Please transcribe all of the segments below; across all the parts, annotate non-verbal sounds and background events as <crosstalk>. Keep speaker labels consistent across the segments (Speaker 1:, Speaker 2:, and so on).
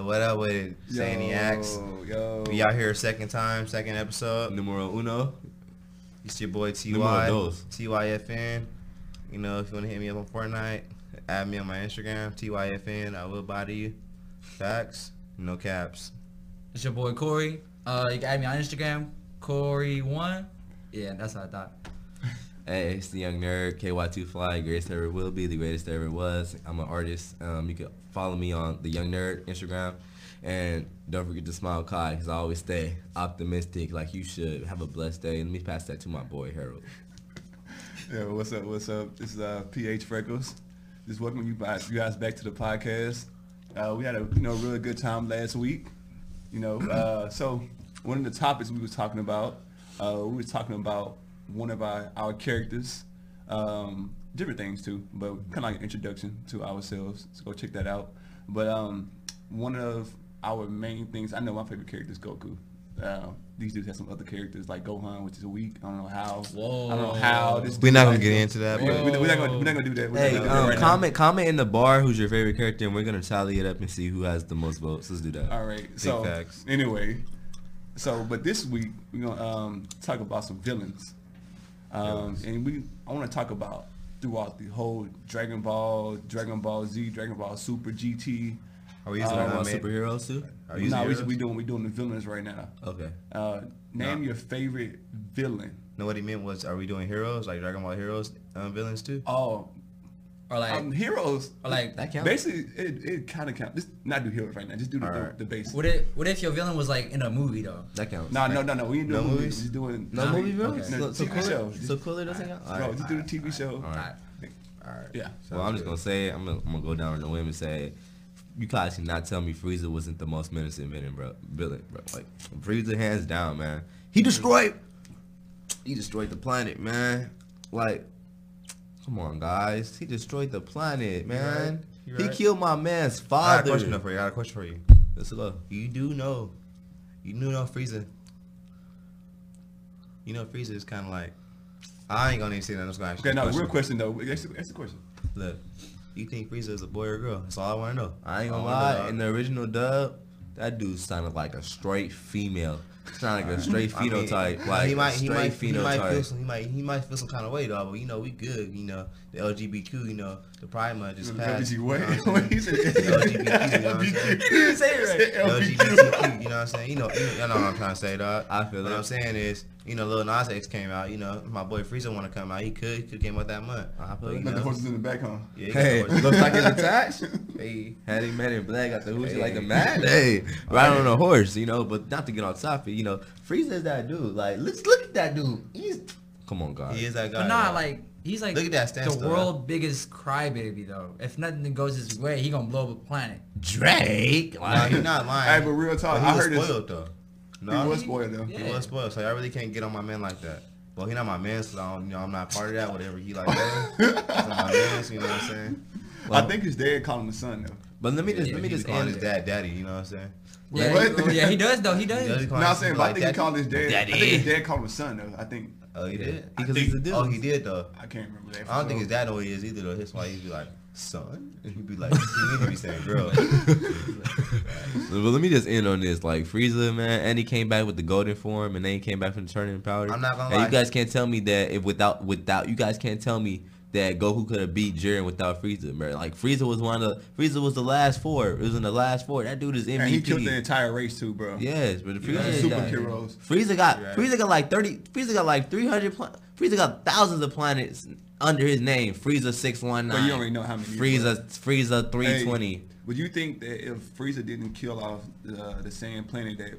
Speaker 1: Kelly, Zaniacs.
Speaker 2: Yo, yo.
Speaker 1: We out here second time, second episode.
Speaker 2: Numero uno.
Speaker 1: It's your boy Ty
Speaker 2: Numero dos.
Speaker 1: TYFN. You know, if you want to hit me up on Fortnite, add me on my Instagram TYFN. I will body you. Facts, no caps.
Speaker 3: It's your boy Corey. Uh, you can add me on Instagram, Corey One. Yeah, that's how I thought.
Speaker 2: <laughs> Hey, it's the young nerd, KY2 Fly, greatest ever will be, the greatest ever was. I'm an artist. Um, you can follow me on the young nerd Instagram. And don't forget to smile Kai, because I always stay optimistic like you should. Have a blessed day. Let me pass that to my boy, Harold.
Speaker 4: Yeah, what's up? What's up? This is uh, PH Freckles. Just welcoming you guys, you guys back to the podcast. Uh, we had a you know really good time last week. You know, uh, so one of the topics we was talking about, uh, we was talking about one of our our characters, um, different things too, but kind of like an introduction to ourselves. So go check that out. But um, one of our main things, I know my favorite character is Goku. Uh, these dudes have some other characters like Gohan, which is weak. I don't know how. I don't know how. This
Speaker 1: We're not gonna
Speaker 4: dude-
Speaker 1: get into that,
Speaker 4: We're,
Speaker 1: but
Speaker 4: we're- we're not gonna, we're not gonna do that. We're
Speaker 2: Hey,
Speaker 4: not gonna do that
Speaker 2: um,
Speaker 4: right now.
Speaker 2: comment comment in the bar who's your favorite character, and we're gonna tally it up and see who has the most votes. Let's do that.
Speaker 4: All right. So
Speaker 1: facts.
Speaker 4: anyway, so but this week we're gonna um, talk about some villains, um, and we I want to talk about throughout the whole Dragon Ball, Dragon Ball Z, Dragon Ball Super GT.
Speaker 1: are we using
Speaker 4: Um,
Speaker 1: our
Speaker 2: Talking
Speaker 1: main-
Speaker 2: about superheroes too?
Speaker 1: Are you using
Speaker 4: nah, we,
Speaker 1: heroes?
Speaker 4: we doing we doing the villains right now.
Speaker 2: Okay.
Speaker 4: Uh, name
Speaker 1: No.
Speaker 4: your favorite villain.
Speaker 1: No, what he meant was, are we doing heroes like Dragon Ball heroes um, villains too?
Speaker 4: Oh,
Speaker 3: Or like,
Speaker 4: um, heroes.
Speaker 3: or like,
Speaker 2: That counts.
Speaker 4: Basically, it, it kind of counts. Just not do heroes right now. Just do the,
Speaker 1: Alright.
Speaker 4: the, the basics.
Speaker 3: what if what if your villain was like in a movie though?
Speaker 2: That counts.
Speaker 4: No, no, no, no. We ain't doing
Speaker 1: No
Speaker 4: movies.
Speaker 1: movies?
Speaker 4: Just doing
Speaker 2: No
Speaker 4: Nah,
Speaker 2: movie
Speaker 4: we-
Speaker 2: villains?
Speaker 4: No,
Speaker 2: So, so,
Speaker 4: TV
Speaker 2: cooler,
Speaker 4: shows.
Speaker 2: so cooler doesn't count. All
Speaker 4: no,
Speaker 2: right.
Speaker 4: just do the TV show.
Speaker 2: All right.
Speaker 1: All right.
Speaker 4: Yeah.
Speaker 2: Well, I'm just gonna say it. I'm gonna, I'm gonna go down on the whim and say, you guys cannot tell me Frieza wasn't the most menacing villain, bro. Villain, bro. Like Frieza, hands down, man.
Speaker 1: Mm-hmm.
Speaker 2: He destroyed. He destroyed the planet, man. Like, come on, guys. He destroyed the planet, man.
Speaker 1: You
Speaker 2: He
Speaker 1: right.
Speaker 2: killed my man's
Speaker 1: I got a
Speaker 2: father.
Speaker 1: question though for you. I got a question for you.
Speaker 2: Let's go.
Speaker 1: You do know, you do know Frieza. You know Frieza is kind of like, I ain't gonna even say that. I'm just gonna ask
Speaker 4: Okay,
Speaker 1: you
Speaker 4: no,
Speaker 1: a
Speaker 4: real question though. That's the, that's the question.
Speaker 1: Look, you think Frieza is a boy or a girl? That's all I wanna know.
Speaker 2: I ain't gonna
Speaker 1: I wanna know.
Speaker 2: lie. In the original dub, that dude sounded like a straight female. Sounded
Speaker 1: <laughs>
Speaker 2: like a straight
Speaker 1: I mean,
Speaker 2: phenotype. like
Speaker 1: he might,
Speaker 2: a
Speaker 1: he
Speaker 2: straight
Speaker 1: might, he
Speaker 2: phenotype.
Speaker 1: might feel some, he might, he might feel some kind of way though. But you know, we good. You know, the LGBTQ. You know, the Pride Month just passed.
Speaker 4: LBG,
Speaker 1: you
Speaker 4: what?
Speaker 1: know what I'm
Speaker 4: What <laughs>
Speaker 1: saying?
Speaker 4: he said?
Speaker 1: <laughs> LGBTQ, you know what I'm saying?
Speaker 4: LBG.
Speaker 3: You say it right.
Speaker 1: LGBTQ, you know what I'm saying? You know, you know, y'all know what I'm trying to say, dog.
Speaker 2: I feel
Speaker 1: what
Speaker 2: it.
Speaker 1: I'm saying is, you know, Lil Nas X came out. You know, my boy Frieza want to come out. He could, could came out that month.
Speaker 2: I feel
Speaker 1: But,
Speaker 2: it.
Speaker 4: Let
Speaker 1: you
Speaker 4: the
Speaker 1: know,
Speaker 4: horses in the back, huh?
Speaker 1: yeah, he got
Speaker 2: Hey,
Speaker 1: the horses.
Speaker 2: looks like it's <laughs> attached.
Speaker 1: Hey,
Speaker 2: Had him man in black got the hoochie
Speaker 1: Hey.
Speaker 2: like a man. <laughs> Hey, riding on a horse, you know, but not to get on top of it, you know. Frieza's that dude. Like, let's look at that dude. He's come on, God.
Speaker 1: he is that guy.
Speaker 3: But nah,
Speaker 1: dog.
Speaker 3: like he's like
Speaker 1: Look at that
Speaker 3: the
Speaker 1: stance, though.
Speaker 3: world biggest crybaby though. If nothing goes his way, he gonna blow up a planet.
Speaker 2: Drake.
Speaker 1: nah,
Speaker 2: Like,
Speaker 1: he's not
Speaker 4: Hey,
Speaker 1: lying.
Speaker 4: but real talk,
Speaker 1: But he
Speaker 4: Oh, I
Speaker 1: was
Speaker 4: heard this.
Speaker 1: spoiled though.
Speaker 4: he
Speaker 1: No,
Speaker 4: was spoiled though.
Speaker 3: Yeah.
Speaker 1: He was spoiled, so I really can't get on my man like that. Well, he not my man, so I don't, you know, I'm not part of that. Whatever he like, that. He's not my man, so you know what I'm saying.
Speaker 4: I think his dad called him a son though.
Speaker 2: but let me just
Speaker 1: Yeah,
Speaker 2: let me
Speaker 1: he be
Speaker 2: just
Speaker 1: calling
Speaker 2: end
Speaker 1: his
Speaker 2: that.
Speaker 1: dad, daddy. You know what I'm saying?
Speaker 3: Yeah,
Speaker 4: What?
Speaker 3: he- oh, yeah, he does though. He
Speaker 1: You know,
Speaker 3: does.
Speaker 1: he
Speaker 4: No,
Speaker 1: calling
Speaker 4: I'm saying,
Speaker 1: him
Speaker 4: but I
Speaker 1: like
Speaker 4: think he
Speaker 1: daddy.
Speaker 4: called his dad. I
Speaker 2: Daddy.
Speaker 4: think his dad called him a son though. I think
Speaker 1: Oh, he did.
Speaker 2: Because
Speaker 4: I
Speaker 2: he's a
Speaker 4: think-
Speaker 2: dude. Oh.
Speaker 1: Oh, he did though.
Speaker 4: I can't remember that.
Speaker 1: I don't think his dad know what he is either though. That's why he'd be like, son? He'd be like, he need to be saying
Speaker 2: <laughs>
Speaker 1: girl.
Speaker 2: But let me just end on this. Like Frieza, man, and he came back with the golden form, and then he came back from the turning powder.
Speaker 1: I'm not gonna
Speaker 2: and
Speaker 1: lie.
Speaker 2: You guys can't tell me that if without without you guys can't tell me that Goku could have beat Jiren without Frieza, man. Like Frieza was one of the Frieza was the last four. It was in the last four. That dude is MVP.
Speaker 4: And he killed the entire race too, bro.
Speaker 2: Yes, but the
Speaker 4: You know,
Speaker 2: Frieza is that-
Speaker 4: superheroes.
Speaker 2: Frieza got
Speaker 1: You're right.
Speaker 2: Frieza got like thirty. Frieza got like three hundred. Pl- Frieza got thousands of planets under his name. Frieza six one nine.
Speaker 4: Well, you already know how many, bro.
Speaker 2: Frieza Frieza three twenty.
Speaker 4: Hey, Would you think that if Frieza didn't kill off uh, the sand planet, that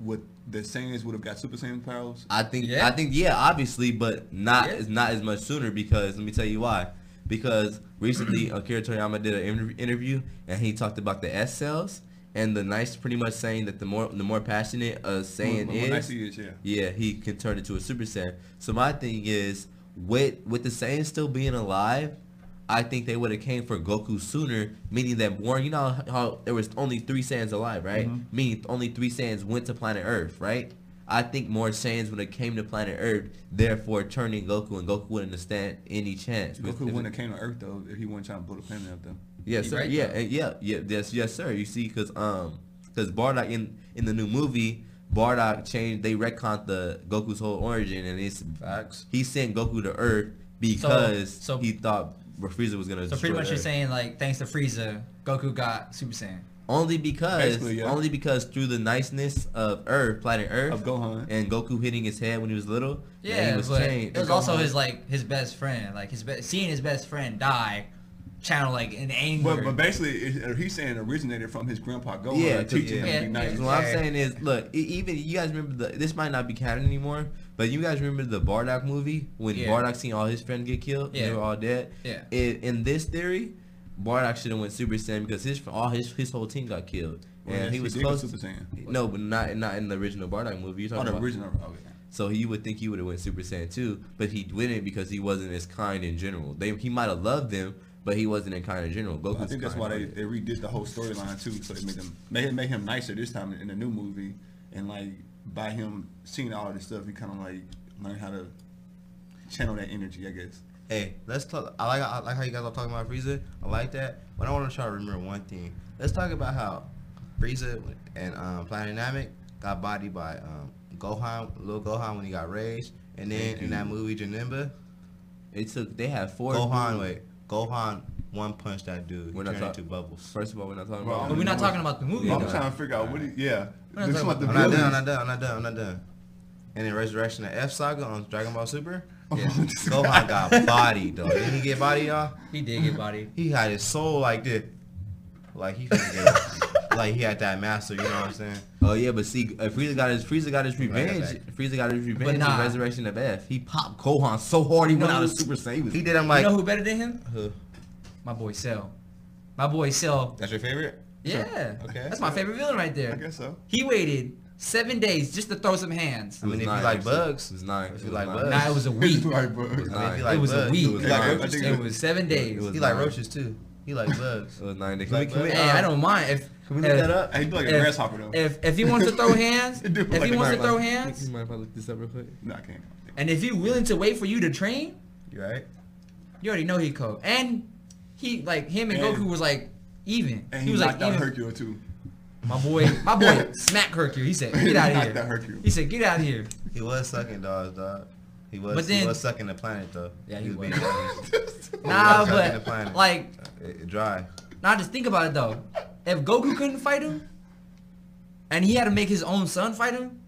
Speaker 4: would the Saiyans would have got Super Saiyan powers?
Speaker 2: I think
Speaker 3: Yeah.
Speaker 2: I think yeah, obviously, but not
Speaker 3: Yeah.
Speaker 2: it's not as much sooner because let me tell you why. Because recently Akira Toriyama did an inter- interview and he talked about the S cells and the nice pretty much saying that the more the more passionate a Saiyan
Speaker 4: Well, well,
Speaker 2: is,
Speaker 4: actually, yes, yeah.
Speaker 2: yeah, he can turn into a Super Saiyan. So my thing is, with with the Saiyans still being alive, I think they would have came for Goku sooner. Meaning that more, you know how there was only three Saiyans alive, right?
Speaker 4: Mm-hmm.
Speaker 2: Meaning only three Saiyans went to planet Earth, right? I think more Saiyans would have came to planet Earth, therefore turning Goku, and Goku wouldn't have stand any chance.
Speaker 4: Goku wouldn't have came to Earth though if he wasn't trying to blow the planet up though.
Speaker 2: Yes,
Speaker 3: You
Speaker 2: sir.
Speaker 3: right,
Speaker 2: yeah,
Speaker 3: though.
Speaker 2: and yeah, yeah, yes, yes, sir. You see, because um, because Bardock in in the new movie, Bardock changed. They retconned the Goku's whole origin, and it's
Speaker 1: Facts.
Speaker 2: he sent Goku to Earth because
Speaker 3: so-
Speaker 2: he thought Frieza was gonna.
Speaker 3: So pretty
Speaker 2: destroy
Speaker 3: much you're
Speaker 2: Earth.
Speaker 3: saying like thanks to Frieza, Goku got Super Saiyan.
Speaker 2: only because
Speaker 4: Basically, yeah.
Speaker 2: only because through the niceness of Earth, planet Earth,
Speaker 4: Of Gohan.
Speaker 2: and Goku hitting his head when he was little.
Speaker 3: Yeah,
Speaker 2: man, he was
Speaker 3: but
Speaker 2: changed.
Speaker 3: it was
Speaker 2: Gohan-
Speaker 3: also his like his best friend, like his be- seeing his best friend die, channel like an anger.
Speaker 4: But, but basically, it, he's saying originated from his grandpa Gohan
Speaker 2: Yeah,
Speaker 4: teaching
Speaker 2: yeah.
Speaker 4: him to be nice.
Speaker 2: So what I'm
Speaker 3: Yeah.
Speaker 2: saying is, look, e- even you guys remember the this might not be canon anymore, but you guys remember the Bardock movie when
Speaker 3: Yeah.
Speaker 2: Bardock seen all his friends get killed, and
Speaker 3: Yeah.
Speaker 2: they were all dead.
Speaker 3: Yeah.
Speaker 2: In, in this theory, Bardock should have went Super Saiyan because his all his his whole team got killed,
Speaker 4: Well,
Speaker 2: and
Speaker 4: yes,
Speaker 2: he was
Speaker 4: did go
Speaker 2: close.
Speaker 4: Super Saiyan.
Speaker 2: no, but not not in the original Bardock movie. You're
Speaker 4: Oh,
Speaker 2: talking
Speaker 4: the
Speaker 2: about
Speaker 4: original. Okay.
Speaker 2: So you would think he would have went Super Saiyan 2, but he didn't because he wasn't as kind in general. They he might have loved them, but he wasn't in kind in general. Goku's
Speaker 4: I think that's
Speaker 2: kind
Speaker 4: why they,
Speaker 2: hearted.
Speaker 4: they redid the whole storyline too, so they made him made him, made him nicer this time in the new movie, and like by him seeing all of this stuff, he kind of like learned how to channel that energy, I guess.
Speaker 1: Hey, let's talk. I like I like how you guys are talking about Frieza. I like that, but I want to try to remember one thing. Let's talk about how Frieza and um, Planet Namek got bodied by um, Gohan, little Gohan when he got raised, and then in that movie Janemba,
Speaker 2: It took they had four.
Speaker 1: Gohan wait, Gohan one punched that dude.
Speaker 2: We're
Speaker 1: He
Speaker 2: not
Speaker 1: turned
Speaker 2: talking-
Speaker 1: into bubbles.
Speaker 2: First of all, we're not talking
Speaker 4: Well,
Speaker 2: about.
Speaker 3: but we're not talking about the movie.
Speaker 2: Yeah.
Speaker 4: I'm
Speaker 2: no.
Speaker 3: though.
Speaker 4: trying to figure out what. He, yeah.
Speaker 3: We're not
Speaker 4: This
Speaker 3: talking
Speaker 4: one, the
Speaker 1: I'm not done. I'm
Speaker 4: villains.
Speaker 1: not done. I'm not done. I'm not done. And then Resurrection of F Saga on Dragon Ball Super.
Speaker 2: <laughs> Yeah.
Speaker 1: Gohan got bodied though. Didn't he get bodied, y'all?
Speaker 3: he did
Speaker 4: Mm-hmm.
Speaker 3: get body.
Speaker 1: He had his soul like this. Like he freaking- <laughs> like he had that master, you know what I'm saying?
Speaker 2: Oh yeah, but see, uh, Frieza got his Frieza got his revenge. Frieza got his revenge. in
Speaker 3: nah.
Speaker 2: Resurrection of F. He popped Gohan so hard he went
Speaker 3: No,
Speaker 2: out of
Speaker 3: he-
Speaker 2: Super Saiyan.
Speaker 1: He did I'm
Speaker 3: You
Speaker 1: like
Speaker 3: know who better than him?
Speaker 1: Who?
Speaker 3: My boy Cell. My boy Cell.
Speaker 1: That's your favorite?
Speaker 3: Yeah.
Speaker 1: Okay.
Speaker 3: That's my favorite villain right
Speaker 4: I
Speaker 3: there.
Speaker 4: guess so.
Speaker 3: He waited seven days just to throw some hands.
Speaker 1: I mean, if you
Speaker 2: nine,
Speaker 1: like
Speaker 2: actually.
Speaker 1: bugs,
Speaker 2: it was nine.
Speaker 1: if
Speaker 2: It
Speaker 1: you
Speaker 2: was
Speaker 1: like
Speaker 2: nine.
Speaker 1: bugs,
Speaker 3: Nah, it was a week.
Speaker 4: Right, bro.
Speaker 2: It was
Speaker 1: I mean,
Speaker 2: nine.
Speaker 1: if
Speaker 3: It
Speaker 1: you like
Speaker 3: was a
Speaker 1: bugs,
Speaker 3: week.
Speaker 1: you
Speaker 3: It was,
Speaker 1: He like
Speaker 4: nine.
Speaker 1: roaches.
Speaker 4: I think-
Speaker 3: seven days.
Speaker 2: was
Speaker 1: He like
Speaker 2: nine.
Speaker 1: roaches too. He like
Speaker 3: <laughs>
Speaker 1: bugs.
Speaker 2: It was nine. They-
Speaker 1: Like
Speaker 2: Can we-
Speaker 1: bugs.
Speaker 2: can we,
Speaker 3: Hey,
Speaker 2: uh,
Speaker 3: I don't mind if
Speaker 2: Can we look
Speaker 3: if-
Speaker 2: that up?
Speaker 4: Hey, he look like a
Speaker 3: If-
Speaker 4: grasshopper though.
Speaker 3: If if he wants to
Speaker 4: <laughs>
Speaker 3: throw hands,
Speaker 4: It do look
Speaker 3: if
Speaker 4: like
Speaker 3: he
Speaker 4: a
Speaker 3: wants to
Speaker 4: grasshopper.
Speaker 3: throw
Speaker 2: You
Speaker 3: hands,
Speaker 2: mind if I look this up real quick?
Speaker 4: no, I can't.
Speaker 3: and if you willing to wait for you to train,
Speaker 1: You right?
Speaker 3: you already know he cold. And he like him and,
Speaker 4: And-
Speaker 3: Goku was like even.
Speaker 4: And
Speaker 3: he,
Speaker 4: he,
Speaker 3: was like
Speaker 4: knocked out
Speaker 3: even.
Speaker 4: Hercule too.
Speaker 3: My boy,
Speaker 4: <laughs>
Speaker 3: my boy, smack Hercule. He said,
Speaker 4: He
Speaker 3: "Get out
Speaker 4: knocked
Speaker 3: of
Speaker 4: out
Speaker 3: here."
Speaker 4: Hercule.
Speaker 3: He said, "Get out of here."
Speaker 1: He was sucking dogs, dog. He was
Speaker 3: But
Speaker 1: he
Speaker 3: then-
Speaker 1: was sucking the planet though.
Speaker 3: Yeah, he was. <laughs>
Speaker 1: being honest.
Speaker 3: Nah,
Speaker 1: was sucking the
Speaker 3: but
Speaker 1: planet.
Speaker 3: like,
Speaker 1: It- it dry.
Speaker 3: now just think about it though. If Goku couldn't fight him, and he had to make his own son fight him,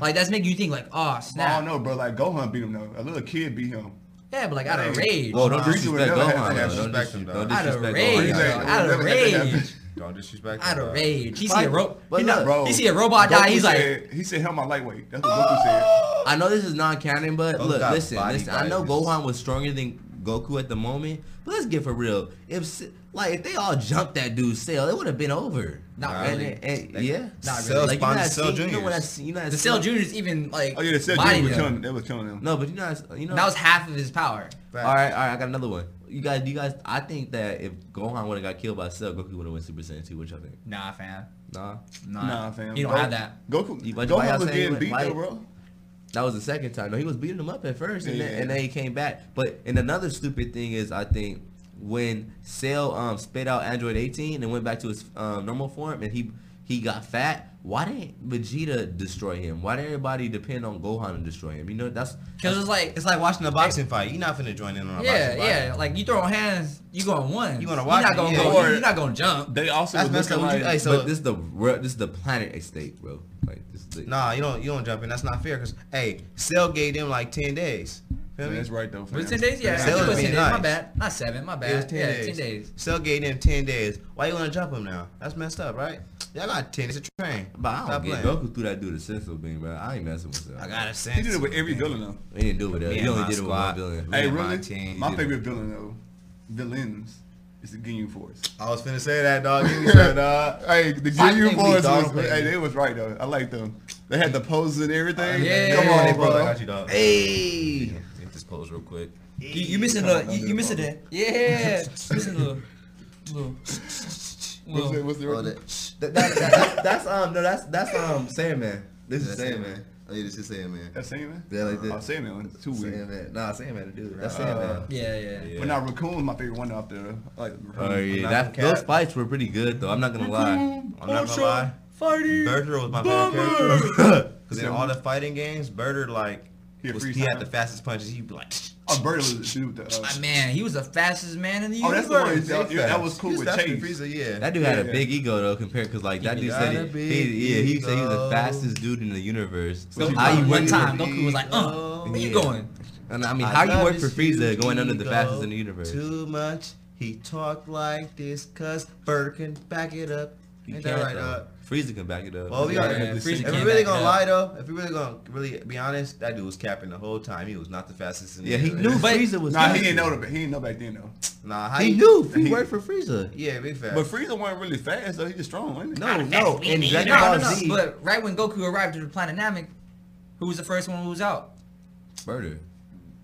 Speaker 3: like that's making you think like, oh
Speaker 4: I
Speaker 3: snap.
Speaker 4: don't know, bro. Like Gohan beat him though. A little kid beat him.
Speaker 3: Yeah, but like out of
Speaker 4: Hey.
Speaker 3: rage.
Speaker 2: Whoa, don't
Speaker 4: Nah, Frieza
Speaker 2: disrespect
Speaker 4: would never have
Speaker 2: Gohan. though.
Speaker 1: that
Speaker 2: Don't
Speaker 1: disrespect
Speaker 2: dis-
Speaker 1: him, dog.
Speaker 2: don't
Speaker 3: Out of
Speaker 2: disrespect
Speaker 3: rage,
Speaker 2: Gohan.
Speaker 3: bro. Out of
Speaker 4: Never let that
Speaker 3: rage.
Speaker 4: happen.
Speaker 1: Don't disrespect.
Speaker 3: Out
Speaker 1: him,
Speaker 3: of
Speaker 1: dog.
Speaker 3: rage. He see
Speaker 2: Fine,
Speaker 3: a rope.
Speaker 2: but
Speaker 3: he, not-
Speaker 2: look,
Speaker 4: Bro,
Speaker 3: he see a robot die.
Speaker 4: Goku
Speaker 3: He's like, "Ah!"
Speaker 4: said- he said, "Hell, my lightweight." That's what Goku said.
Speaker 2: I know this is non-canon, but
Speaker 1: Goku
Speaker 2: look,
Speaker 1: got
Speaker 2: listen,
Speaker 1: bodied
Speaker 2: listen. I
Speaker 1: by
Speaker 2: know
Speaker 1: this.
Speaker 2: Gohan was stronger than Goku at the moment, but let's get for real. If s- like if they all jumped that dude's cell, it would have been over.
Speaker 3: Not
Speaker 2: And-
Speaker 3: really.
Speaker 2: and-
Speaker 1: They-
Speaker 2: yeah,
Speaker 3: Not
Speaker 2: Like,
Speaker 3: really.
Speaker 2: you know
Speaker 1: Spawned
Speaker 2: that
Speaker 1: Cell
Speaker 2: scene- You know
Speaker 1: Juniors.
Speaker 2: what I see? You know that
Speaker 3: the
Speaker 2: scene-
Speaker 3: Cell Junior's even like
Speaker 4: Oh yeah, they said
Speaker 3: bodied
Speaker 4: they were
Speaker 3: him.
Speaker 4: killing. They were killing him.
Speaker 2: No, but you know, that- you know.
Speaker 3: That was half of his power.
Speaker 1: Fact.
Speaker 2: all right, all right. I got another one. You guys, you guys. I think that if Gohan would have got killed by Cell, Goku would have went Super Saiyan 2. What y'all think?
Speaker 3: Nah, fam.
Speaker 2: Nah,
Speaker 3: Nah,
Speaker 4: Nah, fam.
Speaker 3: He don't
Speaker 4: Go-
Speaker 3: have that.
Speaker 4: Goku.
Speaker 2: You- but why y'all
Speaker 4: Gohan was
Speaker 2: saying
Speaker 4: getting
Speaker 2: he
Speaker 4: beat
Speaker 2: went
Speaker 4: though,
Speaker 2: light?
Speaker 4: bro.
Speaker 2: that was the second time. No, he was beating him up at first, and,
Speaker 4: Yeah,
Speaker 2: then,
Speaker 4: yeah,
Speaker 2: and then he came back. But and another stupid thing is, I think when Cell um spit out Android 18 and went back to his um, normal form, and he he got fat. Why didn't Vegeta destroy him? Why did everybody depend on Gohan to destroy him? You know, that's
Speaker 3: Cause it's like
Speaker 1: It's like watching a boxing fight. You're not finna join in on a
Speaker 3: yeah,
Speaker 1: boxing fight.
Speaker 3: yeah. Like you throwing hands, you going one.
Speaker 1: You wanna
Speaker 3: You're
Speaker 1: watch
Speaker 3: not
Speaker 1: it,
Speaker 3: gonna
Speaker 1: yeah.
Speaker 3: go.
Speaker 4: Or-
Speaker 3: You're not gonna jump.
Speaker 4: They also
Speaker 1: That's
Speaker 4: was
Speaker 1: messed
Speaker 4: looking
Speaker 1: up. Would you-
Speaker 4: like.
Speaker 1: hey, so-
Speaker 2: but this is the re- this is the planet estate, bro. Like this is the
Speaker 1: Nah, you don't you don't jump in. That's not fair. Cause hey, Cell gave them like ten days. Feel
Speaker 4: Yeah,
Speaker 1: me?
Speaker 4: That's right though.
Speaker 3: Was it
Speaker 4: fam.
Speaker 3: ten days? Yeah, I
Speaker 1: Cell
Speaker 3: think it
Speaker 1: was
Speaker 3: was ten
Speaker 1: being
Speaker 3: days. My
Speaker 1: nice.
Speaker 3: bad. Not seven. My bad.
Speaker 1: It was ten
Speaker 3: yeah,
Speaker 1: days.
Speaker 3: ten days.
Speaker 1: Cell gave them ten days. Why you wanna jump them now? That's messed up, right? Y'all got ten. It's a train.
Speaker 2: But I don't
Speaker 1: Stop
Speaker 2: get
Speaker 1: playing.
Speaker 2: Goku threw that dude a sensor beam, bro. I ain't messing with that.
Speaker 1: I got a sense.
Speaker 4: He did it with every villain though.
Speaker 2: We didn't do it.
Speaker 1: Me
Speaker 2: He
Speaker 1: and
Speaker 2: only
Speaker 1: my
Speaker 2: did it with one
Speaker 1: squad.
Speaker 2: villain.
Speaker 1: Me
Speaker 4: Hey,
Speaker 1: and my
Speaker 4: really?
Speaker 1: team
Speaker 4: My
Speaker 1: did
Speaker 4: favorite villain though, villains, is the Ginyu
Speaker 1: <laughs>
Speaker 4: Force.
Speaker 1: I was finna say that, dog. Give
Speaker 3: <laughs>
Speaker 1: me some, dog.
Speaker 4: Hey, the
Speaker 1: I think
Speaker 4: Ginyu
Speaker 1: we
Speaker 4: Force
Speaker 1: dog
Speaker 4: was.
Speaker 1: bait.
Speaker 4: Hey, they was right though. I like them. They had the poses and everything.
Speaker 3: Yeah.
Speaker 4: Come
Speaker 1: They
Speaker 4: on,
Speaker 1: broke- I
Speaker 4: bro.
Speaker 1: got you, dog.
Speaker 2: Hey.
Speaker 1: Get this pose real quick.
Speaker 3: You, you missing
Speaker 4: Come
Speaker 3: the?
Speaker 4: on,
Speaker 3: You,
Speaker 4: don't
Speaker 3: you
Speaker 4: do it,
Speaker 3: missing
Speaker 4: bro.
Speaker 3: the? <laughs> Yeah. missing the. Little.
Speaker 4: What's the,
Speaker 3: Little.
Speaker 4: what's the
Speaker 2: Oh, that, that, that, that, that's um no that's that's um Sandman. This is Sandman. Oh yeah, this is Sandman.
Speaker 4: that Sandman?
Speaker 2: Yeah, like this.
Speaker 4: Oh, Sandman one. Too weird.
Speaker 2: Sandman. Nah, Sandman, dude. That's
Speaker 4: Uh,
Speaker 2: Sandman.
Speaker 3: Yeah, yeah.
Speaker 4: But now Raccoon's my favorite one out there. I like Raccoon.
Speaker 2: Oh yeah,
Speaker 1: Not
Speaker 2: that,
Speaker 1: from Cap.
Speaker 2: those fights were pretty good though. I'm not gonna lie.
Speaker 1: I'm not gonna lie.
Speaker 3: Fighting.
Speaker 1: Berger was my favorite character <laughs> because in all the fighting games, Berger like
Speaker 4: He had
Speaker 1: was,
Speaker 4: freeze
Speaker 1: he had
Speaker 4: time.
Speaker 1: the fastest punches. He'd be like, <laughs>
Speaker 4: Oh, Bird was the dude with the. Uh,
Speaker 3: Ah, man, he was the fastest man in the
Speaker 4: Oh, that's
Speaker 3: universe.
Speaker 4: the one. Yeah,
Speaker 1: "Fast."
Speaker 4: yeah, that was cool
Speaker 1: He's
Speaker 4: with
Speaker 1: faster than
Speaker 4: Chase.
Speaker 1: Frieza, yeah.
Speaker 2: That dude had
Speaker 4: Yeah.
Speaker 2: a big ego though, compared because like that
Speaker 1: He
Speaker 2: dude
Speaker 1: got a
Speaker 2: said he,
Speaker 1: big
Speaker 2: he, yeah, he said he was
Speaker 1: ego.
Speaker 2: the fastest dude in the universe.
Speaker 3: So
Speaker 2: how you
Speaker 3: one
Speaker 2: work
Speaker 3: time,
Speaker 1: for
Speaker 3: Goku was like, uh, where you
Speaker 2: Yeah.
Speaker 3: going?
Speaker 2: And I mean, how you work for Frieza going under the fastest in the universe?
Speaker 1: Too much. He talked like this cause Bird can back it up.
Speaker 2: You
Speaker 1: Ain't
Speaker 2: can't
Speaker 1: that right?
Speaker 2: though.
Speaker 1: Uh,
Speaker 2: Frieza can back it up.
Speaker 1: well, we
Speaker 3: Yeah,
Speaker 1: gotta
Speaker 3: yeah,
Speaker 1: if
Speaker 3: Frieza
Speaker 1: we
Speaker 3: can't
Speaker 1: really
Speaker 3: back
Speaker 1: gonna
Speaker 3: it up.
Speaker 1: lie though, if we really gonna really be honest, that dude was capping the whole time. He was not the fastest in the
Speaker 2: yeah, he
Speaker 1: universe.
Speaker 2: knew
Speaker 3: But-
Speaker 2: Frieza was.
Speaker 4: Nah, he
Speaker 2: faster.
Speaker 4: didn't know the, he didn't know back then though.
Speaker 1: Nah, how
Speaker 2: He
Speaker 1: you-
Speaker 2: knew. He
Speaker 4: He-
Speaker 2: worked for Frieza.
Speaker 1: Yeah, big fat.
Speaker 4: But Frieza wasn't really fast though. He just strong, wasn't he?
Speaker 2: No, no. In
Speaker 3: No,
Speaker 2: Dragon
Speaker 3: no,
Speaker 2: Ball
Speaker 3: no.
Speaker 2: Z,
Speaker 3: But right when Goku arrived to the planet Namek, who was the first one who was out?
Speaker 2: murder.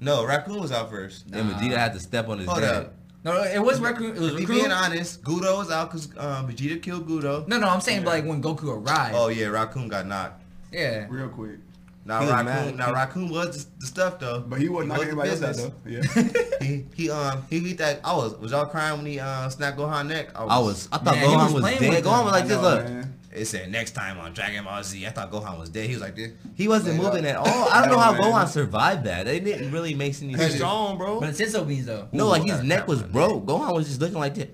Speaker 1: no, Raccoon was out first.
Speaker 2: And Vegeta had to step on his
Speaker 1: Hold
Speaker 2: head.
Speaker 1: up.
Speaker 3: No, no, it was Raccoon. It was
Speaker 1: If you being
Speaker 3: Raccoon.
Speaker 1: honest, Gudo was out because um, Vegeta killed Gudo.
Speaker 3: No, no, I'm saying like when Goku arrived.
Speaker 1: Oh yeah, Raccoon got knocked.
Speaker 3: yeah.
Speaker 4: Real quick.
Speaker 1: Now
Speaker 2: He was
Speaker 1: Raccoon,
Speaker 2: mad.
Speaker 1: now Raccoon was the, the stuff though.
Speaker 4: But he wasn't knocking
Speaker 1: was
Speaker 4: anybody
Speaker 1: the
Speaker 4: else out
Speaker 1: business.
Speaker 4: though.
Speaker 1: <laughs>
Speaker 4: Yeah.
Speaker 1: he, he um he beat that. I was was y'all crying when he uh snapped Gohan neck.
Speaker 2: I was. I thought
Speaker 3: Man, he was
Speaker 2: Gohan was,
Speaker 3: playing
Speaker 2: dead.
Speaker 3: with
Speaker 2: Gohan
Speaker 3: him.
Speaker 2: was like
Speaker 4: I
Speaker 2: this.
Speaker 4: know,
Speaker 2: Look,
Speaker 4: man.
Speaker 1: It said next time on Dragon Ball Z. I thought Gohan was dead. He was like this.
Speaker 2: he wasn't
Speaker 4: Man,
Speaker 2: moving
Speaker 4: I-
Speaker 2: at all. I don't know
Speaker 4: I
Speaker 2: how
Speaker 4: know, man.
Speaker 2: Gohan survived that. It didn't really make any
Speaker 4: He's
Speaker 2: sense.
Speaker 4: strong, bro.
Speaker 3: But Senso beans though.
Speaker 2: No,
Speaker 1: Ooh,
Speaker 2: like
Speaker 1: I
Speaker 2: his
Speaker 1: gotta
Speaker 2: neck
Speaker 1: count
Speaker 2: was
Speaker 1: my
Speaker 2: broke. Gohan was just looking like this.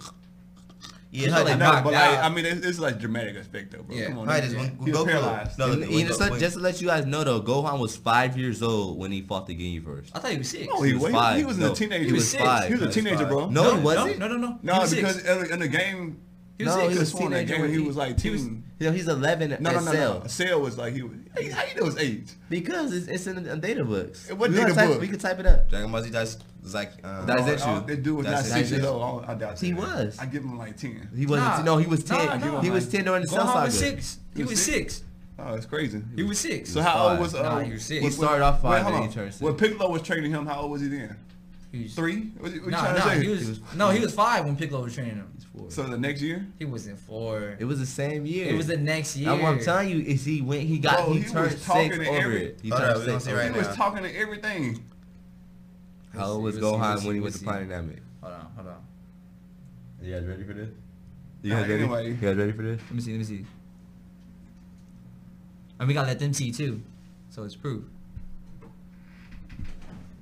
Speaker 1: Yeah,
Speaker 3: how they
Speaker 4: I
Speaker 1: like
Speaker 4: know,
Speaker 3: knocked
Speaker 4: but like,
Speaker 3: out.
Speaker 4: I mean, it's, it's like dramatic effect though, bro.
Speaker 3: Yeah.
Speaker 4: Come on,
Speaker 1: Right,
Speaker 4: that-
Speaker 1: it's when- when
Speaker 4: he was
Speaker 1: Goku-
Speaker 4: paralyzed.
Speaker 1: No,
Speaker 4: No,
Speaker 1: look,
Speaker 2: And-
Speaker 1: when
Speaker 2: and
Speaker 1: Go-
Speaker 2: just, let-
Speaker 1: when-
Speaker 2: just to let you guys know though, Gohan was five years old when he fought the Ginyu first.
Speaker 3: I thought he was six.
Speaker 4: no, he,
Speaker 2: was
Speaker 4: was
Speaker 2: five,
Speaker 4: he was
Speaker 2: no.
Speaker 4: a teenager.
Speaker 3: He was six.
Speaker 4: He was a
Speaker 2: That's
Speaker 4: teenager,
Speaker 1: five.
Speaker 4: bro.
Speaker 2: No, it wasn't.
Speaker 3: No, no, no.
Speaker 4: No,
Speaker 3: he was six.
Speaker 4: because in the- in the game,
Speaker 3: he was
Speaker 2: No,
Speaker 3: six.
Speaker 2: he
Speaker 4: he
Speaker 2: was
Speaker 4: was in that
Speaker 2: teenager
Speaker 4: game.
Speaker 2: when
Speaker 4: He
Speaker 2: he-
Speaker 4: was like
Speaker 3: he was-
Speaker 4: teen.
Speaker 2: You know, he's 11
Speaker 4: No,
Speaker 2: at
Speaker 4: no, no,
Speaker 2: Cell.
Speaker 4: no. Sale was like he. was- Hey, How you know his age?
Speaker 2: Because it's, it's in the data books.
Speaker 4: It wasn't
Speaker 2: We
Speaker 4: data
Speaker 2: can type-
Speaker 4: book.
Speaker 2: We can type it up.
Speaker 1: Dragon Ball Z. That's like um,
Speaker 2: That's
Speaker 4: I
Speaker 2: it.
Speaker 4: don't-
Speaker 2: you.
Speaker 4: Oh, That dude was
Speaker 1: That's
Speaker 4: not six
Speaker 2: it.
Speaker 4: years old. I I doubt
Speaker 2: He
Speaker 4: that.
Speaker 2: was.
Speaker 4: I give him like ten.
Speaker 2: He wasn't.
Speaker 3: Nah.
Speaker 2: no, he was 10.
Speaker 3: Nah, nah.
Speaker 2: He was 10 during the Cell
Speaker 3: Gohan
Speaker 2: saga.
Speaker 3: was six. He
Speaker 4: He was
Speaker 3: was
Speaker 4: six?
Speaker 3: six.
Speaker 4: Oh, it's crazy.
Speaker 3: He was six.
Speaker 4: So
Speaker 2: was
Speaker 4: how old
Speaker 2: five.
Speaker 4: was uh?
Speaker 3: Nah, he was six. He
Speaker 4: was-
Speaker 2: started off
Speaker 4: wait,
Speaker 2: five,
Speaker 4: hold
Speaker 2: then he
Speaker 4: on.
Speaker 2: turned six.
Speaker 4: When Piccolo was training him, how old was he then?
Speaker 3: He was-
Speaker 4: Three? What, you- what you
Speaker 3: No,
Speaker 4: trying
Speaker 3: no,
Speaker 4: to say?
Speaker 3: he was no, he was five when Piccolo was training him.
Speaker 4: so the next year,
Speaker 3: He was in four.
Speaker 2: It was the same year.
Speaker 3: It was the next year.
Speaker 2: And what I'm telling you is he went. He got.
Speaker 4: Bro,
Speaker 2: he,
Speaker 4: he was
Speaker 2: turned
Speaker 4: talking
Speaker 2: six
Speaker 4: to
Speaker 2: over
Speaker 4: every-
Speaker 2: it. He
Speaker 1: Hold
Speaker 2: turned
Speaker 1: up, we gonna
Speaker 2: six
Speaker 1: see
Speaker 2: over
Speaker 1: right
Speaker 4: he
Speaker 2: it.
Speaker 1: now.
Speaker 4: was talking to everything.
Speaker 2: How old was
Speaker 3: He was- he
Speaker 2: Gohan
Speaker 3: was-
Speaker 2: when he
Speaker 3: he
Speaker 2: went
Speaker 3: was-
Speaker 2: to Planet Namek?
Speaker 3: Hold on, hold on.
Speaker 2: You guys ready for this? You
Speaker 4: Nah,
Speaker 2: guys ready?
Speaker 4: anyway.
Speaker 2: You guys ready for this?
Speaker 3: Let me see. Let me see. And we gotta let them see too, so it's proof.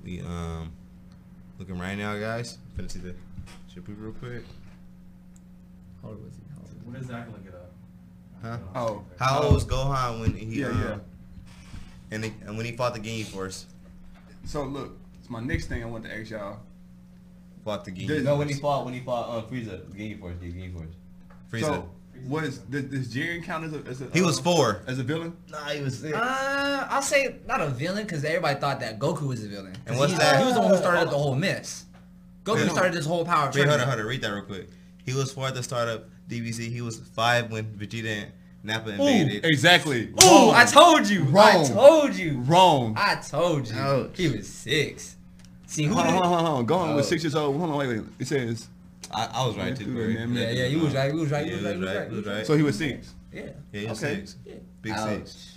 Speaker 1: we um looking right now, guys. Finna see the ship real quick.
Speaker 3: Hold on, what's it? Hold on.
Speaker 5: What is that gonna get up?
Speaker 1: Huh?
Speaker 4: Oh,
Speaker 1: How
Speaker 4: Oh,
Speaker 1: old was Gohan when he?
Speaker 4: Yeah,
Speaker 1: um,
Speaker 4: yeah.
Speaker 1: And, he, and when he fought the Ginyu Force,
Speaker 4: So look, it's my next thing I want to ask y'all.
Speaker 1: fought the Ginyu.
Speaker 4: Dude,
Speaker 1: Force.
Speaker 4: no, when he
Speaker 2: fought. When he fought on Frieza, Ginyu Force. Ginyu Force.
Speaker 1: Frieza.
Speaker 4: So was does, does Jiren count as a, as a
Speaker 1: he was
Speaker 4: uh,
Speaker 1: four.
Speaker 4: as a villain?
Speaker 2: Nah, he was six.
Speaker 3: Uh, I'll say not a villain because everybody thought that Goku was a villain. 'Cause
Speaker 1: And what's
Speaker 3: he,
Speaker 1: that?
Speaker 3: He was the one who started the whole mess. Goku
Speaker 1: Yeah.
Speaker 3: started this whole power
Speaker 1: Wait,
Speaker 3: trip.
Speaker 1: hold on, hold on. Read that real quick. He was four at the start of DBZ. He was five when Vegeta and Nappa invaded.
Speaker 4: exactly.
Speaker 3: Ooh, I told you. I
Speaker 4: Wrong.
Speaker 3: told you.
Speaker 4: wrong.
Speaker 3: I told you.
Speaker 2: Ouch.
Speaker 3: He was six. See who?
Speaker 4: Hold on,
Speaker 3: did-
Speaker 4: hold on, hold on, hold on. Gohan was
Speaker 2: Oh.
Speaker 4: six years old. Hold on, wait, wait. It says
Speaker 1: I, I was right too.
Speaker 4: Yeah,
Speaker 1: Corey.
Speaker 4: yeah,
Speaker 3: yeah, you was right, you was right, you
Speaker 1: Yeah,
Speaker 3: was
Speaker 1: you
Speaker 3: right, you was
Speaker 1: you
Speaker 3: right.
Speaker 4: so he was six.
Speaker 3: Yeah.
Speaker 1: Yeah, he was
Speaker 4: Okay.
Speaker 1: six.
Speaker 3: Yeah.
Speaker 1: Big six.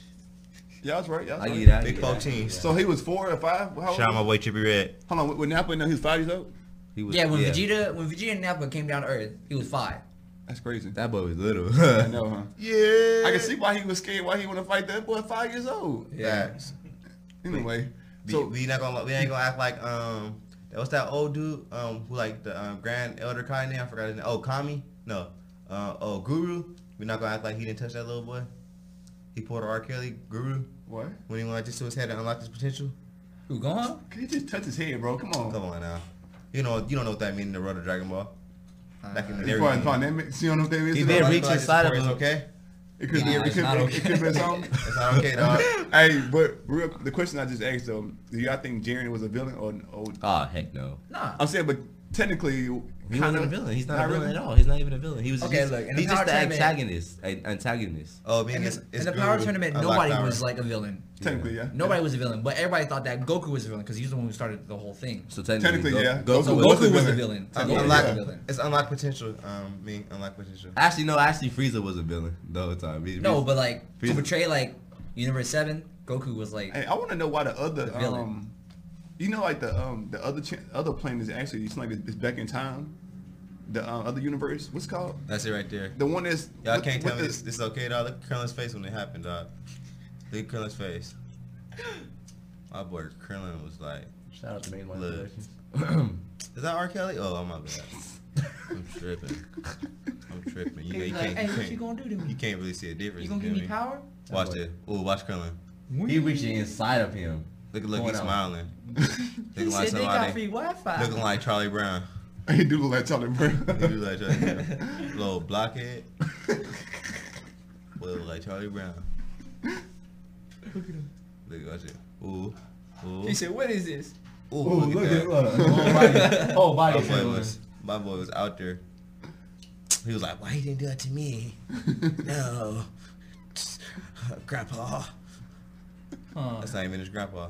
Speaker 4: Yeah, that's right. Y'all
Speaker 2: I
Speaker 4: right.
Speaker 2: get that.
Speaker 1: Big
Speaker 2: I get that.
Speaker 1: 14.
Speaker 4: So he was four or five. How old?
Speaker 1: Shout out my boy Chippy Red.
Speaker 4: Hold on, when Nappa know he was five years old.
Speaker 2: He was.
Speaker 3: Yeah, when Vegeta, when Vegeta and Nappa came down to Earth, he was five.
Speaker 4: That's crazy.
Speaker 2: That boy was little.
Speaker 1: <laughs>
Speaker 4: I know, huh?
Speaker 1: Yeah.
Speaker 4: I can see why he was scared. Why he want to fight that boy at five years old.
Speaker 3: Yeah.
Speaker 1: Facts.
Speaker 4: Anyway,
Speaker 1: We,
Speaker 4: so
Speaker 1: we not gonna we ain't gonna act like um that was that old dude um who like the um, Grand Elder Kai name I forgot his name oh Kami no uh oh Guru we not gonna act like he didn't touch that little boy he pulled a R Kelly Guru
Speaker 4: what?
Speaker 1: when he went like this to his head and unlocked his potential
Speaker 3: Who Gohan?
Speaker 4: Can you just touch his head, bro? Come on.
Speaker 1: come on now you know you don't know what that means in the world of Dragon Ball
Speaker 3: Uh,
Speaker 1: back in the
Speaker 4: It's
Speaker 1: day
Speaker 4: probably pandemic. See what I'm saying?
Speaker 2: He
Speaker 4: It's
Speaker 2: did
Speaker 4: not-
Speaker 2: reach inside of
Speaker 1: it's
Speaker 2: him.
Speaker 1: okay
Speaker 4: It could be.
Speaker 3: Nah,
Speaker 4: It
Speaker 3: it's
Speaker 4: could
Speaker 3: not
Speaker 4: be. It could be something.
Speaker 2: <laughs>
Speaker 4: Uh,
Speaker 1: it's not okay
Speaker 3: <laughs>
Speaker 1: dog
Speaker 4: Hey, but real, the question I just asked though, do y'all think Jiren was a villain or? or
Speaker 2: Oh heck no.
Speaker 3: Nah.
Speaker 4: I'm saying, but technically, he
Speaker 2: He wasn't a villain. He's not, a villain
Speaker 4: really.
Speaker 2: at all. He's not even a villain. He was
Speaker 3: Okay,
Speaker 2: just,
Speaker 3: look, in the
Speaker 2: he's just
Speaker 3: power
Speaker 2: the
Speaker 3: tournament-
Speaker 2: antagonist. An antagonist.
Speaker 1: oh man
Speaker 3: In
Speaker 1: it's,
Speaker 3: the,
Speaker 1: it's
Speaker 3: in the power
Speaker 1: Guru,
Speaker 3: tournament,
Speaker 1: unlocked
Speaker 3: nobody
Speaker 1: power.
Speaker 3: was like a villain.
Speaker 4: Technically, yeah.
Speaker 3: Nobody was a villain, but everybody thought that Goku was a villain because he's the one who started the whole thing.
Speaker 2: So technically,
Speaker 4: Technically,
Speaker 2: Go-
Speaker 4: yeah.
Speaker 2: Goku,
Speaker 4: Goku
Speaker 3: So
Speaker 2: was,
Speaker 3: Goku
Speaker 4: a
Speaker 3: was a
Speaker 4: villain.
Speaker 3: villain.
Speaker 1: Um,
Speaker 4: Yeah,
Speaker 3: Goku
Speaker 1: unlock,
Speaker 3: was
Speaker 4: yeah.
Speaker 3: a villain.
Speaker 1: it's unlocked potential um being unlocked potential
Speaker 2: Actually, no. Actually, Frieza was a villain the whole time. He-
Speaker 3: No,
Speaker 2: he-
Speaker 3: but like to
Speaker 2: Frieza.
Speaker 3: portray like Universe Seven, Goku was like
Speaker 4: Hey, I want to know why the other
Speaker 3: The villain.
Speaker 4: um, you know, like the um, the other ch- other plane is actually it's like it's back in time. the uh, other universe. What's it called
Speaker 1: That's it right there.
Speaker 4: the one that's
Speaker 1: Y'all
Speaker 4: with-
Speaker 1: can't
Speaker 4: with
Speaker 1: tell me
Speaker 4: the-
Speaker 1: this,
Speaker 4: <laughs>
Speaker 1: this is okay, dog. Look at Krillin's face when it happened, dog. Look at
Speaker 3: <gasps>
Speaker 1: Krillin's face. My boy Krillin was like,
Speaker 5: Shout out to Main Line
Speaker 1: Look.
Speaker 5: Productions.
Speaker 1: "Is that R. Kelly?" Oh, my bad.
Speaker 3: <laughs>
Speaker 1: I'm tripping. I'm tripping. You, know,
Speaker 3: He's
Speaker 1: you
Speaker 3: like,
Speaker 1: can't.
Speaker 3: hey,
Speaker 1: you
Speaker 3: what
Speaker 1: can't-
Speaker 3: you gonna do to
Speaker 1: You
Speaker 3: me?
Speaker 1: can't really see a difference.
Speaker 3: You gonna
Speaker 1: feel
Speaker 3: give me
Speaker 1: me?
Speaker 3: power?
Speaker 1: Watch this. Ooh, watch Krillin.
Speaker 5: He reached inside of him.
Speaker 1: Look, look,
Speaker 5: Going
Speaker 1: he's
Speaker 5: out.
Speaker 1: smiling.
Speaker 3: He
Speaker 1: looking
Speaker 3: said
Speaker 1: like
Speaker 3: they got
Speaker 1: somebody.
Speaker 3: free Wi-Fi.
Speaker 1: Looking like Charlie Brown.
Speaker 4: He do look like Charlie Brown.
Speaker 1: He do like Charlie Brown. Little blockhead. Boy, look like Charlie Brown. Look at him. Look, watch it. Ooh. Ooh.
Speaker 3: He said, "What is this?" <laughs>
Speaker 1: Ooh,
Speaker 5: Ooh,
Speaker 1: look, at that.
Speaker 5: that. Whole body.
Speaker 1: My
Speaker 5: Whole
Speaker 1: boy
Speaker 5: body.
Speaker 1: was my boy was out there. He was like, "Why you didn't do that to me? no, Grandpa."
Speaker 3: Huh.
Speaker 1: That's not even his grandpa.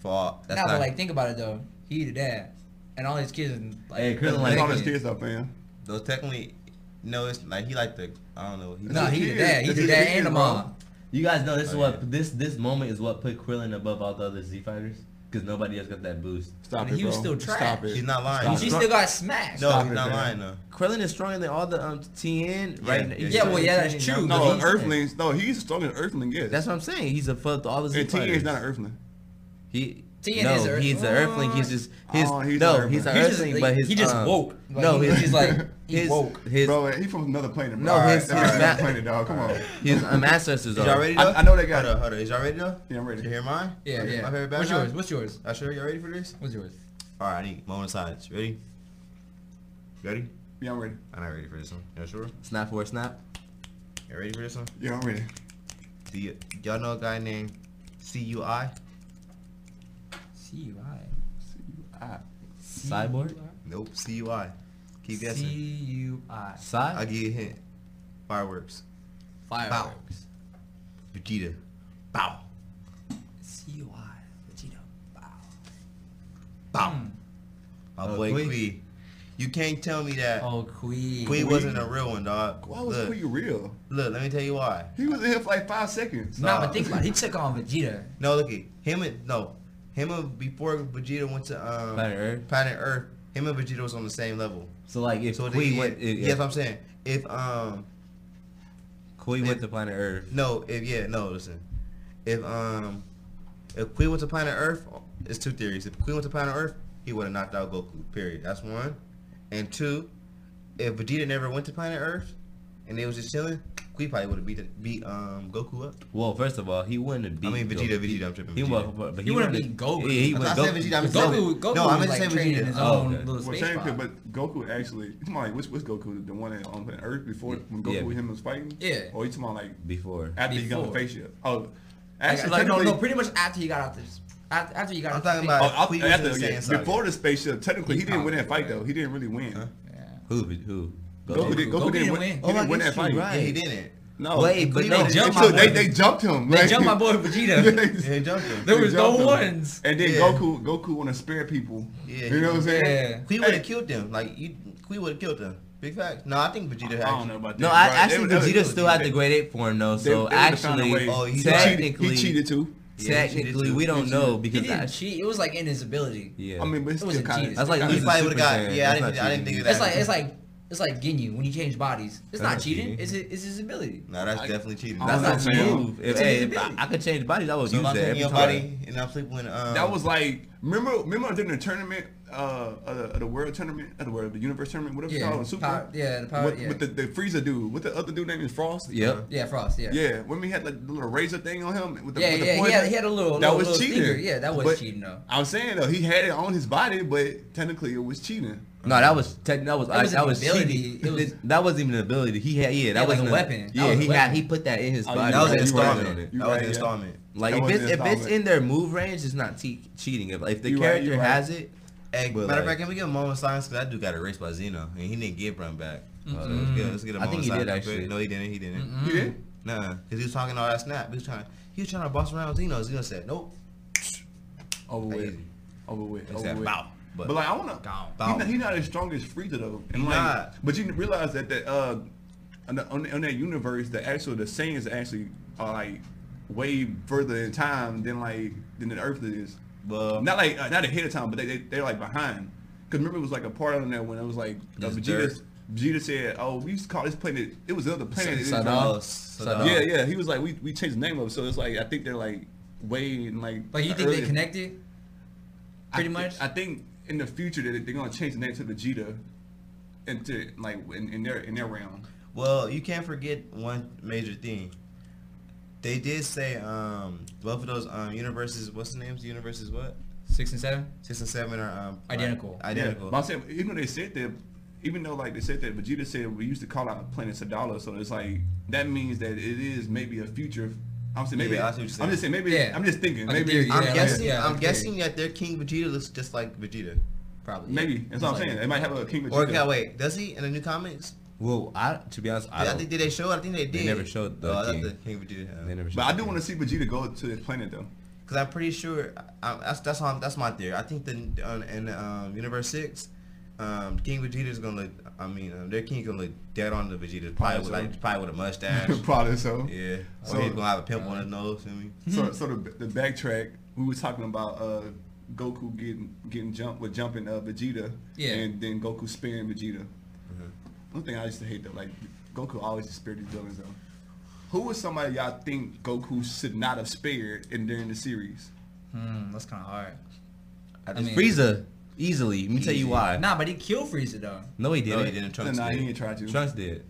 Speaker 1: For all, that's
Speaker 3: nah,
Speaker 1: not
Speaker 3: but like, think about it though. He the dad, and all his kids. and, Like,
Speaker 5: Hey, Krillin, like-
Speaker 3: that's
Speaker 4: That's all
Speaker 3: making
Speaker 4: his
Speaker 3: it.
Speaker 4: kids up, man.
Speaker 1: though. Technically, no, it's like he like the I don't know. He,
Speaker 3: Nah, he the
Speaker 4: kids.
Speaker 3: dad. He
Speaker 4: That's
Speaker 3: the
Speaker 4: his
Speaker 3: dad
Speaker 4: kids,
Speaker 3: and the
Speaker 4: bro.
Speaker 3: mom.
Speaker 5: You guys know this is
Speaker 1: Oh,
Speaker 5: what
Speaker 1: yeah.
Speaker 5: this this moment is what put Krillin above all the other Z fighters because nobody else got that boost.
Speaker 4: Stop
Speaker 3: And
Speaker 4: it,
Speaker 3: he was
Speaker 4: bro.
Speaker 3: still
Speaker 4: Stop
Speaker 3: trash.
Speaker 4: it.
Speaker 1: he's not lying.
Speaker 4: Stop
Speaker 3: She
Speaker 4: it.
Speaker 3: still got smashed.
Speaker 1: no,
Speaker 4: Stop
Speaker 1: he's
Speaker 4: it,
Speaker 1: not
Speaker 4: man.
Speaker 1: lying though.
Speaker 2: Krillin is stronger than all the um TN right
Speaker 1: Yeah,
Speaker 2: now.
Speaker 1: yeah,
Speaker 2: He's
Speaker 1: yeah.
Speaker 2: stronger
Speaker 3: Well,
Speaker 2: than
Speaker 3: yeah, that's
Speaker 2: TN.
Speaker 3: true,
Speaker 2: That's
Speaker 4: No,
Speaker 3: but
Speaker 2: what
Speaker 4: an
Speaker 2: I'm saying.
Speaker 4: Earthlings. No, he's stronger than Earthling. Yes.
Speaker 2: That's what I'm saying. He's a fuck all the Z
Speaker 4: and T
Speaker 2: fighters.
Speaker 4: is not an Earthling.
Speaker 2: He
Speaker 3: TN
Speaker 2: no,
Speaker 3: is a-
Speaker 2: he's an earthling. He's just his
Speaker 4: Oh, he's an
Speaker 2: no,
Speaker 4: Earthling.
Speaker 2: he's an
Speaker 3: He just-
Speaker 2: earthling,
Speaker 3: like,
Speaker 2: but his
Speaker 3: he just
Speaker 2: um,
Speaker 3: woke. Like,
Speaker 2: no,
Speaker 3: he-
Speaker 2: his,
Speaker 3: <laughs> he's like, he
Speaker 2: his,
Speaker 3: woke.
Speaker 2: His
Speaker 4: Bro, he from another planet.
Speaker 2: No,
Speaker 4: bro. All right,
Speaker 2: his-
Speaker 4: all right,
Speaker 2: his
Speaker 4: another
Speaker 2: ma-
Speaker 4: planet, dog. Come on.
Speaker 2: his um, ancestors.
Speaker 1: Is
Speaker 2: are-
Speaker 1: y'all ready?
Speaker 4: I-
Speaker 1: though?
Speaker 4: I know they got
Speaker 1: Hold
Speaker 4: it.
Speaker 1: on, hold on. Is y'all ready though?
Speaker 4: Yeah, I'm ready.
Speaker 1: You hear mine?
Speaker 3: Yeah,
Speaker 1: Okay,
Speaker 3: yeah.
Speaker 1: My favorite
Speaker 3: What's
Speaker 1: background?
Speaker 3: yours? What's yours?
Speaker 1: Y'all sure y'all ready for this?
Speaker 3: What's yours?
Speaker 1: All right, I need moment of silence. Ready? Ready?
Speaker 4: Yeah, I'm ready.
Speaker 1: I'm not ready for this one. Y'all sure?
Speaker 2: Snap for a snap.
Speaker 1: Y'all ready for this one?
Speaker 4: Yeah, I'm ready.
Speaker 1: Do y- y'all know a guy named CUI?
Speaker 3: See you.
Speaker 4: Ah,
Speaker 2: Cyborg?
Speaker 1: Nope, CUI. Keep guessing. i
Speaker 3: C-U-I.
Speaker 1: I'll
Speaker 2: Side.
Speaker 1: give you a hint. Fireworks.
Speaker 3: Fireworks.
Speaker 1: Vegeta. Bow.
Speaker 3: C-U-I. Vegeta. Wow.
Speaker 4: Mm.
Speaker 1: Bow. My
Speaker 2: Oh,
Speaker 1: boy
Speaker 2: Kui.
Speaker 1: Kui. You can't tell me that
Speaker 3: Oh, Queen.
Speaker 1: Kui wasn't a real one, dog.
Speaker 4: Why was
Speaker 1: look,
Speaker 4: Queen real?
Speaker 1: look, let me tell you why.
Speaker 4: He was in here for like five seconds.
Speaker 3: Nah, but think about it. He took on Vegeta.
Speaker 1: No, look at him and no, him and before Vegeta went to um,
Speaker 2: Planet Earth.
Speaker 1: Planet Earth, him and Vegeta was on the same level.
Speaker 2: So like if
Speaker 1: So
Speaker 2: Kui
Speaker 1: we
Speaker 2: went,
Speaker 1: went.
Speaker 2: if,
Speaker 1: yes, I'm saying if um
Speaker 2: Kui went to planet Earth.
Speaker 1: no if yeah no listen if um if Queen went to planet Earth, it's two theories. If Queen went to planet Earth, he would have knocked out Goku. Period. That's one. And two, if Vegeta never went to planet Earth, and they was just chilling, Queen probably would have beat the, beat um Goku up.
Speaker 2: Well, first of all, he wouldn't have beat.
Speaker 1: I mean Vegeta,
Speaker 2: Goku.
Speaker 1: Vegeta, I'm tripping.
Speaker 2: He,
Speaker 1: Vegeta.
Speaker 2: would, but he,
Speaker 3: He wouldn't
Speaker 2: would've-
Speaker 3: beat Goku.
Speaker 2: Yeah, he
Speaker 1: I
Speaker 2: would
Speaker 1: thought I
Speaker 2: Goku.
Speaker 1: said Vegeta, I'm just-
Speaker 3: Goku, Goku
Speaker 1: No, I'm
Speaker 3: was,
Speaker 1: gonna
Speaker 3: like
Speaker 1: say
Speaker 3: training
Speaker 1: Vegeta.
Speaker 3: his
Speaker 2: Oh,
Speaker 3: own
Speaker 2: okay.
Speaker 3: little
Speaker 4: Well,
Speaker 3: space
Speaker 4: technically,
Speaker 3: pod.
Speaker 4: but Goku actually. <laughs> You talking about like which which Goku? The one that on planet Earth before when Goku
Speaker 2: Yeah.
Speaker 4: and him was fighting?
Speaker 3: Yeah.
Speaker 4: Or you talking about like
Speaker 2: before.
Speaker 4: after he got the
Speaker 3: Before.
Speaker 4: face shield? Oh,
Speaker 3: Actually,
Speaker 4: actually,
Speaker 3: like, no, no,
Speaker 4: technically-
Speaker 3: pretty much after he got out this. After, after he got
Speaker 1: I'm
Speaker 3: out
Speaker 1: talking
Speaker 3: the-
Speaker 1: about-
Speaker 4: Oh, after-
Speaker 1: Queen was in the
Speaker 4: after- yeah,
Speaker 1: Saiyan saga.
Speaker 4: before the spaceship, technically he,
Speaker 3: He
Speaker 4: didn't win that
Speaker 3: probably
Speaker 4: fight though. He didn't really win.
Speaker 1: <laughs>
Speaker 3: Yeah.
Speaker 2: Who? Who?
Speaker 4: Goku, did, Goku, didn't win. He
Speaker 2: Oh, I
Speaker 4: didn't win that
Speaker 2: guess you
Speaker 4: fight.
Speaker 2: right.
Speaker 1: Yeah,
Speaker 2: <laughs>
Speaker 1: he didn't.
Speaker 4: No,
Speaker 2: Wait, but
Speaker 1: They
Speaker 2: no,
Speaker 4: they,
Speaker 3: jumped
Speaker 4: took-
Speaker 3: my
Speaker 4: they,
Speaker 3: boy.
Speaker 4: they jumped him.
Speaker 3: They
Speaker 4: like-
Speaker 3: jumped my
Speaker 4: <laughs>
Speaker 3: boy
Speaker 1: <laughs>
Speaker 3: Vegeta.
Speaker 1: Yeah, he jumped him.
Speaker 3: There
Speaker 4: They
Speaker 3: was no
Speaker 4: jumped him.
Speaker 3: ones.
Speaker 4: And then
Speaker 1: Yeah.
Speaker 4: Goku, Goku want to spare people.
Speaker 1: Yeah,
Speaker 4: you
Speaker 1: he
Speaker 4: know what I'm
Speaker 3: Yeah.
Speaker 4: saying?
Speaker 1: Queen would
Speaker 4: Hey.
Speaker 1: have killed him. Like you, Queen would have killed him. Big fact. No, I think Vegeta.
Speaker 4: I
Speaker 1: Actually,
Speaker 4: don't know about that.
Speaker 2: No,
Speaker 4: bro.
Speaker 2: I
Speaker 4: They
Speaker 2: actually
Speaker 4: would- they would-
Speaker 2: Vegeta still had
Speaker 4: they-
Speaker 2: the grade eight form though.
Speaker 4: they
Speaker 2: So
Speaker 4: would've found a
Speaker 2: actually,
Speaker 4: way.
Speaker 1: Oh, he
Speaker 4: he
Speaker 1: cheated.
Speaker 2: technically,
Speaker 4: cheated. He cheated too.
Speaker 1: Yeah, he cheated
Speaker 2: technically,
Speaker 1: too.
Speaker 2: we
Speaker 1: He
Speaker 2: don't
Speaker 1: cheated.
Speaker 2: know
Speaker 3: He
Speaker 2: because
Speaker 3: didn't
Speaker 2: that.
Speaker 3: cheat. It was like in his ability.
Speaker 2: Yeah.
Speaker 4: I mean, but it's
Speaker 3: It was
Speaker 4: still
Speaker 3: a
Speaker 4: kind
Speaker 3: cheat.
Speaker 4: of.
Speaker 2: That's like
Speaker 1: He
Speaker 2: losing
Speaker 1: probably
Speaker 2: Super
Speaker 1: would've
Speaker 2: Saiyan.
Speaker 1: got- yeah, I
Speaker 2: That's
Speaker 1: didn't-
Speaker 2: not
Speaker 1: I didn't
Speaker 2: cheating.
Speaker 1: think of
Speaker 3: It's like it's like it's like Ginyu when you change bodies. It's not cheating. It's it's his ability.
Speaker 1: No, that's definitely cheating.
Speaker 4: I
Speaker 2: That's
Speaker 1: That's not
Speaker 2: not
Speaker 4: know, man.
Speaker 2: move. If,
Speaker 3: It's an
Speaker 2: hey, if I,
Speaker 3: ability.
Speaker 2: I could change bodies, I would
Speaker 1: so
Speaker 2: use
Speaker 1: if I'm
Speaker 2: that
Speaker 1: taking
Speaker 2: every
Speaker 1: your
Speaker 2: time.
Speaker 1: body and I'm sleeping with um.
Speaker 4: That was like remember remember during the tournament uh of the, of the world tournament of the world the universe tournament whatever
Speaker 3: Yeah,
Speaker 4: it's called super
Speaker 3: power- yeah, the power-
Speaker 4: with,
Speaker 3: yeah.
Speaker 4: with the, the Frieza dude what the other dude name is Frost
Speaker 2: Yep.
Speaker 3: Yeah, Frost. Yeah.
Speaker 4: yeah when we had like the little razor thing on him with the
Speaker 3: Yeah,
Speaker 4: with the
Speaker 3: yeah, he
Speaker 4: poison,
Speaker 3: had- he had a little-
Speaker 4: that
Speaker 3: little-
Speaker 4: was
Speaker 3: little
Speaker 4: cheating
Speaker 3: finger. Yeah, that was
Speaker 4: But
Speaker 3: cheating, though.
Speaker 4: I'm saying though he had it on his body but technically it was cheating
Speaker 2: No, that was tech, that was uh,
Speaker 3: That was
Speaker 2: that
Speaker 3: an
Speaker 2: was,
Speaker 3: ability.
Speaker 2: cheating.
Speaker 3: It was-
Speaker 2: that wasn't even an ability. He had yeah, that
Speaker 3: Yeah, like
Speaker 2: wasn't
Speaker 3: a weapon. That
Speaker 2: Yeah,
Speaker 3: was a
Speaker 2: he
Speaker 3: weapon.
Speaker 2: had he put that in his
Speaker 4: Oh,
Speaker 2: body.
Speaker 1: that was an
Speaker 4: You right,
Speaker 1: installment.
Speaker 4: you right,
Speaker 1: that
Speaker 4: yeah.
Speaker 1: was an installment.
Speaker 2: Like
Speaker 4: That
Speaker 2: if
Speaker 4: was an
Speaker 2: it's if it's
Speaker 4: installment.
Speaker 2: in their move range, it's not te- cheating. If if the
Speaker 4: You right, you
Speaker 2: character
Speaker 4: right.
Speaker 2: has it,
Speaker 1: Hey,
Speaker 2: But
Speaker 1: matter of
Speaker 2: like-
Speaker 1: fact, can we get a moment of silence? Cause that dude got erased by Zeno, and he didn't get run back. So let's get, let's get a
Speaker 2: I
Speaker 1: moment
Speaker 2: think
Speaker 1: of
Speaker 2: he did,
Speaker 1: silence. real quick.
Speaker 2: actually.
Speaker 1: No, he didn't. He didn't.
Speaker 3: Mm.
Speaker 4: He did?
Speaker 1: Nah, cause he was talking all that snap. He was trying. He was trying to boss around Zeno. Zeno said, "Nope."
Speaker 4: over
Speaker 1: That
Speaker 4: with
Speaker 1: easy.
Speaker 4: over with
Speaker 1: He
Speaker 4: over
Speaker 1: said,
Speaker 4: with
Speaker 1: "Bow."
Speaker 4: but,
Speaker 1: But,
Speaker 4: like I wanna
Speaker 1: Gone.
Speaker 4: he's not, he not as strong as Frieza though and
Speaker 1: He
Speaker 4: like
Speaker 1: not.
Speaker 4: but you realize that that uh on, the, on, the- on that universe the actual the Saiyans actually are like way further in time than like than the Earth is.
Speaker 1: but
Speaker 4: not like uh, not ahead of time, but they, they they're like behind. Because remember, it was like a part on there when it was like uh,
Speaker 2: Just
Speaker 4: Vegeta.
Speaker 2: dirt.
Speaker 4: Vegeta said, "Oh, we used to call this planet. It was another planet. It didn't
Speaker 2: Sadal.
Speaker 4: come-
Speaker 2: Sadal.
Speaker 4: Yeah, yeah. He was like, we we changed the name of. it. So it's like I think they're like way in like.
Speaker 3: Like you
Speaker 4: the
Speaker 3: think they
Speaker 4: early-
Speaker 3: connected?
Speaker 4: I
Speaker 3: Pretty
Speaker 4: thi-
Speaker 3: much.
Speaker 4: I think in the future that they're gonna change the name to Vegeta, and to like in, in their in their realm.
Speaker 1: Well, you can't forget one major thing. They did say um both of those um universes. What's the names? Universes what?
Speaker 3: Six and seven.
Speaker 1: Six and seven are um like,
Speaker 3: Identical.
Speaker 1: identical.
Speaker 4: Yeah, but I'm saying even though they said that, even though like they said that Vegeta said we used to call out planet Sadala, so it's like that means that it is maybe a future. I'm saying maybe
Speaker 1: Yeah, I see what you're saying.
Speaker 4: I'm just saying maybe
Speaker 3: Yeah.
Speaker 4: I'm just thinking
Speaker 3: Like a
Speaker 4: maybe
Speaker 3: theory,
Speaker 4: I'm-
Speaker 1: I'm
Speaker 3: yeah, like-
Speaker 1: guessing.
Speaker 3: yeah,
Speaker 1: I'm
Speaker 3: okay.
Speaker 1: guessing that their King Vegeta looks just like Vegeta.
Speaker 3: Probably.
Speaker 4: maybe that's what I'm
Speaker 3: Like-
Speaker 4: saying. They might have a King Vegeta.
Speaker 1: Or God, wait, does he in the new comics?
Speaker 2: Well, I to be honest, I,
Speaker 1: I,
Speaker 2: don't,
Speaker 1: think did they show? it? I think they did.
Speaker 2: They never showed the
Speaker 1: oh, I thought
Speaker 2: King.
Speaker 1: the King Vegeta.
Speaker 2: they never
Speaker 4: But I do
Speaker 2: showed
Speaker 4: want to see Vegeta go to his planet though. <laughs>
Speaker 1: Because I'm pretty sure I, I, that's that's how, that's my theory. I think the uh, in um, Universe Six, um, King Vegeta's gonna look. I mean, um, their King's gonna look dead on the Vegeta. Probably with,
Speaker 4: so.
Speaker 1: like probably with a mustache.
Speaker 2: <laughs>
Speaker 4: Probably so.
Speaker 1: yeah.
Speaker 4: So-
Speaker 1: or he's gonna have a pimple
Speaker 2: uh,
Speaker 1: on his nose. Feel me?
Speaker 3: Hmm.
Speaker 4: So so the the backtrack we were talking about uh, Goku getting getting jumped with jumping uh, Vegeta.
Speaker 3: Yeah. Mm-hmm.
Speaker 4: And then Goku spearing Vegeta. One thing I used to hate though, like Goku always spared these villains though. Who was somebody y'all think Goku should not have spared in during the series?
Speaker 3: Hmm, that's kind of hard.
Speaker 1: I
Speaker 3: I mean,
Speaker 2: Frieza easily. Let me tell you
Speaker 1: Easy.
Speaker 2: why.
Speaker 3: Nah, but he killed Frieza though.
Speaker 2: No, he didn't.
Speaker 1: No, he didn't. Trunks
Speaker 4: nah,
Speaker 1: did.
Speaker 4: he ain't try to.
Speaker 2: Trunks did.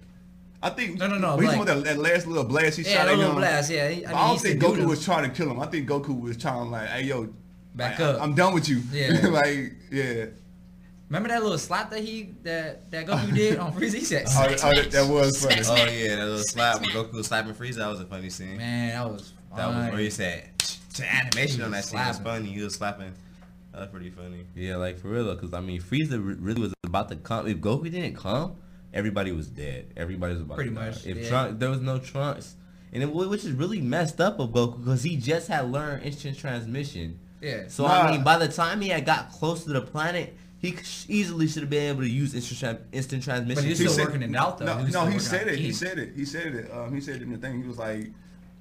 Speaker 4: I think
Speaker 3: No, no, no,
Speaker 4: He's
Speaker 3: like-
Speaker 4: talking about that, that last little blast he
Speaker 3: Yeah,
Speaker 4: shot
Speaker 3: that
Speaker 4: at
Speaker 3: little
Speaker 4: him.
Speaker 3: blast. Yeah, he, I,
Speaker 4: I,
Speaker 3: mean,
Speaker 4: don't
Speaker 3: he
Speaker 4: think
Speaker 3: said
Speaker 4: Goku
Speaker 3: do
Speaker 4: was
Speaker 3: them.
Speaker 4: trying to kill him. I think Goku was trying to like, hey yo,
Speaker 3: Back
Speaker 4: I,
Speaker 3: up.
Speaker 4: I'm done with you.
Speaker 3: Yeah.
Speaker 4: <laughs> like
Speaker 3: <laughs>
Speaker 4: yeah.
Speaker 3: Remember that little slap that he that
Speaker 4: <laughs>
Speaker 3: that Goku did on Frieza? He said,
Speaker 4: Oh, that- oh, that, that was funny.
Speaker 1: Oh yeah, that little slap when Goku was slapping Frieza. That was a funny scene.
Speaker 3: "Man, that was
Speaker 1: That was
Speaker 3: fine.
Speaker 1: where he said the animation on that scene was
Speaker 3: Slapping.
Speaker 1: funny. He was slapping. That was pretty funny.
Speaker 2: Yeah, like for real, because I mean, Frieza re- really was about to come. If Goku didn't come, everybody was dead. Everybody was about
Speaker 3: Pretty
Speaker 2: to die.
Speaker 3: much,
Speaker 2: If
Speaker 3: yeah.
Speaker 2: Trunks, there was no Trunks, and it, which is really messed up of Goku because he just had learned instant transmission.
Speaker 3: Yeah,
Speaker 2: So I
Speaker 4: Nah.
Speaker 2: mean, by the time he had got close to the planet, he c- easily should have been able to use instant tran- instant transmission.
Speaker 3: He's
Speaker 4: He
Speaker 3: still
Speaker 4: said-
Speaker 3: working it out, though.
Speaker 4: No,
Speaker 3: He was
Speaker 4: no,
Speaker 3: still
Speaker 4: he
Speaker 3: working
Speaker 4: said
Speaker 3: out
Speaker 4: it. He
Speaker 3: King.
Speaker 4: said it. He said it. Um, he said it in the thing. He was like,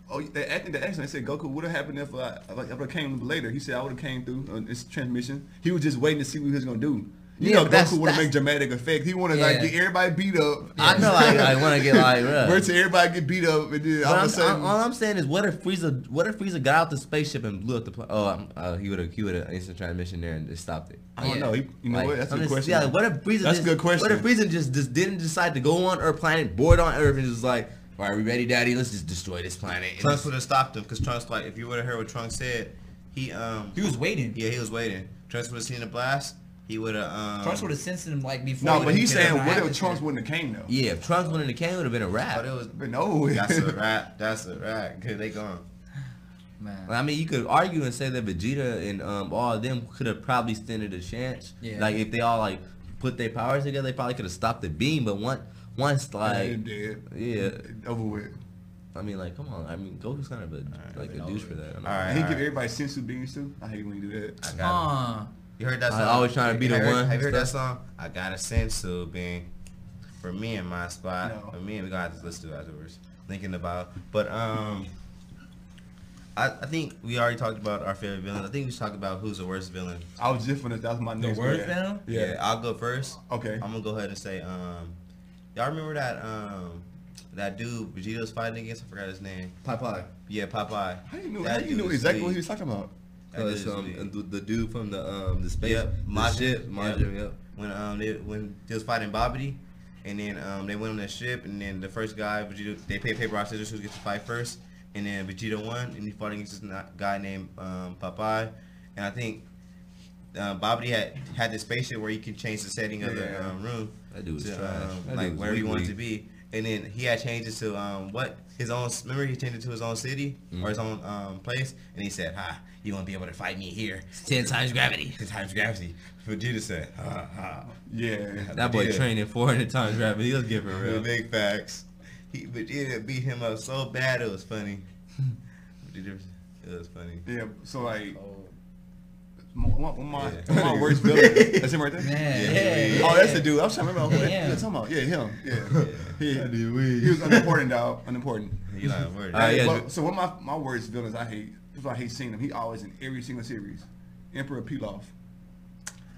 Speaker 4: "Oh, they acting the action." They said Goku would have happened if I, if I would have came later. He said I would have came through on this transmission. He was just waiting to see what he was gonna do. You
Speaker 2: Yeah,
Speaker 4: know,
Speaker 2: but that's-
Speaker 4: Goku want to
Speaker 2: that's-
Speaker 4: make dramatic effect. He want to like
Speaker 3: Yeah.
Speaker 4: get everybody beat up.
Speaker 2: I know I, I want to
Speaker 4: <laughs>
Speaker 2: get like, bruh.
Speaker 4: Where to everybody get beat up, and then all
Speaker 2: But
Speaker 4: of a
Speaker 2: I'm,
Speaker 4: sudden,
Speaker 2: I'm- all I'm saying is, what if Frieza? What if Frieza got out the spaceship and blew up the planet? Oh, I'm, uh, he would have he would have instant transmission there and just stopped it.
Speaker 4: I don't
Speaker 3: Yeah.
Speaker 4: know. He, you know
Speaker 2: Like,
Speaker 4: what? That's a
Speaker 2: I'm
Speaker 4: good
Speaker 2: just-
Speaker 4: question.
Speaker 2: Yeah, like, what if Frieza?
Speaker 4: That's a
Speaker 2: just,
Speaker 4: good question.
Speaker 2: What if Frieza just, just didn't decide to go on Earth planet, bored on Earth, and just like, all right, we ready, Daddy? Let's just destroy this planet. And
Speaker 1: Trunks
Speaker 2: just-
Speaker 1: would have stopped him because Trunks, like, if you would have heard what Trunks said, he um
Speaker 3: he was waiting.
Speaker 1: yeah he was waiting. Trunks would have seen the blast. He would have um.
Speaker 3: Trunks would have sensed him like before.
Speaker 4: no,
Speaker 3: he
Speaker 4: but
Speaker 3: even
Speaker 4: he's
Speaker 3: did it
Speaker 4: saying
Speaker 3: on
Speaker 4: what if
Speaker 3: accident.
Speaker 4: Trunks wouldn't have came though?
Speaker 2: yeah, if Trunks went in the can, it would have been a wrap.
Speaker 1: But it was
Speaker 4: <laughs> But no,
Speaker 1: that's
Speaker 4: <laughs>
Speaker 1: a wrap. That's a wrap. Cause they gone.
Speaker 3: Man.
Speaker 2: I mean, you could argue and say that Vegeta and um, all of them could have probably standed a chance.
Speaker 3: Yeah.
Speaker 2: Like if they all like put their powers together, they probably could have stopped the beam. But once once like
Speaker 4: I'm dead.
Speaker 2: yeah,
Speaker 4: Over with.
Speaker 2: I mean like come on, I mean Goku's kind of a like a douche for that.
Speaker 1: All right.
Speaker 4: And he give everybody sensu beans too. I hate when he do that.
Speaker 1: I got. it.
Speaker 3: Uh,
Speaker 1: You heard that
Speaker 2: I
Speaker 1: song?
Speaker 2: always tryna be the
Speaker 1: Have you heard-
Speaker 2: one
Speaker 1: Have you heard
Speaker 2: and
Speaker 1: that song? I got a sense of being for me and my spot.
Speaker 4: No.
Speaker 1: For me and we gonna have to listen to it afterwards. Thinking about, but um. I, I think we already talked about our favorite villains. I think we should talk about who's the worst villain.
Speaker 4: I was just gonna. That was my next
Speaker 3: worst
Speaker 4: bad.
Speaker 3: venom?
Speaker 4: Yeah. Oh,
Speaker 1: yeah I'll go first.
Speaker 4: Okay.
Speaker 1: I'm gonna go ahead and say, um, y'all remember that um that dude Vegeta was fighting against? I forgot his name.
Speaker 2: Popeye.
Speaker 1: Yeah, Popeye.
Speaker 4: How you knew?
Speaker 1: That
Speaker 4: How you
Speaker 1: dude
Speaker 4: knew
Speaker 1: is
Speaker 4: exactly what
Speaker 1: weak.
Speaker 4: he was talking about?
Speaker 1: That dude is
Speaker 2: um,
Speaker 1: weak.
Speaker 2: and the, the dude from the um the space
Speaker 1: Yep,
Speaker 2: the
Speaker 1: Majin.
Speaker 2: ship, Majin,
Speaker 1: Yep.
Speaker 2: yep.
Speaker 1: When um they, when they was fighting Bobbity, and then um they went on the ship, and then the first guy Vegeta they paid paper rock scissors who gets to fight first, and then Vegeta won, and he fought against this not- guy named um Popeye, and I think. Uh, Bobbity had had this spaceship where he can change the setting of the
Speaker 4: Yeah.
Speaker 1: um, room.
Speaker 2: That dude was
Speaker 1: to,
Speaker 2: trash. uh,
Speaker 1: um,
Speaker 2: That
Speaker 1: like
Speaker 2: dude was
Speaker 1: where he wanted
Speaker 2: weak.
Speaker 1: to be. And then he had changes to um what his own. Remember he changed it to his own city or his own um place, and he said, "Ha, you won't be able to fight me here.
Speaker 2: Ten times gravity.
Speaker 1: Ten times gravity." Vegeta said, "Ha ha."
Speaker 4: Yeah.
Speaker 2: That boy
Speaker 1: Yeah.
Speaker 2: training four hundred times gravity. He'll give it
Speaker 1: Real
Speaker 2: real.
Speaker 1: big facts. He Vegeta beat him up so bad it was
Speaker 2: <laughs>
Speaker 1: funny. Vegeta, it was funny.
Speaker 4: Yeah. So like, my, my, my,
Speaker 1: Yeah.
Speaker 4: my worst villain. That's him right there.
Speaker 3: man.
Speaker 1: Yeah.
Speaker 3: Yeah.
Speaker 4: Oh, that's the dude. I was trying to remember who that-
Speaker 3: Damn.
Speaker 4: who that talking about. Yeah, him. Yeah. He, he was unimportant, dog. Unimportant.
Speaker 1: You like word?
Speaker 2: Uh, yeah,
Speaker 4: Well,
Speaker 2: dude.
Speaker 4: so one of my, my worst villains I hate, people I hate seeing him. He always in every single series. Emperor Pilaf.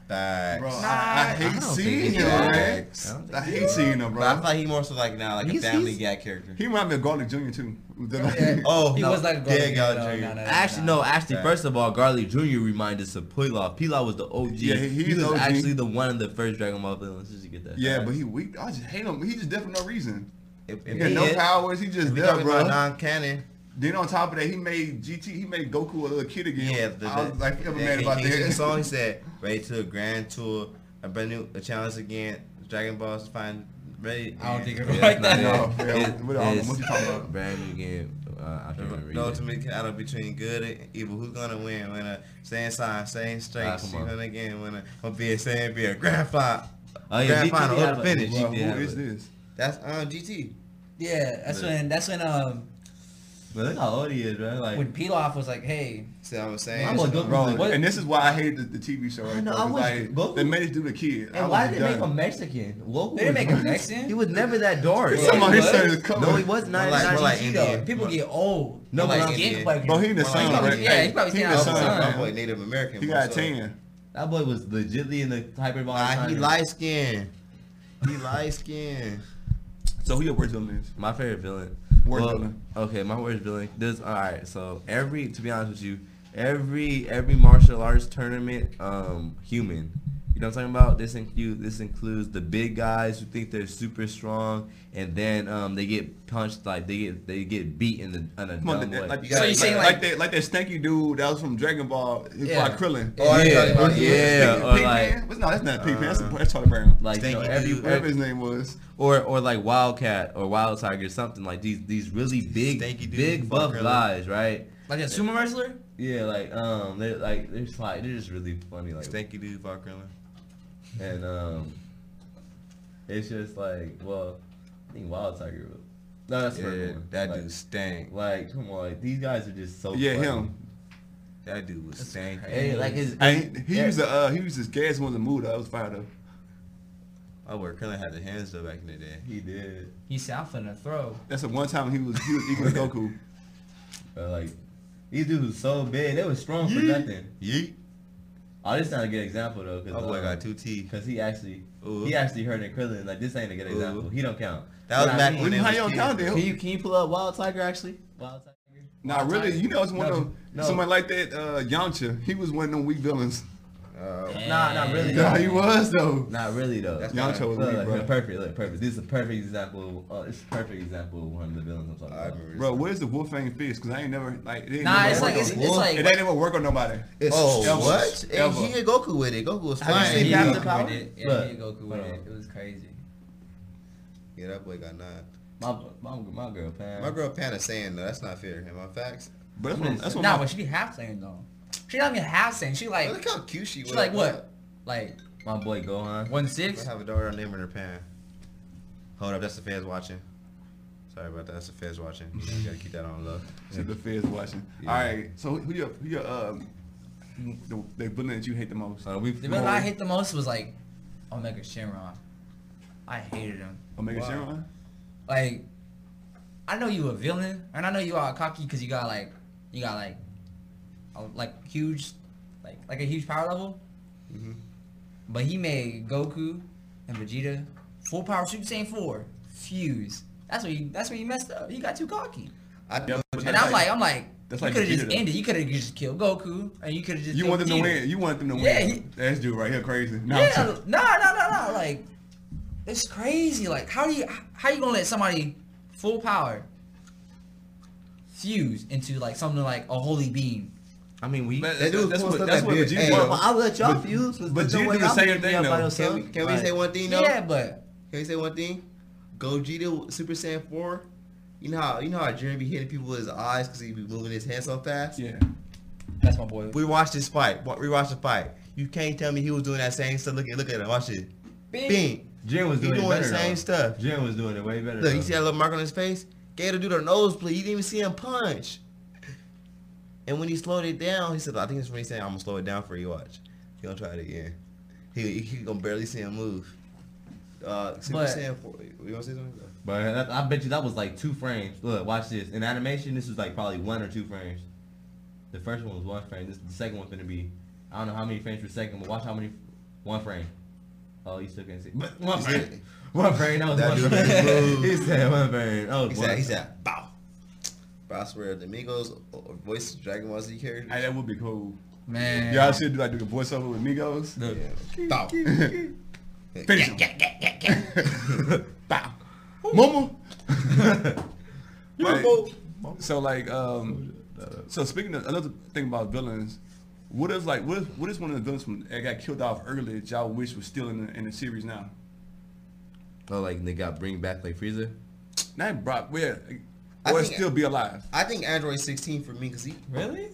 Speaker 1: Facts.
Speaker 4: Bro, I, I
Speaker 1: I
Speaker 4: hate
Speaker 1: don't
Speaker 4: seeing
Speaker 1: think
Speaker 4: him,
Speaker 1: he's
Speaker 4: man.
Speaker 1: facts. I don't
Speaker 4: I hate seeing him,
Speaker 1: But
Speaker 4: bro.
Speaker 1: I feel like he more so like now like
Speaker 2: He's-
Speaker 1: a Family
Speaker 2: he's-
Speaker 1: Guy character.
Speaker 4: He remind me of Garlic Jr.
Speaker 1: <laughs>
Speaker 4: too. The-
Speaker 1: oh,
Speaker 3: He
Speaker 1: no,
Speaker 3: was like a
Speaker 1: yeah,
Speaker 3: golden
Speaker 1: Gal
Speaker 3: girl,
Speaker 1: Jr.
Speaker 3: no, no, no,
Speaker 2: Actually, no. Actually,
Speaker 1: Right.
Speaker 2: first of all, Garlic Jr. reminded us of Pilaf. Pilaf was the OG.
Speaker 4: Yeah, he-
Speaker 2: he,
Speaker 4: he's
Speaker 2: was
Speaker 4: OG.
Speaker 2: actually the one in the first Dragon Ball film. Let's just get that.
Speaker 4: Yeah, but he weak. I just hate him. He just dead for no reason.
Speaker 1: If,
Speaker 4: He
Speaker 1: if
Speaker 4: got
Speaker 1: he
Speaker 4: no
Speaker 1: is,
Speaker 4: powers. He just
Speaker 1: if we
Speaker 4: dead,
Speaker 1: talking
Speaker 4: bro.
Speaker 1: about non-canon,
Speaker 4: Then on top of that, he made GT. He made Goku a little kid again.
Speaker 1: yeah, the, the,
Speaker 4: I was like, I'm
Speaker 1: the-
Speaker 4: mad
Speaker 1: he-
Speaker 4: about
Speaker 1: he sing The song
Speaker 4: <laughs>
Speaker 1: he
Speaker 4: that.
Speaker 1: said, "Ready to a grand tour, a brand new a challenge again. Dragon Ball's fine, ready."
Speaker 3: I don't
Speaker 1: and-
Speaker 3: think it
Speaker 2: Yeah,
Speaker 3: was
Speaker 2: that's
Speaker 3: like
Speaker 2: not
Speaker 3: that.
Speaker 2: it.
Speaker 4: No, yeah,
Speaker 2: It-
Speaker 4: what- what- what you
Speaker 2: it's
Speaker 4: talking about?
Speaker 2: Brand new game. Uh, I can't remember.
Speaker 1: No
Speaker 2: either.
Speaker 1: ultimate battle between good and evil. Who's gonna win? When a same side, same
Speaker 2: Ah,
Speaker 1: strength,
Speaker 2: come
Speaker 1: see
Speaker 2: on.
Speaker 1: when again. When a gonna be a same, be a grand final,
Speaker 2: Oh, yeah, GT
Speaker 1: grand final,
Speaker 2: had
Speaker 1: or
Speaker 2: a-
Speaker 1: finish.
Speaker 4: Bro,
Speaker 2: Yeah,
Speaker 4: who is
Speaker 2: but-
Speaker 4: this?
Speaker 1: That's um GT.
Speaker 3: Yeah, that's
Speaker 2: But-
Speaker 3: when that's when um
Speaker 2: But look how old he is, bro. Like,
Speaker 3: when Pilaf was like, hey,
Speaker 1: See what I'm saying?
Speaker 2: I'm a good-
Speaker 4: Bro,
Speaker 2: What-
Speaker 4: and this is why I hate the, the TV show right
Speaker 2: know,
Speaker 4: now.
Speaker 2: I wish
Speaker 4: Like,
Speaker 2: Goku-
Speaker 4: they made it do the kid. I
Speaker 2: and
Speaker 4: was
Speaker 2: why did they make
Speaker 4: done.
Speaker 2: him Mexican? Goku
Speaker 3: they
Speaker 2: was-
Speaker 3: didn't make a Mexican.
Speaker 2: He was never that dark.
Speaker 3: He's
Speaker 4: Come on, his
Speaker 3: What?
Speaker 4: son is covered.
Speaker 2: No, he was not.
Speaker 1: More like-
Speaker 2: not
Speaker 1: more like
Speaker 2: GT.
Speaker 1: Indian.
Speaker 3: Yo, people get old.
Speaker 2: No,
Speaker 3: People
Speaker 2: like
Speaker 3: get
Speaker 1: Indian.
Speaker 3: like-
Speaker 4: Bro, he in the
Speaker 1: More
Speaker 4: sun,
Speaker 1: like-
Speaker 4: right?
Speaker 3: Yeah, he probably
Speaker 4: He in
Speaker 3: staying
Speaker 4: the
Speaker 3: out
Speaker 1: I'm
Speaker 3: the
Speaker 1: a-
Speaker 4: sun.
Speaker 3: sun.
Speaker 1: I'm a Native American.
Speaker 4: He
Speaker 1: bro,
Speaker 4: got
Speaker 1: so-
Speaker 4: ten.
Speaker 2: That boy was legitly in the hyper
Speaker 1: Nah, Ah, he light skinned. He light skinned.
Speaker 4: So who your worst villain is?
Speaker 2: My favorite villain.
Speaker 4: Worst villain.
Speaker 2: Okay, my worst villain. This all right. So every, to be honest with you, every every martial arts tournament, um, human. You know what I'm talking about? This include this includes the big guys who think they're super strong, and then um they get punched like they get they get beat in the in a
Speaker 4: Come on,
Speaker 2: dumb
Speaker 4: that-
Speaker 2: way.
Speaker 4: like, you
Speaker 1: So
Speaker 4: gotta-
Speaker 1: you
Speaker 3: saying
Speaker 4: like,
Speaker 3: like-
Speaker 4: like that, like that stanky dude that was from Dragon Ball, he
Speaker 3: Yeah.
Speaker 4: yeah. Krillin.
Speaker 1: Oh, I
Speaker 2: Yeah,
Speaker 1: thought about it.
Speaker 2: yeah,
Speaker 4: Pig-
Speaker 2: or
Speaker 4: Pig
Speaker 2: like-
Speaker 4: Man? What's- No, that's not Pigman. That's
Speaker 2: Uh,
Speaker 4: that's Charlie Brown.
Speaker 2: like you know,
Speaker 1: Stanky
Speaker 2: every,
Speaker 1: dude.
Speaker 4: Whatever his name was.
Speaker 2: or or like Wildcat or Wild Tiger, something like these these really big
Speaker 1: Stanky dude,
Speaker 2: big
Speaker 1: fuck
Speaker 2: buff
Speaker 1: really.
Speaker 2: guys, right?
Speaker 3: Like a sumo wrestler?
Speaker 2: Yeah, like um, they're like they're just like they're just really funny, like
Speaker 1: Stanky dude, Bob Krillin.
Speaker 2: and um, it's just like well, I think Wild Tiger. was- No, that's
Speaker 1: Yeah,
Speaker 2: yeah, one.
Speaker 1: that
Speaker 2: like,
Speaker 1: dude stank.
Speaker 2: Like come on, like these guys are just so
Speaker 4: Yeah,
Speaker 2: funny.
Speaker 4: him.
Speaker 1: That dude was stank.
Speaker 2: Hey, like his,
Speaker 4: And he
Speaker 2: yeah.
Speaker 4: used the uh, he used his gas one to move. That was fire though.
Speaker 1: I where Krillin had the hands though back in the day.
Speaker 2: He did,
Speaker 3: He's south in a throw.
Speaker 4: That's the one time he was he was equal to Goku.
Speaker 2: but like these dudes was so big, they was strong for nothing.
Speaker 1: Yeet.
Speaker 2: Oh, this not a good example though, because
Speaker 1: My Oh, boy got two teeth.
Speaker 2: Cause he actually,
Speaker 1: Ooh.
Speaker 2: he actually heard it Krillin. Like this ain't a good
Speaker 1: Ooh.
Speaker 2: example. He don't count.
Speaker 1: That was
Speaker 2: But I
Speaker 1: back
Speaker 2: mean-
Speaker 1: when
Speaker 4: When how
Speaker 1: they was
Speaker 4: y'all count
Speaker 1: kids.
Speaker 4: that?
Speaker 2: Can you can you pull up Wild Tiger actually? Wild Tiger.
Speaker 4: Nah, really, you know it's one
Speaker 2: No,
Speaker 4: of
Speaker 2: no.
Speaker 4: somebody like that uh, Yamcha. He was one of them weak villains.
Speaker 1: Uh,
Speaker 2: Nah, not really.
Speaker 4: Yeah, he was though.
Speaker 2: Not really though.
Speaker 1: That's
Speaker 4: Yamcha was
Speaker 2: Look, look,
Speaker 4: weak,
Speaker 2: look,
Speaker 4: bro.
Speaker 2: perfect. Look, perfect. This is a perfect example. Of, oh, this is a perfect example of one of the villains I'm talking
Speaker 1: I
Speaker 2: about.
Speaker 1: remember.
Speaker 4: Bro, where's the Wolfang fist? Cause I ain't never like. it ain't
Speaker 3: Nah,
Speaker 4: never
Speaker 3: it's
Speaker 4: work
Speaker 3: like it's,
Speaker 4: on-
Speaker 3: it's
Speaker 4: it
Speaker 3: like
Speaker 4: ain't never work on nobody.
Speaker 1: oh,
Speaker 4: ever,
Speaker 1: what? And
Speaker 4: ever.
Speaker 1: he and Goku with it. Goku was
Speaker 2: Have you
Speaker 1: fine.
Speaker 2: seen
Speaker 3: he
Speaker 1: Yeah,
Speaker 2: Captain
Speaker 3: Goku
Speaker 2: Power?
Speaker 3: with it. Yeah,
Speaker 2: Look.
Speaker 3: he Goku with
Speaker 2: Hold
Speaker 3: it.
Speaker 2: on.
Speaker 3: It was crazy.
Speaker 1: that boy got nine.
Speaker 2: My, my, my girl, Pam.
Speaker 1: My girl Panda saying though, that's not fair. Am I facts?
Speaker 4: But that's what, that's what
Speaker 3: Nah,
Speaker 4: my,
Speaker 3: but she be half saying though. She not even half saying. She like
Speaker 1: Look how cute she was.
Speaker 3: she like what? Like
Speaker 2: My boy Gohan.
Speaker 3: one
Speaker 1: I
Speaker 3: six?
Speaker 1: have a daughter naming her Pan. Hold up, that's the fans watching. Sorry about that. That's the fans watching. You, know, you gotta keep that on low.
Speaker 4: See the feds watching.
Speaker 1: Yeah.
Speaker 4: All right, so who your who your um the, the villain that you hate the most?
Speaker 2: Uh, we,
Speaker 3: The villain I hate the most was like Omega Shenron. I hated him.
Speaker 4: Omega
Speaker 3: Wow.
Speaker 4: Shenron.
Speaker 3: Like I know you a villain, and I know you are cocky because you got like you got like a, like huge like like a huge power level.
Speaker 4: Mm-hmm.
Speaker 3: But he made Goku and Vegeta full power Super Saiyan four fuse. That's what you. That's where you messed up. You got too cocky.
Speaker 1: I
Speaker 4: Yeah, but
Speaker 3: And
Speaker 4: that's
Speaker 3: I'm like, I'm like, you
Speaker 4: that's
Speaker 3: could
Speaker 4: like
Speaker 3: have
Speaker 4: Vegeta,
Speaker 3: just
Speaker 4: though.
Speaker 3: ended. You could have just killed Goku, and you could have just.
Speaker 4: You
Speaker 3: killed
Speaker 4: want them to
Speaker 3: Vegeta.
Speaker 4: win. You want them to win.
Speaker 3: Yeah, he-
Speaker 4: That's dude right here crazy. No, I'm
Speaker 3: Yeah, no, no, no, no. Like, it's crazy. Like, how do you how you gonna let somebody full power fuse into like something like a holy beam?
Speaker 2: I mean, we.
Speaker 4: But-
Speaker 1: That dude
Speaker 4: That's what-
Speaker 1: was supposed to
Speaker 4: that's
Speaker 1: that
Speaker 4: what
Speaker 1: big-
Speaker 4: Vegeta
Speaker 1: Hey,
Speaker 4: was.
Speaker 2: Well, well, I'll let y'all
Speaker 4: But-
Speaker 2: fuse.
Speaker 4: but
Speaker 2: there's no
Speaker 4: you do
Speaker 2: way
Speaker 4: the
Speaker 2: I'm
Speaker 4: same
Speaker 2: picking
Speaker 4: thing,
Speaker 2: up
Speaker 4: though.
Speaker 2: by
Speaker 4: Can we-
Speaker 1: Can,
Speaker 2: yourself.
Speaker 1: we- can we
Speaker 2: Like-
Speaker 1: say one thing though?
Speaker 3: Yeah, but
Speaker 1: Can we say one thing? Gogeta Super Saiyan 4. You know how you know how Jiren be hitting people with his eyes because he be moving his hand so fast.
Speaker 4: Yeah.
Speaker 3: that's my boy.
Speaker 1: We watched this fight. Wa- We watched the fight. You can't tell me he was doing that same stuff. Look at look at him. Watch it.
Speaker 3: Bing.
Speaker 1: Bing.
Speaker 2: Jiren was
Speaker 1: He
Speaker 2: doing, it
Speaker 1: doing the
Speaker 2: better.
Speaker 1: same
Speaker 2: though.
Speaker 1: stuff.
Speaker 2: Jiren was doing it way better.
Speaker 1: Look, you
Speaker 2: though.
Speaker 1: see that little mark on his face? Gator do the nosebleed. You didn't even see him punch. And when he slowed it down, he said, I think that's when he said, I'm gonna slow it down for you. Watch. He gonna try it again. He, he gonna barely see him move. Uh, Super
Speaker 3: But-
Speaker 1: Saiyan 4. You wanna say something?
Speaker 2: But that, I bet you that was like two frames. Look, watch this. In animation, this was like probably one or two frames. The first one was one frame. This the second one's gonna be. I don't know how many frames per second, but watch how many.
Speaker 5: One frame. Oh, you still can't see.
Speaker 2: But-
Speaker 5: one frame. One frame. That was
Speaker 1: That
Speaker 5: one
Speaker 1: dude
Speaker 5: frame.
Speaker 2: <laughs>
Speaker 1: moved.
Speaker 5: he said one frame. Oh,
Speaker 1: He said, he said, bow. But I swear, the Migos uh, voice Dragon Ball Z character.
Speaker 4: Hey, that would be cool.
Speaker 3: Man.
Speaker 4: Y'all should do like do a voiceover with Migos.
Speaker 1: Yeah. Bow.
Speaker 4: Finish him. Bow. Mama.
Speaker 2: <laughs>
Speaker 4: Like, so like um, so speaking of another thing about villains, what if like what if, what is one of the villains from that got killed off early that y'all wish was still in the, in the series now?
Speaker 2: Oh, like they got bring back like Frieza.
Speaker 4: Not Brock, where
Speaker 1: I
Speaker 4: or
Speaker 1: think-
Speaker 4: still be alive.
Speaker 1: I think Android 16 for me, cause he.
Speaker 5: Really?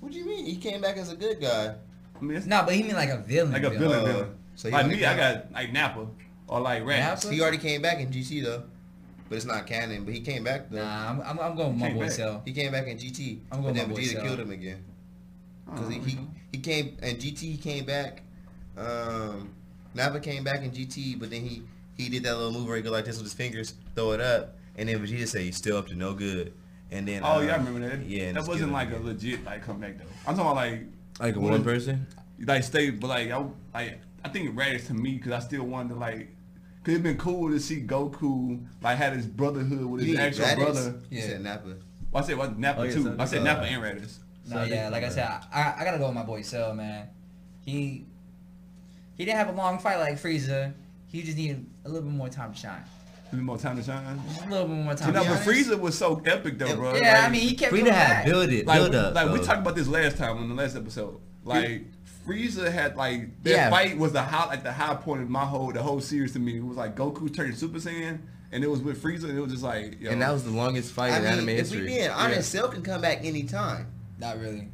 Speaker 1: What do you mean? He came back as a good guy.
Speaker 4: I mean, it's
Speaker 3: No, but he mean like a villain.
Speaker 4: like a villain.
Speaker 1: Uh,
Speaker 4: villain.
Speaker 1: so you
Speaker 4: like
Speaker 1: like
Speaker 4: me, I
Speaker 1: Nappa?
Speaker 4: got like Nappa or like Raditz.
Speaker 1: He already came back in GT though, but it's not canon. But he came back though.
Speaker 3: Nah, I'm, I'm, I'm going with my
Speaker 4: Came
Speaker 3: boy
Speaker 4: back.
Speaker 3: Cell.
Speaker 1: He came back in GT,
Speaker 3: I'm
Speaker 1: but
Speaker 3: going
Speaker 1: then
Speaker 3: my boy
Speaker 1: Vegeta
Speaker 3: Cell.
Speaker 1: killed him again. Cause
Speaker 4: Oh,
Speaker 1: he, he he came and GT he came back. Um, Nappa came back in GT, but then he he did that little move where he go like this with his fingers, throw it up, and then Vegeta say he's still up to no good. And then
Speaker 4: Oh
Speaker 1: um,
Speaker 4: yeah, I remember that.
Speaker 1: Yeah, and
Speaker 4: that
Speaker 1: just
Speaker 4: wasn't
Speaker 1: killed
Speaker 4: like
Speaker 1: him
Speaker 4: a
Speaker 1: again.
Speaker 4: legit like comeback though. I'm talking about like
Speaker 2: Like
Speaker 4: What
Speaker 2: one
Speaker 4: if-
Speaker 2: person.
Speaker 4: like stay, but like I like I think Raditz to me because I still wanted to like. Cause it'd been cool to see Goku like had his brotherhood with his
Speaker 1: You mean
Speaker 4: actual
Speaker 1: Raditz?
Speaker 4: brother.
Speaker 1: You
Speaker 3: Yeah.
Speaker 1: said Nappa.
Speaker 4: Well, I said well, Napa
Speaker 5: Oh, yeah,
Speaker 4: too.
Speaker 5: so-
Speaker 4: I said
Speaker 5: uh,
Speaker 4: Napa and Raiders.
Speaker 3: No, yeah, like I said, I, I, I gotta go with my boy Cell, man. He he didn't have a long fight like Frieza. He just needed a little bit more time to shine.
Speaker 4: Give me more time to shine.
Speaker 3: Just a little bit more
Speaker 4: You
Speaker 3: time.
Speaker 4: know,
Speaker 3: to
Speaker 4: but
Speaker 3: shine.
Speaker 4: Frieza was so epic though,
Speaker 1: Yeah,
Speaker 4: bro.
Speaker 3: Yeah, I
Speaker 4: Like-
Speaker 3: mean, he kept
Speaker 2: Frieza
Speaker 3: coming
Speaker 2: had
Speaker 3: back.
Speaker 2: build it,
Speaker 4: like,
Speaker 2: build
Speaker 4: we,
Speaker 2: up.
Speaker 4: like we
Speaker 2: though.
Speaker 4: talked about this last time on the last episode. Like Frieza had like that
Speaker 3: Yeah.
Speaker 4: fight was the high like the high point of my whole the whole series to me. It was like Goku turned Super Saiyan, and it was with Frieza, and it was just like yo,
Speaker 2: and that was the longest fight
Speaker 1: I
Speaker 2: in
Speaker 1: mean,
Speaker 2: anime
Speaker 1: if
Speaker 2: history.
Speaker 1: we being honest, Cell can come back anytime.
Speaker 3: Not really.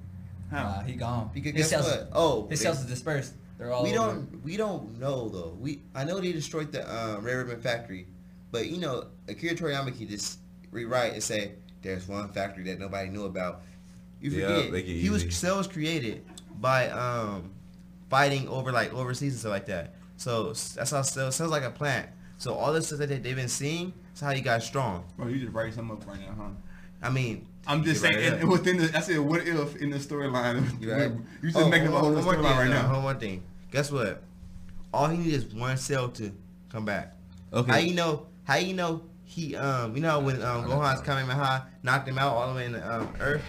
Speaker 4: How?
Speaker 3: Nah, he gone.
Speaker 1: Because
Speaker 3: his
Speaker 1: guess
Speaker 3: cells,
Speaker 1: what? Oh,
Speaker 3: his
Speaker 1: they-
Speaker 3: cells is dispersed. They're all.
Speaker 1: we
Speaker 3: over.
Speaker 1: don't we don't know though. We I know they destroyed the uh, Red Ribbon Factory, but you know Akira Toriyama can just rewrite and say there's one factory that nobody knew about. You
Speaker 2: Yeah,
Speaker 1: forget
Speaker 2: make it
Speaker 1: he was
Speaker 2: easy.
Speaker 1: Cell was created by um fighting over like overseas and stuff like that. So s- that's how Cell sounds like a plant. So all this stuff that they- they've been seeing is how he got strong.
Speaker 4: bro, you just writing something up right now, huh?
Speaker 1: I mean,
Speaker 4: I'm just
Speaker 1: You
Speaker 4: saying,
Speaker 1: write it
Speaker 4: and-
Speaker 1: up.
Speaker 4: and within the, I said, what if in the storyline?
Speaker 1: You right?
Speaker 4: <laughs> You just making up a whole
Speaker 1: one more thing,
Speaker 4: storyline right
Speaker 1: though.
Speaker 4: now.
Speaker 1: Hold on one thing. Guess what? All he needs is one cell to come back.
Speaker 2: Okay.
Speaker 1: How you know? How you know he? Um, you know when um, Gohan's Kamehameha knocked him out all the way in the um, Earth.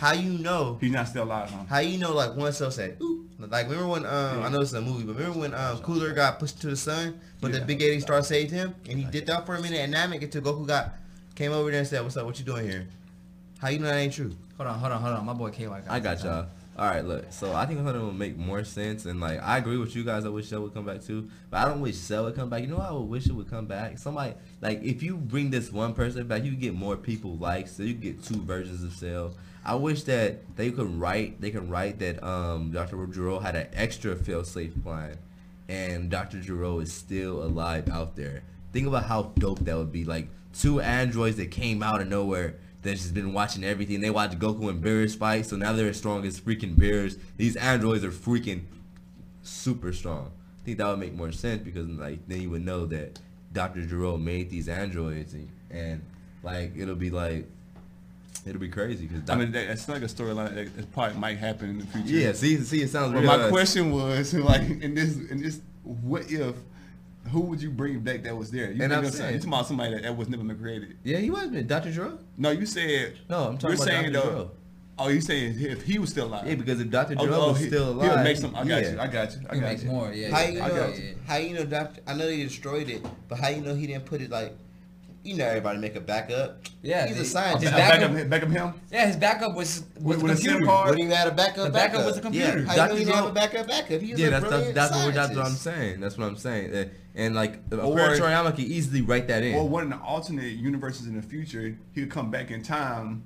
Speaker 1: How you know?
Speaker 4: He's not still alive, huh?
Speaker 1: How you know? Like one cell said, "Oop." Like remember when? Um, I know it's a movie, but remember when um, Cooler got pushed to the sun, but
Speaker 4: Yeah.
Speaker 1: the Big Eighty Star saved him, and he did that for a minute, and Namek until Goku got came over there and said, "What's up? What you doing here?" How you know that ain't true?
Speaker 3: Hold on, hold on, hold on. My boy KY.
Speaker 2: I got y'all. All right, look. So I think Hunter will make more sense, and like I agree with you guys. I wish Cell would come back too, but I don't wish Cell would come back. You know, what I would wish it would come back. Somebody like if you bring this one person back, you get more people like, so you get two versions of Cell. I wish that they could write. They can write that um Dr. Jiro had an extra fail-safe plan, and Dr. Jiro is still alive out there. Think about how dope that would be. Like two androids that came out of nowhere that's just been watching everything. They watched Goku and Beerus fight, so now they're as strong as freaking Beerus. These androids are freaking super strong. I think that would make more sense because like then you would know that Dr. Jiro made these androids and, and like it'll be like it'll be crazy because
Speaker 4: I mean, that, that's like a storyline that, that probably might happen in the future.
Speaker 2: yeah, see, see, it sounds
Speaker 4: But
Speaker 2: real. uh,
Speaker 4: my question was <laughs> like in this in this what if who would you bring back that was there? You
Speaker 2: And
Speaker 4: think
Speaker 2: I'm
Speaker 4: of some-
Speaker 2: saying-
Speaker 4: you talking about somebody that, that was never been created.
Speaker 2: yeah, he was been Dr. Jiro.
Speaker 4: No, you said
Speaker 2: No, I'm talking
Speaker 4: you're
Speaker 2: about
Speaker 4: saying
Speaker 2: Dr.
Speaker 4: though-
Speaker 2: Dro.
Speaker 4: Oh, you saying if he was still alive?
Speaker 2: Yeah, because if Dr.
Speaker 4: oh,
Speaker 2: Jiro
Speaker 4: oh,
Speaker 2: was
Speaker 4: he,
Speaker 2: still alive,
Speaker 4: he'll make some. I got
Speaker 2: yeah.
Speaker 4: you. I got you. I
Speaker 3: You
Speaker 4: got
Speaker 3: make
Speaker 4: you.
Speaker 3: more. Yeah.
Speaker 1: How
Speaker 3: yeah,
Speaker 1: you
Speaker 3: yeah,
Speaker 1: know?
Speaker 3: yeah.
Speaker 1: How you know, Doctor? I know they destroyed it, but how you know he didn't put it like? You know, everybody make a backup.
Speaker 3: Yeah,
Speaker 1: he's
Speaker 3: they-
Speaker 1: a scientist.
Speaker 3: his
Speaker 4: Back, back,
Speaker 1: How-
Speaker 3: backup-
Speaker 4: up, back up him.
Speaker 3: Yeah, his backup was was
Speaker 4: With-
Speaker 3: the
Speaker 4: with a SIM
Speaker 3: computer.
Speaker 4: card.
Speaker 1: What do you had a backup?
Speaker 3: The backup was the computer.
Speaker 1: Yeah, how
Speaker 2: Dr.
Speaker 1: you know he didn't have a
Speaker 2: Dro-
Speaker 1: backup? Backup. He was
Speaker 2: Yeah,
Speaker 1: a
Speaker 2: that's that's,
Speaker 1: brilliant
Speaker 2: that's what
Speaker 1: scientist.
Speaker 2: that's what I'm saying. That's what I'm saying. Uh, And like,
Speaker 4: Or-
Speaker 2: or, Toriyama could easily write that in.
Speaker 4: Or one in the alternate universes in the future, he'll come back in time,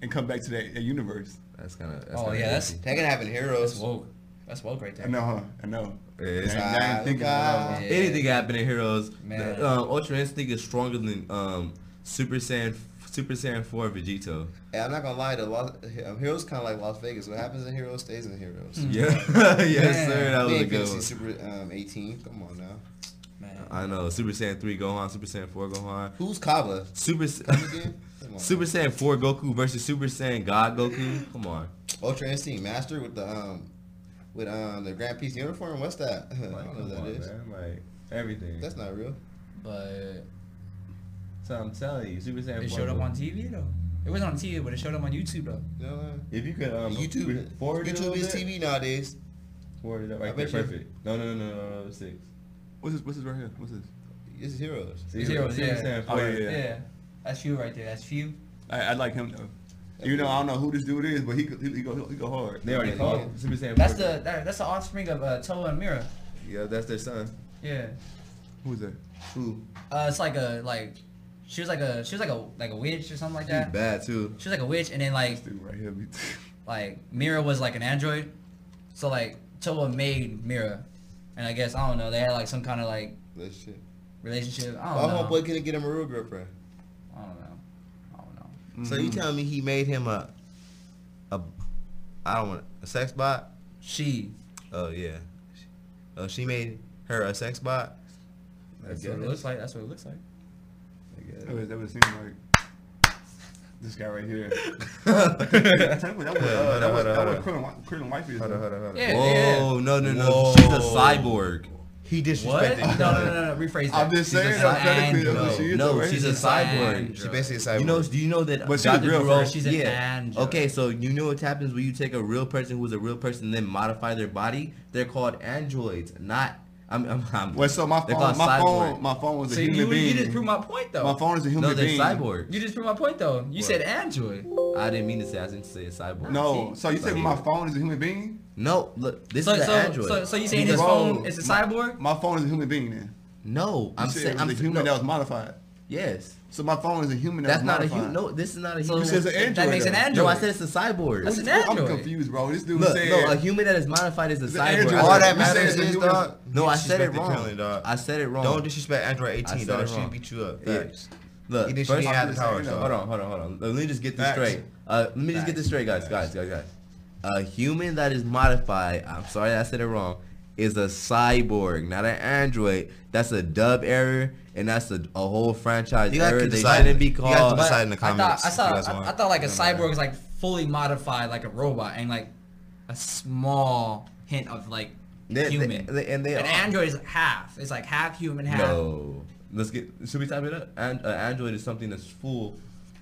Speaker 4: and come back to that, that universe.
Speaker 2: that's kind of.
Speaker 3: Oh yeah, that's
Speaker 1: That can happen,
Speaker 3: that's
Speaker 1: heroes.
Speaker 3: woke. That's woke right
Speaker 4: I
Speaker 3: there.
Speaker 4: know, huh? I know.
Speaker 2: Yeah, it's-
Speaker 4: I ain't- I ain't thinking about that one.
Speaker 3: Yeah.
Speaker 2: Anything happened in Heroes,
Speaker 3: Man.
Speaker 2: the, um, Ultra Instinct is stronger than um, Super Saiyan Super Saiyan Four Vegito. <laughs>
Speaker 1: Hey, I'm not gonna lie, the Los, um, heroes kind of like Las Vegas. What happens in heroes stays in heroes.
Speaker 2: Yeah, <laughs> yes sir, that was
Speaker 1: we
Speaker 2: a
Speaker 1: ain't gonna
Speaker 2: good
Speaker 1: see
Speaker 2: one.
Speaker 1: Super um, 18. Come on now.
Speaker 3: Man.
Speaker 2: I know Super Saiyan Three Gohan, Super Saiyan Four Gohan,
Speaker 1: Who's Kava?
Speaker 2: Super
Speaker 1: Come
Speaker 2: Sa-
Speaker 1: again? Come on.
Speaker 2: Super Saiyan Four Goku versus Super Saiyan God Goku. Come on,
Speaker 1: Ultra Instinct Master with the um with um the Grand Peace uniform. What's that? <laughs> I
Speaker 5: Like,
Speaker 1: don't know
Speaker 5: come
Speaker 1: what that
Speaker 5: on,
Speaker 1: is.
Speaker 5: man. Like, everything.
Speaker 1: That's not real.
Speaker 3: But
Speaker 5: so I'm telling you, Super Saiyan
Speaker 3: it
Speaker 5: 4.
Speaker 3: showed up on TV though. It wasn't on TV, but it showed up on YouTube though.
Speaker 1: You know what I'm
Speaker 5: If you could um,
Speaker 1: saying? YouTube,
Speaker 5: forward it a
Speaker 1: YouTube
Speaker 5: little
Speaker 1: is
Speaker 5: bit,
Speaker 1: TV nowadays.
Speaker 5: Forward it up right
Speaker 1: I
Speaker 5: there,
Speaker 1: bet you-
Speaker 5: perfect. No, no, no, no, no, no, six.
Speaker 4: What's this? What's this right here? What's this?
Speaker 1: It's heroes.
Speaker 5: See,
Speaker 3: Zeros,
Speaker 5: Super
Speaker 3: yeah.
Speaker 5: Saiyan
Speaker 4: Oh,
Speaker 5: 4.
Speaker 4: yeah.
Speaker 3: That's few right there. That's few.
Speaker 4: I, I like him though. You know, I don't know who this dude is, but he go- he, he go he go hard.
Speaker 5: They already
Speaker 1: Yeah,
Speaker 5: called
Speaker 1: yeah.
Speaker 5: him Super Saiyan 4.
Speaker 3: That's the that, that's the offspring of uh, Toa and Mira.
Speaker 5: Yeah, that's their son.
Speaker 3: Yeah.
Speaker 4: Who's that?
Speaker 5: Who?
Speaker 3: Uh, it's like a like she was like a she was like a like a witch or something like
Speaker 5: He's
Speaker 3: that.
Speaker 5: bad, too.
Speaker 3: She was like a witch, and then like
Speaker 4: Dude right here. <laughs> be-
Speaker 3: like Mira was like an android, so like Toa made Mira, and I guess I don't know they had like some kind of like
Speaker 1: That shit.
Speaker 3: relationship. I
Speaker 1: My
Speaker 3: don't know.
Speaker 1: homeboy couldn't get him a real girlfriend.
Speaker 3: I don't know. I don't know.
Speaker 1: So you telling me he made him a, a, I don't want a sex bot.
Speaker 3: She.
Speaker 1: Oh yeah. Oh, she made her a sex bot.
Speaker 3: That's
Speaker 1: I
Speaker 3: what it
Speaker 1: guess.
Speaker 3: looks like. That's what it looks like.
Speaker 4: That was that would seem like this guy right here. that was that was, uh, that was, that was Krillin, Wi- Krillin wifey. Hold on, hold on, hold
Speaker 3: Yeah.
Speaker 2: Whoa, no, no, no. She's a
Speaker 1: Whoa.
Speaker 2: cyborg.
Speaker 1: He
Speaker 3: What?
Speaker 1: disrespected.
Speaker 3: No, no, no, no. Rephrase that.
Speaker 4: I'm just
Speaker 3: She's a
Speaker 4: saying, I'm technically-
Speaker 3: android.
Speaker 4: She is
Speaker 2: no,
Speaker 4: a
Speaker 2: she's a
Speaker 3: She's a
Speaker 2: cyborg.
Speaker 3: cyborg.
Speaker 1: She basically a cyborg.
Speaker 2: You know, do you know that?
Speaker 4: But she's
Speaker 2: Dr.
Speaker 4: real
Speaker 2: Moreau-
Speaker 4: first.
Speaker 3: She's an android.
Speaker 2: Okay, so you know what happens when you take a real person who's a real person and then modify their body? They're called androids, not. I'm. I'm, I'm
Speaker 4: Well, so my
Speaker 2: they're
Speaker 4: phone,
Speaker 2: called
Speaker 4: my
Speaker 2: cyborg.
Speaker 4: phone, my phone was a
Speaker 3: So
Speaker 4: human
Speaker 3: you,
Speaker 4: being.
Speaker 3: you just proved my point though.
Speaker 4: my phone is a human
Speaker 2: No, they're
Speaker 4: being.
Speaker 2: cyborg.
Speaker 3: You just proved my point though. You said android.
Speaker 2: I didn't mean to say. I didn't say cyborg.
Speaker 4: No, so you
Speaker 2: Sorry.
Speaker 4: think my phone is a human being?
Speaker 2: No, look, this
Speaker 3: so,
Speaker 2: is an
Speaker 3: so,
Speaker 2: android.
Speaker 3: So, so you saying his
Speaker 4: Bro,
Speaker 3: phone is a cyborg?
Speaker 4: My phone is a human being. Then
Speaker 2: no,
Speaker 4: you
Speaker 2: I'm
Speaker 4: said
Speaker 2: saying.
Speaker 4: it
Speaker 2: I'm
Speaker 4: was a
Speaker 2: saying-
Speaker 4: human
Speaker 2: no,
Speaker 4: that was modified.
Speaker 2: yes,
Speaker 4: So my phone is a human that
Speaker 2: that's
Speaker 4: was
Speaker 2: not a
Speaker 4: modified.
Speaker 2: human. No, this is not a
Speaker 3: So
Speaker 2: human.
Speaker 4: You said it's an
Speaker 3: that
Speaker 4: android,
Speaker 3: makes an
Speaker 4: though.
Speaker 3: android.
Speaker 2: no, I said it's a cyborg.
Speaker 3: That's an
Speaker 4: I'm
Speaker 3: android.
Speaker 4: confused, bro. This dude
Speaker 2: Look,
Speaker 4: said
Speaker 2: no, a human that is modified is a
Speaker 4: It's an
Speaker 2: cyborg.
Speaker 4: android.
Speaker 1: All that
Speaker 4: You said
Speaker 1: matters
Speaker 4: it's a
Speaker 1: is,
Speaker 4: human-
Speaker 1: dog.
Speaker 2: No,
Speaker 1: you
Speaker 2: I said it
Speaker 1: disrespected
Speaker 2: wrong.
Speaker 1: Krillin, dog.
Speaker 2: I said it wrong.
Speaker 1: Don't disrespect Android
Speaker 2: I
Speaker 1: 18,
Speaker 2: said
Speaker 1: dog.
Speaker 2: it
Speaker 1: She
Speaker 2: wrong.
Speaker 1: beat you up.
Speaker 2: Yeah.
Speaker 1: Facts.
Speaker 2: Look,
Speaker 1: He didn't- she
Speaker 2: first
Speaker 1: didn't have the
Speaker 2: off-
Speaker 1: power, dog.
Speaker 2: Hold on, hold on, hold on. Let me just get this
Speaker 4: Facts.
Speaker 2: straight. Uh, let me just get this straight, guys, guys, guys, guys. A human that is modified. I'm sorry, I said it wrong. Is a cyborg, not an android. That's a dub error, and that's a, a whole franchise
Speaker 1: You guys
Speaker 2: error.
Speaker 1: can
Speaker 2: They
Speaker 1: decide.
Speaker 2: shouldn't be
Speaker 1: You guys
Speaker 2: called.
Speaker 1: can decide. in the comments
Speaker 3: I
Speaker 1: if you
Speaker 3: thought I
Speaker 1: guys
Speaker 3: thought,
Speaker 1: want.
Speaker 3: I, I thought like a
Speaker 1: Doesn't matter.
Speaker 3: cyborg is like fully modified like a robot and like a small hint of like
Speaker 2: They- they-
Speaker 3: human.
Speaker 2: they- and they
Speaker 3: An
Speaker 2: are.
Speaker 3: android is half. It's like half human, half.
Speaker 2: No. Let's get. Should we type it up? And, uh, android is something that's full,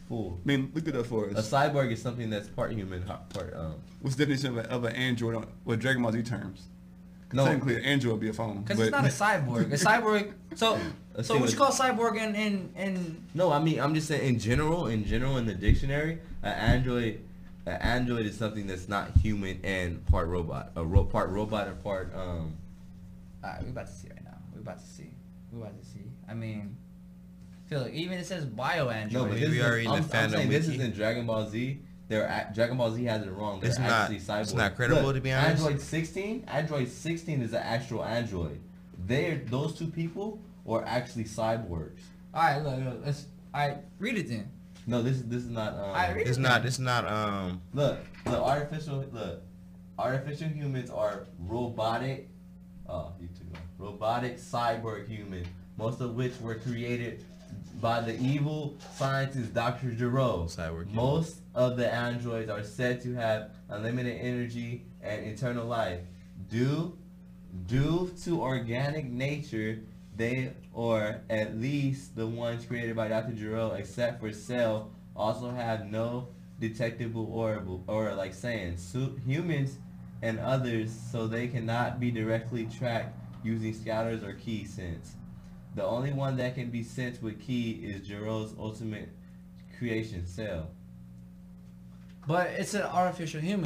Speaker 2: full.
Speaker 4: I mean, look it up for
Speaker 2: A
Speaker 4: us.
Speaker 2: cyborg is something that's part human, ha- part um.
Speaker 4: What's the definition of, a, of an android on, with Dragon Ball Z terms?
Speaker 2: No.
Speaker 4: Technically, an android would be a phone.
Speaker 3: Because it's
Speaker 4: but-
Speaker 3: not
Speaker 4: <laughs>
Speaker 3: a cyborg. A cyborg. So,
Speaker 2: Let's
Speaker 3: so
Speaker 2: see
Speaker 3: what you call
Speaker 2: what-
Speaker 3: cyborg in in in?
Speaker 2: No, I mean I'm just saying in general. In general, in the dictionary, an android, an android is something that's not human and part robot. A ro- part robot and part um.
Speaker 3: Alright, we're uh, about to see right now. We're about to see. We're about to see. I mean, feel like even it says bio android.
Speaker 2: No, but
Speaker 1: we
Speaker 2: this is,
Speaker 1: are in the
Speaker 2: I'm, I'm
Speaker 1: fandom
Speaker 2: saying this
Speaker 1: wiki.
Speaker 2: is in Dragon Ball Z. They're at, Dragon Ball Z has it wrong. They're
Speaker 1: It's not-
Speaker 2: actually cyborg.
Speaker 1: it's not credible, to be honest.
Speaker 2: Android 16, Android 16 is an actual android. They those two people are actually cyborgs.
Speaker 3: All right, look, look, let's. All right, read it then.
Speaker 2: No, this is this is not. Um,
Speaker 3: I read
Speaker 1: It's not. It's not. Um.
Speaker 2: Look, the artificial look, artificial humans are robotic. Oh, you took it off. Robotic cyborg human, most of which were created by the evil scientist Dr. Giro.
Speaker 1: Cyborg human.
Speaker 2: Most of the androids are said to have unlimited energy and eternal life. Due, due to organic nature, they are at least the ones created by Dr. Giro, except for Cell, also have no detectable orable or like saying su- humans and others, so they cannot be directly tracked using scouters or key sense. The only one that can be sensed with key is Giro's ultimate creation, Cell.
Speaker 3: But it's an artificial human.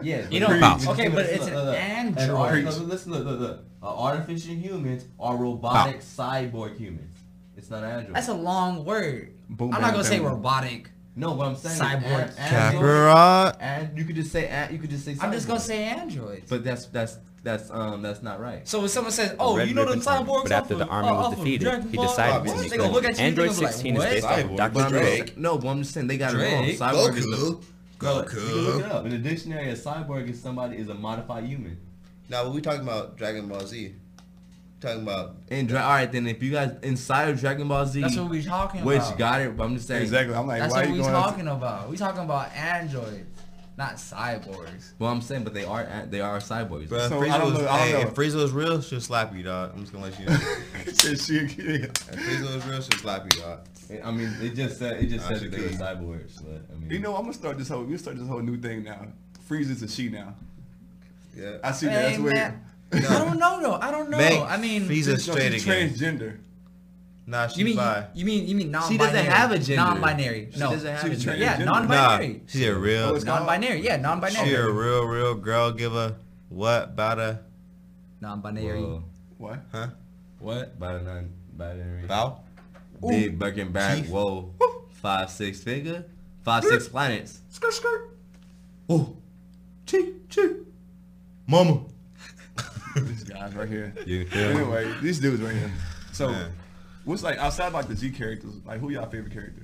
Speaker 2: Yeah,
Speaker 3: You
Speaker 2: but-
Speaker 3: don't-
Speaker 2: Bow.
Speaker 3: okay, but it's
Speaker 2: Look,
Speaker 3: an
Speaker 2: look, look.
Speaker 3: android.
Speaker 2: arti- look, listen, look, look, look. Uh, artificial humans are robotic
Speaker 1: Bow.
Speaker 2: cyborg humans. It's not android.
Speaker 3: That's a long word.
Speaker 4: Boom,
Speaker 3: I'm
Speaker 4: bam,
Speaker 3: not gonna say
Speaker 4: bam.
Speaker 3: robotic.
Speaker 2: no, what I'm saying. is
Speaker 3: Cyborg.
Speaker 2: an- android- And you could just say and, you could just say.
Speaker 3: I'm just gonna
Speaker 2: cyborg.
Speaker 3: say android.
Speaker 2: But that's that's that's um that's not right.
Speaker 3: so when someone says, "Oh,
Speaker 6: Red
Speaker 3: you know them
Speaker 6: Ribbon Army.
Speaker 3: cyborgs,"
Speaker 6: But after
Speaker 3: off
Speaker 6: the
Speaker 3: of-
Speaker 6: army
Speaker 3: uh,
Speaker 6: was
Speaker 3: off of
Speaker 6: defeated,
Speaker 3: Dragon
Speaker 6: he
Speaker 3: Ball?
Speaker 6: decided
Speaker 1: to
Speaker 3: What?
Speaker 1: be
Speaker 3: They gonna look at you and
Speaker 6: Android
Speaker 3: they gonna be
Speaker 6: 16 is
Speaker 3: like,
Speaker 6: based
Speaker 3: "What?"
Speaker 6: off
Speaker 1: Cyborg,
Speaker 6: of Dr.
Speaker 1: but
Speaker 6: Moreau.
Speaker 1: Drake.
Speaker 2: No, but I'm just saying they got it wrong.
Speaker 3: Drake.
Speaker 2: Cyborg is a,
Speaker 1: Goku.
Speaker 2: Look, you can look it
Speaker 1: Goku.
Speaker 2: up. In the dictionary, a cyborg is somebody is a modified human.
Speaker 1: Now when we talking about Dragon Ball Z. Talking about
Speaker 2: And dra- all right, then if you guys inside of Dragon Ball Z,
Speaker 3: That's what we're talking
Speaker 2: which
Speaker 3: about.
Speaker 2: got it, but I'm just saying.
Speaker 4: <laughs> Exactly. I'm like,
Speaker 3: That's
Speaker 4: why
Speaker 3: what
Speaker 4: you
Speaker 3: we're
Speaker 4: going?
Speaker 3: talking about. We're talking about android. not cyborgs.
Speaker 2: Well, I'm saying, but they are at- they are cyborgs.
Speaker 1: Bro,
Speaker 4: So,
Speaker 1: if,
Speaker 4: I
Speaker 1: Frieza
Speaker 4: don't
Speaker 1: was,
Speaker 4: know- I don't
Speaker 1: hey,
Speaker 4: know.
Speaker 1: if Frieza was real, she'll slap you, dog. I'm just gonna let you know.
Speaker 4: <laughs>
Speaker 1: if
Speaker 4: Said she again.
Speaker 1: Frieza was real, she'll slap you, dog.
Speaker 2: I mean, it just said it just
Speaker 1: Nah,
Speaker 2: said
Speaker 1: she
Speaker 2: that they were
Speaker 1: could.
Speaker 2: cyborgs, but I mean,
Speaker 4: You know, I'm gonna start this whole. We start this whole new thing now. Frieza's a she now.
Speaker 1: Yeah.
Speaker 4: I see that. That's
Speaker 3: Hey,
Speaker 4: weird. <laughs>
Speaker 3: man. I don't know though. I don't know.
Speaker 1: Meg,
Speaker 3: I mean,
Speaker 1: Frieza
Speaker 4: No,
Speaker 1: straight
Speaker 4: she's
Speaker 1: again.
Speaker 4: transgender.
Speaker 1: Nah, she's
Speaker 3: you mean
Speaker 1: bi.
Speaker 3: you mean you mean non-binary?
Speaker 2: She doesn't have a gender.
Speaker 3: Non-binary.
Speaker 2: She
Speaker 3: no,
Speaker 2: doesn't have
Speaker 4: She
Speaker 2: a
Speaker 4: was
Speaker 2: gender.
Speaker 4: trained.
Speaker 3: yeah,
Speaker 4: gender.
Speaker 1: Nah,
Speaker 3: non-binary.
Speaker 1: she's a real.
Speaker 4: Oh, it's not-
Speaker 3: non-binary. Yeah, non-binary.
Speaker 1: She a real, real girl giver. What about her?
Speaker 3: Non-binary.
Speaker 2: Whoa.
Speaker 4: What?
Speaker 1: Huh?
Speaker 2: What? By the non by the
Speaker 1: Bow?
Speaker 2: Big back and back,
Speaker 1: Chief.
Speaker 2: whoa. Five six figure. Five six planets.
Speaker 1: Skirt, skirt.
Speaker 2: Oh. Chi chi.
Speaker 1: Mama.
Speaker 4: These guys right here.
Speaker 2: You feel
Speaker 4: Anyway, these dudes right here. So,
Speaker 1: Yeah.
Speaker 4: what's like outside of like the Z characters? Like, who y'all favorite character?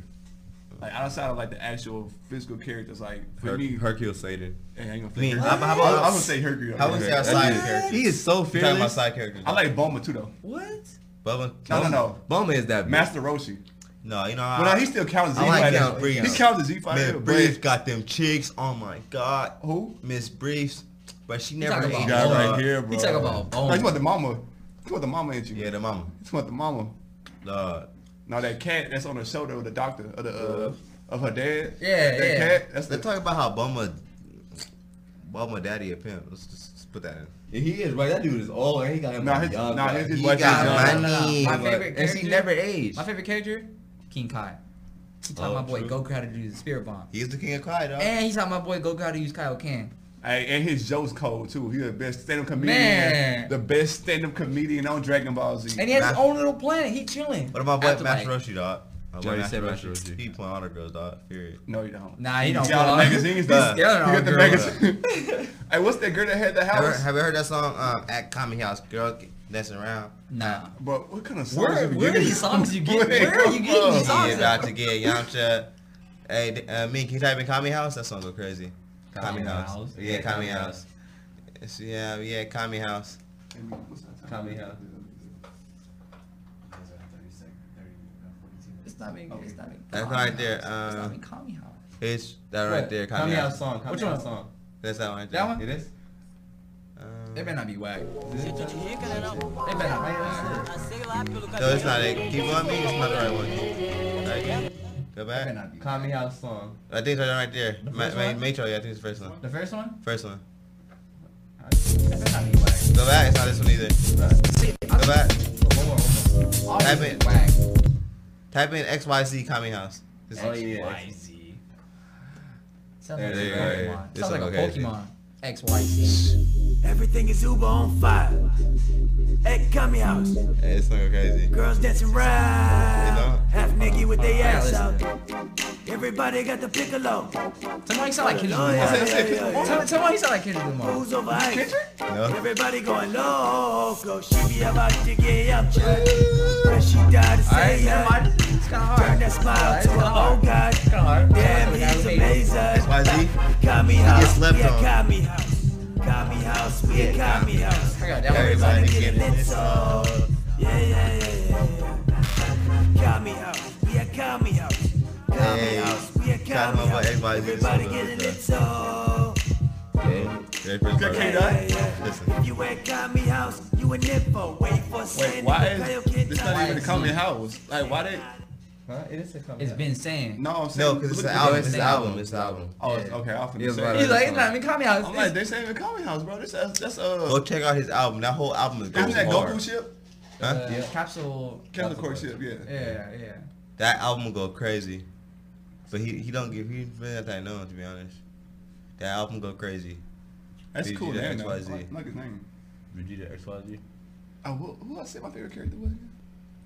Speaker 4: Like outside of like the actual physical characters, like for
Speaker 2: Her-
Speaker 4: me,
Speaker 2: Hercule Satan.
Speaker 4: hey, I ain't gonna
Speaker 1: I mean,
Speaker 4: say
Speaker 1: how-
Speaker 4: Hercule.
Speaker 1: how
Speaker 4: I'm
Speaker 1: about-
Speaker 4: gonna say Hercule.
Speaker 1: I would say
Speaker 4: Okay.
Speaker 1: our side
Speaker 2: That
Speaker 1: characters.
Speaker 2: dude- He is so
Speaker 1: You talking about
Speaker 2: fearless.
Speaker 1: side characters?
Speaker 4: I like Bulma too though.
Speaker 2: What?
Speaker 1: Bubba.
Speaker 4: No, no, no.
Speaker 2: Boma is that bitch.
Speaker 4: Master Roshi.
Speaker 1: No, you know.
Speaker 4: Well, now he still counts as
Speaker 1: I
Speaker 4: Z
Speaker 1: like
Speaker 4: fighter.
Speaker 1: Count
Speaker 4: he
Speaker 1: Breeze.
Speaker 4: counts as Z
Speaker 1: Miss
Speaker 4: fighter.
Speaker 1: Briefs
Speaker 4: but
Speaker 1: got them chicks. Oh my God.
Speaker 4: Who?
Speaker 1: Miss Briefs, but she
Speaker 3: You
Speaker 1: never
Speaker 3: talking
Speaker 1: ate.
Speaker 3: about
Speaker 1: no-
Speaker 3: Bulma.
Speaker 4: right here, bro.
Speaker 3: You talk about
Speaker 4: Oh, you
Speaker 3: bones.
Speaker 4: want the mama? You want the mama, ain't you?
Speaker 1: Yeah, uh, the mama.
Speaker 4: You want the mama?
Speaker 1: Dog.
Speaker 4: Now that cat that's on the shoulder of the doctor of the uh, of her dad.
Speaker 3: Yeah,
Speaker 4: that
Speaker 3: yeah.
Speaker 4: cat. That's the
Speaker 1: Let's talk about how Bumma, Bumma daddy a pimp. Let's just let's put that in.
Speaker 2: He is right. That dude is old. and He got
Speaker 3: Oh
Speaker 2: him
Speaker 4: Nah,
Speaker 2: a
Speaker 4: his-
Speaker 2: young
Speaker 4: nah,
Speaker 2: guy.
Speaker 4: his- his
Speaker 2: He
Speaker 4: wife
Speaker 2: got
Speaker 4: is uh, young.
Speaker 2: money.
Speaker 3: No, no, no. My
Speaker 2: but-
Speaker 3: favorite
Speaker 2: and she
Speaker 3: character-
Speaker 2: never aged.
Speaker 3: My favorite character, King Kai. He taught
Speaker 2: Oh,
Speaker 3: my boy
Speaker 2: true.
Speaker 3: Goku how to do the spirit bomb,
Speaker 1: He's the king of Kai, dog.
Speaker 3: and he taught my boy Goku how to use Kaioken.
Speaker 4: Hey, and his jokes cold too. He the best stand-up comedian.
Speaker 3: Man.
Speaker 4: The best stand-up comedian on Dragon Ball Z.
Speaker 3: And he has his
Speaker 1: Master-
Speaker 3: own little planet. He chilling.
Speaker 1: what about
Speaker 3: After,
Speaker 1: boy Master
Speaker 3: like-
Speaker 1: Roshi, dog? My boy
Speaker 2: Johnny
Speaker 1: Master
Speaker 2: said Master Roshi.
Speaker 1: He playing all the girls, dog. Period.
Speaker 4: no, you don't.
Speaker 3: Nah, he
Speaker 4: You
Speaker 3: don't.
Speaker 4: got all the
Speaker 3: belong.
Speaker 4: magazines.
Speaker 1: Bruh.
Speaker 4: though?
Speaker 1: He got
Speaker 3: an
Speaker 4: you got the
Speaker 3: all-girl.
Speaker 4: magazine. <laughs> hey, what's that girl that had the
Speaker 1: Have you,
Speaker 4: house?
Speaker 1: have you heard that song um, at Kami House? Girl dancing around.
Speaker 3: Nah.
Speaker 4: Bro, what kind of songs
Speaker 3: Where,
Speaker 4: you be
Speaker 3: where are
Speaker 4: getting?
Speaker 3: these <laughs> songs you get?
Speaker 4: Where
Speaker 3: Where are
Speaker 4: they
Speaker 3: you
Speaker 4: come
Speaker 3: getting these
Speaker 4: from?
Speaker 1: He
Speaker 3: songs?
Speaker 1: about to get Yamcha. Hey, uh, me, can you type in Kami House? That song go crazy. Kami,
Speaker 5: Kami
Speaker 1: House.
Speaker 5: House.
Speaker 1: Yeah, Kami House. It's- yeah, yeah, Kami House.
Speaker 5: Kami House.
Speaker 3: It's not me. It's not me.
Speaker 1: That's
Speaker 3: Kami
Speaker 1: right there,
Speaker 3: House. It's not
Speaker 1: uh,
Speaker 3: me. Kami House.
Speaker 1: It's that right
Speaker 5: What?
Speaker 1: there, Kami,
Speaker 5: Kami
Speaker 1: House.
Speaker 5: House song. Kami
Speaker 3: Which
Speaker 5: House
Speaker 3: one?
Speaker 5: song.
Speaker 1: That's that one right there.
Speaker 3: That one?
Speaker 5: It is.
Speaker 1: Um,
Speaker 3: They better not be whack. They better not be whack.
Speaker 1: No, it's not it. Keep on me. It's not the right one. Right? Go
Speaker 3: They better
Speaker 1: back.
Speaker 3: not be whack.
Speaker 5: Kami House song.
Speaker 1: I think it's right- right there. Ma-
Speaker 3: first
Speaker 1: ma-
Speaker 3: one?
Speaker 1: Matro, yeah, I think it's the first one.
Speaker 3: The first one?
Speaker 1: First one.
Speaker 3: They better not be whack.
Speaker 1: Go back. It's not this one either. Go back.
Speaker 3: All
Speaker 1: Type
Speaker 3: these
Speaker 1: in-
Speaker 3: be whack.
Speaker 1: Type in XYZ Kami House. This-
Speaker 5: Oh yeah.
Speaker 3: XYZ. Sounds
Speaker 2: There
Speaker 3: like a
Speaker 2: you go, yeah.
Speaker 3: Pokemon.
Speaker 1: This
Speaker 3: Sounds like a
Speaker 1: one, okay.
Speaker 3: Pokemon. XYZ.
Speaker 6: Everything is uber on fire. Hey, come here. house.
Speaker 1: Hey, this thing go crazy.
Speaker 6: Girls dancing
Speaker 1: know?
Speaker 6: round. Half naked with their ass
Speaker 3: listen.
Speaker 6: out. Everybody got the piccolo.
Speaker 3: Somebody sound like Kendrick
Speaker 6: Oh, yeah,
Speaker 3: Lamar.
Speaker 6: yeah, yeah, yeah.
Speaker 3: Tell- Somebody sound like Kendrick Lamar.
Speaker 6: Who's over ice?
Speaker 1: No?
Speaker 6: Everybody going loco. She be about to get up. And she died to
Speaker 3: Alright,
Speaker 6: say
Speaker 3: never mind.
Speaker 6: yeah.
Speaker 3: It's kind of
Speaker 6: Turn
Speaker 3: hard.
Speaker 6: that smile to
Speaker 3: It's kinda
Speaker 6: an old
Speaker 3: hard.
Speaker 6: guy.
Speaker 3: It's kind of hard.
Speaker 6: Damn,
Speaker 3: Like, I
Speaker 6: he's
Speaker 3: made it.
Speaker 6: amazing.
Speaker 1: XYZ?
Speaker 6: Kami
Speaker 1: get
Speaker 6: house.
Speaker 1: slept
Speaker 6: Yeah,
Speaker 1: on.
Speaker 6: Kami house. Kami house. We at Kami house.
Speaker 3: I got that one.
Speaker 1: Everybody
Speaker 6: Everybody
Speaker 1: get it.
Speaker 6: get lit, so yeah, yeah, yeah, yeah, yeah. Kami house, we a Kami house. Kami
Speaker 1: Hey,
Speaker 6: house, we a
Speaker 1: shout
Speaker 6: Kami
Speaker 1: out my
Speaker 6: house.
Speaker 1: boy XYZ,
Speaker 6: Everybody
Speaker 1: so
Speaker 6: get
Speaker 1: good,
Speaker 6: it,
Speaker 1: bro.
Speaker 6: lit, so
Speaker 2: Yeah.
Speaker 1: Very first part.
Speaker 6: yeah,
Speaker 4: Okay,
Speaker 1: right?
Speaker 4: dog.
Speaker 6: yeah, yeah.
Speaker 1: Listen.
Speaker 6: If you ain't Kami house, you a nympho. Wait for
Speaker 4: Wait,
Speaker 6: Sandy.
Speaker 4: why
Speaker 6: Kyle
Speaker 4: is
Speaker 6: Kid
Speaker 4: this
Speaker 6: Kami
Speaker 4: not even a
Speaker 6: house.
Speaker 4: Kami House? Like, why they?
Speaker 5: Huh? It is a Kami
Speaker 3: It's
Speaker 5: House.
Speaker 3: been saying.
Speaker 4: No, I'm saying.
Speaker 1: No, because it's
Speaker 4: look
Speaker 1: the
Speaker 4: at
Speaker 1: album.
Speaker 4: this.
Speaker 1: It's the album. It's the album.
Speaker 4: Oh, it's- okay. I
Speaker 2: Yeah,
Speaker 4: was
Speaker 2: right.
Speaker 4: finna say.
Speaker 3: He's like, it's not me. Kami House.
Speaker 4: I'm like, they saying a Kami House, bro. This that's that's uh.
Speaker 1: Go check out his album. That whole album is
Speaker 4: Isn't
Speaker 1: going
Speaker 4: that Goku
Speaker 1: hard.
Speaker 4: ship?
Speaker 1: Huh?
Speaker 3: Uh, Capsule.
Speaker 4: Captain Corp ship, yeah.
Speaker 3: Yeah, yeah.
Speaker 1: That album go crazy. But he he don't give he really not that known to be honest. That album go crazy.
Speaker 4: That's
Speaker 1: Did
Speaker 4: cool
Speaker 1: you do
Speaker 4: name. though. I
Speaker 1: XYZ?
Speaker 4: like I like his name.
Speaker 5: Vegeta XYZ.
Speaker 4: Oh, who, who I said my favorite character was? again?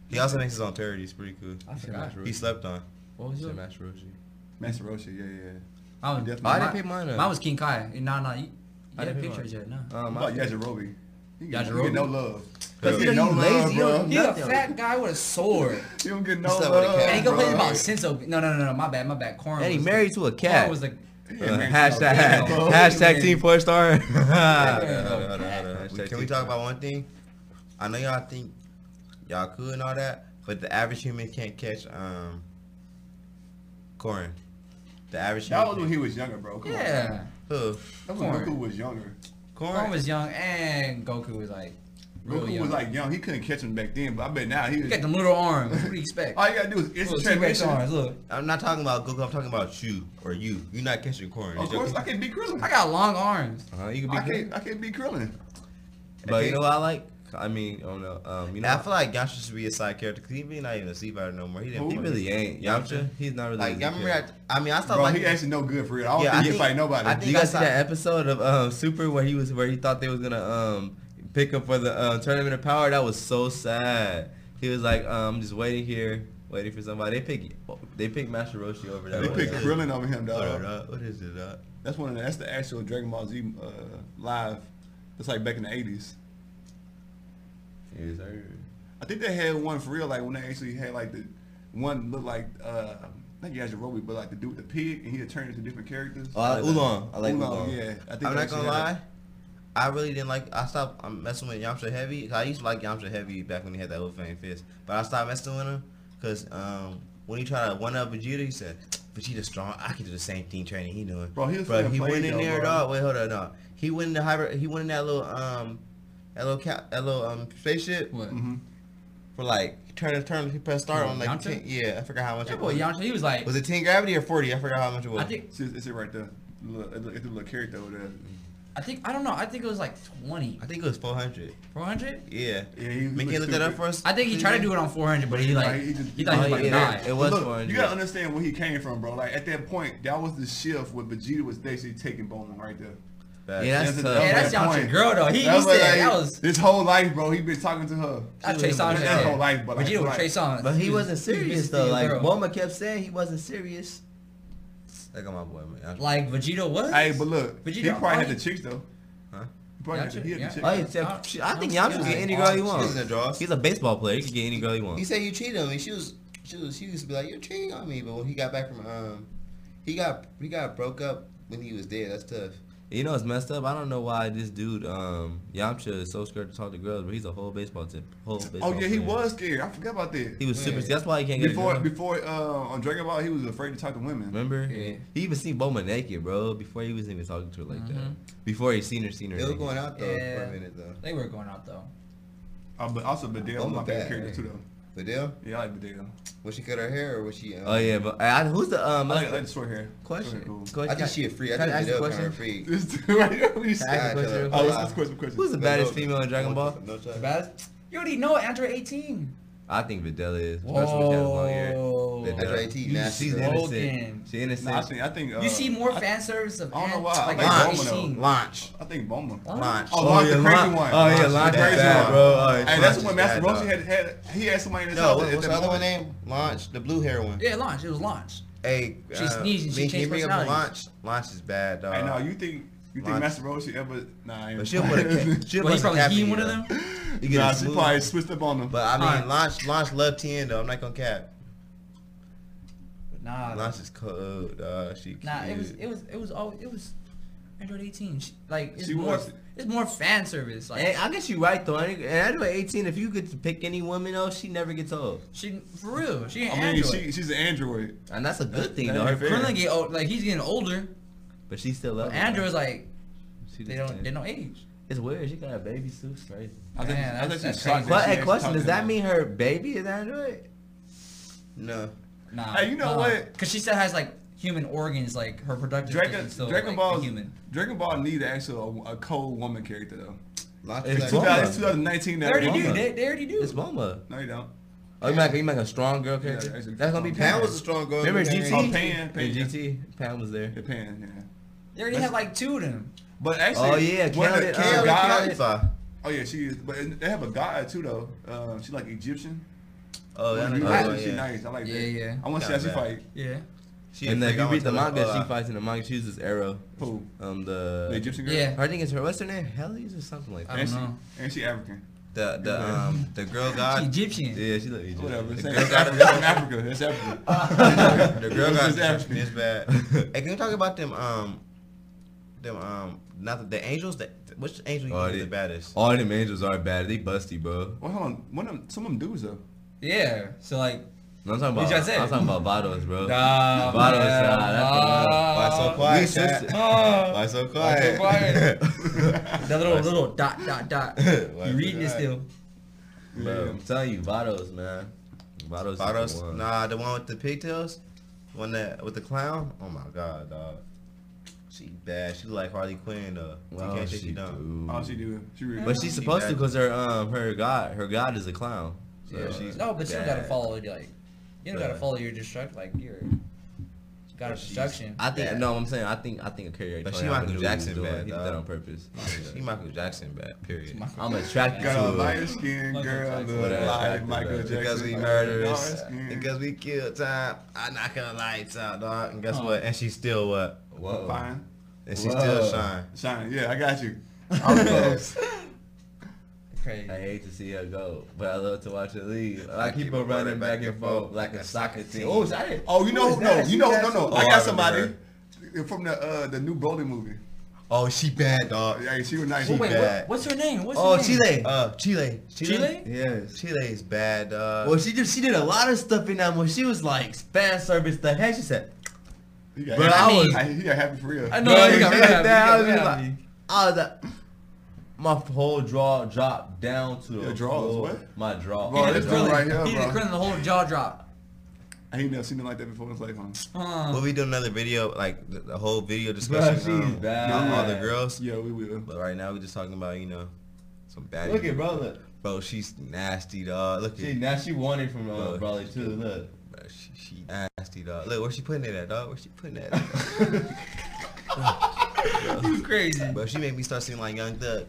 Speaker 1: He also makes his own parody. It's pretty cool.
Speaker 5: I
Speaker 3: forgot.
Speaker 5: forgot.
Speaker 1: He slept on.
Speaker 3: What was
Speaker 2: Said
Speaker 3: your?
Speaker 2: Master Roshi.
Speaker 4: Master Roshi. Yeah, yeah. yeah.
Speaker 3: I was
Speaker 4: Definitely.
Speaker 1: Oh, I didn't
Speaker 3: My-
Speaker 1: pick mine up.
Speaker 3: Mine was King Kai. Nah, nah. You, you
Speaker 2: I
Speaker 3: had a
Speaker 2: didn't pick
Speaker 3: picture yet, no.
Speaker 2: Um,
Speaker 4: What about Yajirobe? He get, he
Speaker 3: Yajirobe?
Speaker 4: get no love.
Speaker 1: Cause
Speaker 4: He
Speaker 1: he
Speaker 4: get no love,
Speaker 2: lazy, he
Speaker 4: Oh, bro.
Speaker 2: don't-
Speaker 4: He
Speaker 3: He's a
Speaker 2: Nothing.
Speaker 3: fat guy with a sword.
Speaker 4: don't get no
Speaker 1: That's not what it
Speaker 4: love.
Speaker 1: counts.
Speaker 3: and he complains
Speaker 4: bro.
Speaker 3: about Senso. No, no, no, no. My bad, my bad. Corn.
Speaker 2: And he
Speaker 3: was
Speaker 2: married to a
Speaker 3: the,
Speaker 2: cat.
Speaker 3: Corn was the.
Speaker 4: Yeah,
Speaker 2: Uh,
Speaker 4: man,
Speaker 2: hashtag
Speaker 4: bro.
Speaker 2: <laughs> hashtag Team
Speaker 1: <laughs>
Speaker 2: Four Star.
Speaker 1: Hold on, hold on, hold on, hold on.
Speaker 2: Hashtag
Speaker 1: Can we
Speaker 2: team
Speaker 1: talk
Speaker 2: four.
Speaker 1: about one thing? I know y'all think y'all cool and all that, but the average human can't catch um corn. The average
Speaker 4: That
Speaker 1: human
Speaker 4: was when he was younger, bro. Come on.
Speaker 3: Yeah.
Speaker 1: Who?
Speaker 4: Goku
Speaker 3: Corn.
Speaker 4: was younger.
Speaker 3: Corn
Speaker 1: Corn?
Speaker 3: was young and Goku was like real
Speaker 4: Goku
Speaker 3: young.
Speaker 4: was like young. He couldn't catch him back then, but I bet now he.
Speaker 3: you got them little arms. What do you expect?
Speaker 4: All you gotta do is
Speaker 3: Little
Speaker 4: instant
Speaker 3: T-Rex
Speaker 4: transmission.
Speaker 3: arms. Look,
Speaker 1: I'm not talking about Goku. I'm talking about you or you. You're not catching corn.
Speaker 4: Of
Speaker 1: It's your-
Speaker 4: course, I can beat Krillin.
Speaker 3: I got long arms.
Speaker 1: Oh,
Speaker 2: Uh, you could
Speaker 4: I
Speaker 2: be good.
Speaker 4: can't. I can't beat Krillin.
Speaker 2: But you know what I like? I mean, oh no, um, you know,
Speaker 1: I feel like Yamcha should be a side character because he's really not even a sea fighter no more. He didn't.
Speaker 2: he
Speaker 1: play.
Speaker 2: really ain't Yamcha. He's not really.
Speaker 1: Like,
Speaker 2: a
Speaker 1: y'all remember
Speaker 2: character.
Speaker 1: that? I mean, Oh, I stopped
Speaker 4: Bro,
Speaker 1: like.
Speaker 4: he actually no good for real. I don't
Speaker 1: Yeah, I
Speaker 4: think he
Speaker 1: think-
Speaker 4: fight
Speaker 1: I
Speaker 4: nobody.
Speaker 1: think-
Speaker 2: Do you guys see
Speaker 1: I saw-
Speaker 2: that episode of um, Super where he was where he thought they was gonna um, pick him for the um, tournament of power? That was so sad. He was like, um, I'm just waiting here, waiting for somebody. They pick they pick Master Roshi over that.
Speaker 4: They
Speaker 2: one.
Speaker 4: picked Krillin over him,
Speaker 1: Hold
Speaker 4: dog.
Speaker 1: on, dog. What is it? dog?
Speaker 4: That's one. Of the, that's the actual Dragon Ball Z uh, live. That's like back in the eighties.
Speaker 2: Yes, sir.
Speaker 4: I think they had one for real, like when they actually had like the one looked like uh, not Yajirobe, but like the dude with the pig, and he had turned into different characters.
Speaker 2: Oh, I like Oolong. I like
Speaker 4: Oolong,
Speaker 2: Oolong.
Speaker 4: Yeah, I think they
Speaker 1: I'm not gonna
Speaker 4: actually had-
Speaker 1: lie. I really didn't like. I stopped um, messing with Yamcha Heavy. 'cause I used to like Yamcha Heavy back when he had that Wolf Fang fist, but I stopped messing with him because um, when he tried to one up Vegeta, he said, "Vegeta's strong. I can do the same thing training he doing."
Speaker 4: Bro, he was
Speaker 1: Bro,
Speaker 4: fucking
Speaker 1: he
Speaker 4: played
Speaker 1: went in
Speaker 4: though,
Speaker 1: there,
Speaker 4: bro.
Speaker 1: dog. Wait, hold on, dog. He went in the hyper. He went in that little um, that little cap, that little um spaceship
Speaker 3: What?
Speaker 1: for like turn and turn. He pressed start
Speaker 3: Who,
Speaker 1: on like
Speaker 3: Yamcha?
Speaker 1: 10, yeah, I forgot how much
Speaker 3: That
Speaker 1: it
Speaker 3: boy
Speaker 1: was.
Speaker 3: Yamcha, he was like,
Speaker 1: Was it ten gravity or forty? I forgot how much it was.
Speaker 3: I think,
Speaker 4: See, It's, it's it right there. Look, it look- it's the little character over there.
Speaker 3: I think, I don't know. I think it was like 20,
Speaker 1: I think it was four hundred.
Speaker 3: 400.
Speaker 1: Yeah.
Speaker 4: Yeah, he, he
Speaker 1: Make it
Speaker 4: looked
Speaker 1: look that up
Speaker 4: stupid.
Speaker 1: for us.
Speaker 3: I think he tried to do it on 400, but he
Speaker 4: Nah,
Speaker 3: like,
Speaker 4: he just-
Speaker 3: he thought he was
Speaker 2: Oh,
Speaker 3: about to
Speaker 2: yeah,
Speaker 3: die.
Speaker 2: it
Speaker 4: But
Speaker 2: was
Speaker 4: look,
Speaker 2: fun.
Speaker 4: You gotta understand where he came from, bro. Like at that point, that was the shift where Vegeta was basically taking Bowman right there.
Speaker 1: Facts.
Speaker 2: Yeah, that's
Speaker 4: That's
Speaker 2: tough.
Speaker 4: a-
Speaker 3: Yeah, that's
Speaker 4: that
Speaker 3: Yamcha's
Speaker 4: point.
Speaker 3: girl though. He, he
Speaker 4: That
Speaker 3: said
Speaker 4: was like,
Speaker 3: that was.
Speaker 4: his whole life, bro. He been talking to her.
Speaker 3: I Trey Songz.
Speaker 4: That's whole life, but like,
Speaker 3: Vegeta was
Speaker 4: like-
Speaker 3: Trey Songz.
Speaker 2: But he
Speaker 3: was-
Speaker 2: wasn't
Speaker 3: was
Speaker 2: serious
Speaker 3: just
Speaker 2: though.
Speaker 3: a
Speaker 2: Like
Speaker 3: girl.
Speaker 2: Boma kept saying, he wasn't serious.
Speaker 1: That got my boy, man. Yamcha.
Speaker 3: like Vegeta was.
Speaker 4: Hey, but look,
Speaker 3: Vegeta
Speaker 4: he probably had
Speaker 3: already-
Speaker 4: the chicks though.
Speaker 1: Huh?
Speaker 4: He probably had
Speaker 3: Gotcha,
Speaker 4: the, he had
Speaker 3: yeah.
Speaker 4: the chicks.
Speaker 2: Oh,
Speaker 4: though.
Speaker 2: yeah,
Speaker 3: I-
Speaker 2: except- I think
Speaker 3: I
Speaker 2: Yamcha
Speaker 3: don't
Speaker 2: can
Speaker 3: see
Speaker 2: get
Speaker 3: that.
Speaker 2: any girl he wants.
Speaker 1: She's in the draws.
Speaker 2: He's a baseball player. He can get any girl he
Speaker 1: He
Speaker 2: wants.
Speaker 1: said you cheated on me. She was, she was, she used to be like, "You're cheating on me." But when he got back from, um, he got, he got broke up when he was dead. That's tough.
Speaker 2: You know it's messed up. I don't know why this dude um, Yamcha is so scared to talk to girls, but he's a whole baseball tip. Whole baseball
Speaker 4: Oh yeah, he
Speaker 2: player.
Speaker 4: was scared. I forgot about that.
Speaker 2: He was super.
Speaker 1: Yeah.
Speaker 2: That's why he can't get a
Speaker 4: before
Speaker 2: girl.
Speaker 4: before uh, on Dragon Ball, he was afraid to talk to women.
Speaker 2: Remember?
Speaker 3: Yeah.
Speaker 2: He even seen Boma naked, bro. Before he wasn't even talking to her like
Speaker 3: Mhm.
Speaker 2: that. Before he seen her, seen her.
Speaker 1: They were
Speaker 2: naked.
Speaker 1: going out though for
Speaker 3: Yeah.
Speaker 1: a minute though.
Speaker 3: They were going out though.
Speaker 4: Uh, but also Videl was
Speaker 1: I'm
Speaker 4: my
Speaker 1: a
Speaker 4: favorite
Speaker 1: bad
Speaker 4: character too though.
Speaker 1: But then,
Speaker 4: Yeah, I like Videl.
Speaker 1: when she cut her hair or was she? Um,
Speaker 2: Oh yeah, but I, who's the um?
Speaker 4: I like, I like the short hair.
Speaker 2: question.
Speaker 4: Short hair,
Speaker 2: question.
Speaker 1: I think she a free. I
Speaker 2: Can
Speaker 1: think
Speaker 2: I ask
Speaker 1: ask
Speaker 2: you a
Speaker 1: Videl kind
Speaker 2: question?
Speaker 1: of free.
Speaker 4: Cool. This <laughs> dude right here, what he
Speaker 2: Can I ask
Speaker 4: said.
Speaker 2: a
Speaker 1: Nah,
Speaker 2: question?
Speaker 4: Oh, let's
Speaker 2: real quick?
Speaker 4: let's question. question.
Speaker 2: Who's the baddest female in Dragon Ball?
Speaker 1: No
Speaker 3: The
Speaker 1: time.
Speaker 3: baddest. You already know Andrew 18.
Speaker 2: I think Videl is. Especially with that long hair.
Speaker 3: Whoa.
Speaker 2: Videl.
Speaker 1: Andrea T,
Speaker 2: You-
Speaker 1: nasty
Speaker 2: She's
Speaker 1: girl.
Speaker 3: Logan.
Speaker 2: innocent. She
Speaker 4: Nah, I
Speaker 2: innocent.
Speaker 4: think I think. Uh,
Speaker 3: You see more fan service of
Speaker 4: I don't know
Speaker 3: Ant-
Speaker 4: why. I
Speaker 3: like
Speaker 4: like
Speaker 3: Andrew
Speaker 4: Boma, though.
Speaker 3: 18.
Speaker 1: Launch,
Speaker 4: I think Boma.
Speaker 1: launch.
Speaker 4: Oh, Lon's the crazy
Speaker 2: Lon-
Speaker 4: one.
Speaker 2: Oh yeah,
Speaker 4: Lon's
Speaker 2: Lon's
Speaker 4: the
Speaker 2: the
Speaker 4: crazy
Speaker 2: bad,
Speaker 4: one.
Speaker 2: bro. Oh, yeah,
Speaker 4: Hey, that's
Speaker 1: Lunch
Speaker 4: what
Speaker 1: is
Speaker 4: Master
Speaker 1: bad,
Speaker 4: Roshi
Speaker 1: dog.
Speaker 4: had, uh, had. He had somebody in his
Speaker 1: No,
Speaker 4: house.
Speaker 1: what,
Speaker 4: at
Speaker 1: what's
Speaker 4: that
Speaker 1: the other one
Speaker 4: moment.
Speaker 1: name? Launch, the blue hair one.
Speaker 3: Yeah, launch. It was launch.
Speaker 1: Hey, uh,
Speaker 3: She sneezed and she
Speaker 1: man, can you
Speaker 3: changed
Speaker 1: bring up launch?
Speaker 3: personalities.
Speaker 1: Launch is bad, dog.
Speaker 4: Hey, no, you think you think
Speaker 1: Lon's-
Speaker 4: Master Roshi ever? Nah, I ain't- <laughs>
Speaker 1: But she'll
Speaker 2: <laughs>
Speaker 1: put a she'll
Speaker 3: Well,
Speaker 1: put
Speaker 3: he's
Speaker 1: a
Speaker 3: probably
Speaker 1: cap in
Speaker 3: he
Speaker 1: you,
Speaker 3: one of
Speaker 1: though.
Speaker 3: them.
Speaker 2: You
Speaker 4: Nah,
Speaker 2: get
Speaker 4: she
Speaker 2: smooth.
Speaker 4: probably switched up on him.
Speaker 1: But I mean,
Speaker 3: Alright.
Speaker 1: launch, launch love ten though. I'm not gonna cap.
Speaker 3: Nah.
Speaker 1: Launch is cold. Uh, she cute.
Speaker 3: Nah, it was it was it was all it was Android 18. She, like it's
Speaker 4: She
Speaker 3: more
Speaker 4: was-
Speaker 3: it's more fan service. Like
Speaker 2: And I guess you're right though. And Android 18, if you get to pick any woman though, she never gets old,
Speaker 3: she for real. She ain't
Speaker 4: I mean,
Speaker 3: Android.
Speaker 4: she she's an android.
Speaker 2: and that's a good thing
Speaker 4: that
Speaker 2: though.
Speaker 4: ain't
Speaker 2: Her-
Speaker 4: fair.
Speaker 3: Krillin get old, like he's getting older.
Speaker 2: But she still loves. him.
Speaker 3: Android's like
Speaker 2: She
Speaker 3: they
Speaker 2: just
Speaker 3: don't they
Speaker 2: can't.
Speaker 3: don't age.
Speaker 2: It's weird. She got a baby suit. It's Crazy.
Speaker 4: I think
Speaker 3: Man,
Speaker 4: I think
Speaker 3: that's-
Speaker 4: she's
Speaker 3: that's
Speaker 4: shocked
Speaker 3: crazy.
Speaker 4: that
Speaker 2: But
Speaker 4: she
Speaker 2: hey,
Speaker 4: actually
Speaker 2: question: Does
Speaker 4: talked to
Speaker 2: that
Speaker 4: him.
Speaker 2: mean her baby is Android?
Speaker 1: no.
Speaker 3: Nah.
Speaker 4: Hey, you know what?
Speaker 3: Because she still has like human organs, like her productive.
Speaker 4: Dragon
Speaker 3: is still,
Speaker 4: Dragon
Speaker 3: like,
Speaker 4: Ball
Speaker 3: human.
Speaker 4: Dragon Ball need actually a, a cold woman character though.
Speaker 1: Launch
Speaker 2: It's
Speaker 1: is
Speaker 4: Two
Speaker 1: like,
Speaker 2: Boma.
Speaker 4: thousand- It's 2019
Speaker 3: They
Speaker 4: now.
Speaker 3: already
Speaker 4: bro.
Speaker 3: do.
Speaker 2: Boma.
Speaker 3: They, they already do.
Speaker 2: It's Boma.
Speaker 4: No, you don't.
Speaker 2: Oh, you make you make a strong girl character.
Speaker 4: Yeah, it's a-
Speaker 2: That's gonna be
Speaker 1: Pan
Speaker 2: Pam.
Speaker 1: was a strong girl.
Speaker 2: Remember
Speaker 1: Pan.
Speaker 2: GT?
Speaker 4: Oh, Pan, Pan.
Speaker 2: In GT, Pam was there.
Speaker 4: Japan, yeah.
Speaker 3: They already have like two of them.
Speaker 4: But actually,
Speaker 2: Oh, yeah,
Speaker 4: one of the-
Speaker 1: uh,
Speaker 2: Kale-
Speaker 4: the
Speaker 2: Kale-
Speaker 4: guy-
Speaker 2: Kale-
Speaker 1: Khalifa.
Speaker 4: Oh yeah, she is. But they have a guy too though. Uh, she's like Egyptian.
Speaker 1: Oh,
Speaker 4: One
Speaker 1: that's
Speaker 4: of the
Speaker 1: another
Speaker 4: guys,
Speaker 1: one,
Speaker 4: she
Speaker 1: yeah.
Speaker 4: nice. I like
Speaker 3: Yeah,
Speaker 4: that.
Speaker 3: yeah.
Speaker 4: I want to see how
Speaker 1: Not
Speaker 4: she
Speaker 1: bad.
Speaker 4: fight.
Speaker 3: Yeah.
Speaker 1: She
Speaker 2: and
Speaker 1: a
Speaker 2: then if
Speaker 1: freak.
Speaker 2: you
Speaker 1: I
Speaker 2: read
Speaker 1: want
Speaker 2: the
Speaker 1: to look-
Speaker 2: manga,
Speaker 1: oh,
Speaker 2: she
Speaker 1: I-
Speaker 2: fights in the manga. She uses arrow.
Speaker 4: Who?
Speaker 2: Um,
Speaker 4: The
Speaker 2: the,
Speaker 4: Egyptian girl.
Speaker 3: Uh, Yeah.
Speaker 2: I think it's her. What's her name? Hellies or something like
Speaker 3: I
Speaker 2: that.
Speaker 4: And she,
Speaker 3: don't know.
Speaker 4: and she African.
Speaker 1: The the um the girl
Speaker 3: She
Speaker 1: got
Speaker 3: Egyptian.
Speaker 2: Yeah, she look Egyptian.
Speaker 4: Whatever. It's
Speaker 1: girl
Speaker 4: Africa.
Speaker 1: got a-
Speaker 4: That's from Africa. That's Africa.
Speaker 1: <laughs> the girl got
Speaker 4: This is African.
Speaker 2: <laughs>
Speaker 1: this bad. Hey, can we talk about them um them um not the, the angels? The, which angel you
Speaker 2: Oh,
Speaker 1: think is
Speaker 2: they-
Speaker 1: the baddest?
Speaker 2: All them angels are bad. They busty, bro.
Speaker 4: Well, hold on. One of them, some of them dudes though.
Speaker 3: Yeah. So like
Speaker 2: No, I'm talking
Speaker 3: Did
Speaker 2: about.
Speaker 3: y'all say
Speaker 2: I'm
Speaker 3: it?
Speaker 2: talking about bottles, bro.
Speaker 3: Nah,
Speaker 2: Bottles,
Speaker 3: man.
Speaker 2: nah, that's the one.
Speaker 1: Why so
Speaker 3: Ah.
Speaker 2: We
Speaker 1: quiet?
Speaker 2: sister-
Speaker 1: Cat?
Speaker 3: Ah.
Speaker 1: Why so
Speaker 3: Why so
Speaker 1: quiet?
Speaker 3: quiet? <laughs>
Speaker 1: quiet?
Speaker 3: That little little dot dot dot.
Speaker 1: Why
Speaker 3: You reading it
Speaker 1: so
Speaker 3: still?
Speaker 2: <laughs> Bro,
Speaker 4: Yeah.
Speaker 2: I'm telling you, bottles, man. Bottles. is the
Speaker 1: Bottles?
Speaker 2: one.
Speaker 1: Nah, the one with the pigtails, one that with the clown. Oh my god, dog. She bad. She look like Harley Quinn though.
Speaker 2: Well,
Speaker 1: you can't
Speaker 2: Oh, she
Speaker 1: shake it down.
Speaker 2: do.
Speaker 4: All Oh, she do, she really.
Speaker 2: But she's supposed to because her um her god her god is a clown. So
Speaker 1: Yeah, she's
Speaker 3: No, but you don't gotta
Speaker 1: bad.
Speaker 3: follow it like you don't gotta
Speaker 2: Bad.
Speaker 3: follow your destruct like your god of
Speaker 1: she's-
Speaker 3: destruction.
Speaker 2: I think
Speaker 1: bad.
Speaker 2: no, I'm saying I think I think a carrier.
Speaker 1: But she Michael Jackson bad,
Speaker 2: He did that
Speaker 1: dog.
Speaker 2: on purpose.
Speaker 1: She Michael Jackson bad. Period.
Speaker 2: I'm attracted to
Speaker 4: Got a
Speaker 2: her.
Speaker 4: lighter skin
Speaker 3: Michael
Speaker 4: girl,
Speaker 3: Jackson.
Speaker 4: the
Speaker 2: Whatever.
Speaker 4: light Michael Jackson.
Speaker 1: Because we
Speaker 4: Like,
Speaker 1: murderers,
Speaker 4: dark-skinned.
Speaker 1: because we kill time, I knock her lights out, dog. And guess
Speaker 3: Oh.
Speaker 1: what? And she still what?
Speaker 2: Whoa.
Speaker 4: Fine.
Speaker 1: And she
Speaker 2: Whoa.
Speaker 1: still shine.
Speaker 4: Shine. Yeah, I got you. I'm close.
Speaker 3: Crazy.
Speaker 2: I hate to see her go, but I love to watch her leave. I keep her running back and forth like a soccer team. Oh, is that it?
Speaker 4: Oh, you know,
Speaker 2: Who is
Speaker 4: no,
Speaker 2: that?
Speaker 4: you know, no,
Speaker 2: That's-
Speaker 4: no.
Speaker 1: Oh,
Speaker 4: I
Speaker 1: I
Speaker 4: got somebody
Speaker 1: remember
Speaker 4: from the uh, the new Broly movie.
Speaker 1: Oh, she bad, dog.
Speaker 4: Yeah, she was nice.
Speaker 1: She
Speaker 4: She
Speaker 3: Wait,
Speaker 1: bad.
Speaker 3: what, what's her name? What's
Speaker 1: Oh,
Speaker 3: her name?
Speaker 1: Chile. Uh, Chile.
Speaker 3: Chile?
Speaker 2: Yes.
Speaker 1: Chile is bad, dog.
Speaker 2: Well, she just she did a lot of stuff in that one. She was like fan service stuff. Hey, she said,
Speaker 4: He got
Speaker 2: Bro,
Speaker 4: happy.
Speaker 2: I was-
Speaker 4: I- he got happy for real.
Speaker 3: I know.
Speaker 2: Bro,
Speaker 3: you got
Speaker 2: she
Speaker 3: rid
Speaker 2: said that,
Speaker 3: of me, you got
Speaker 2: I was
Speaker 3: rid of
Speaker 2: just I was like, "Ah, my whole draw dropped down to
Speaker 4: Your
Speaker 2: the
Speaker 4: draw is
Speaker 2: floor.
Speaker 4: what?
Speaker 2: My draw.
Speaker 4: Bro,
Speaker 2: My
Speaker 4: this
Speaker 2: draw.
Speaker 4: girl
Speaker 3: Krillin.
Speaker 4: right here,
Speaker 3: he
Speaker 4: bro.
Speaker 3: did Krillin the whole jaw drop.
Speaker 4: I ain't never seen him like that before in his life, huh?
Speaker 1: Will
Speaker 3: Uh,
Speaker 1: we do another video, like the, the whole video
Speaker 2: Bro,
Speaker 1: discussion?
Speaker 2: she's
Speaker 1: um,
Speaker 2: bad.
Speaker 1: All the girls.
Speaker 4: Yeah, we will.
Speaker 1: But right now we're just talking about you know some bad.
Speaker 2: Look at bro, look.
Speaker 1: bro, she's nasty, dog. Look
Speaker 2: She
Speaker 1: at
Speaker 2: now she won it from uh,
Speaker 1: Bro.
Speaker 2: Brawley too. Look.
Speaker 1: bro, she, she nasty, dog. Look where she putting it at, dog. Where she putting it at? <laughs>
Speaker 3: you crazy.
Speaker 1: bro, she made me start seeing like Young <laughs> Thug.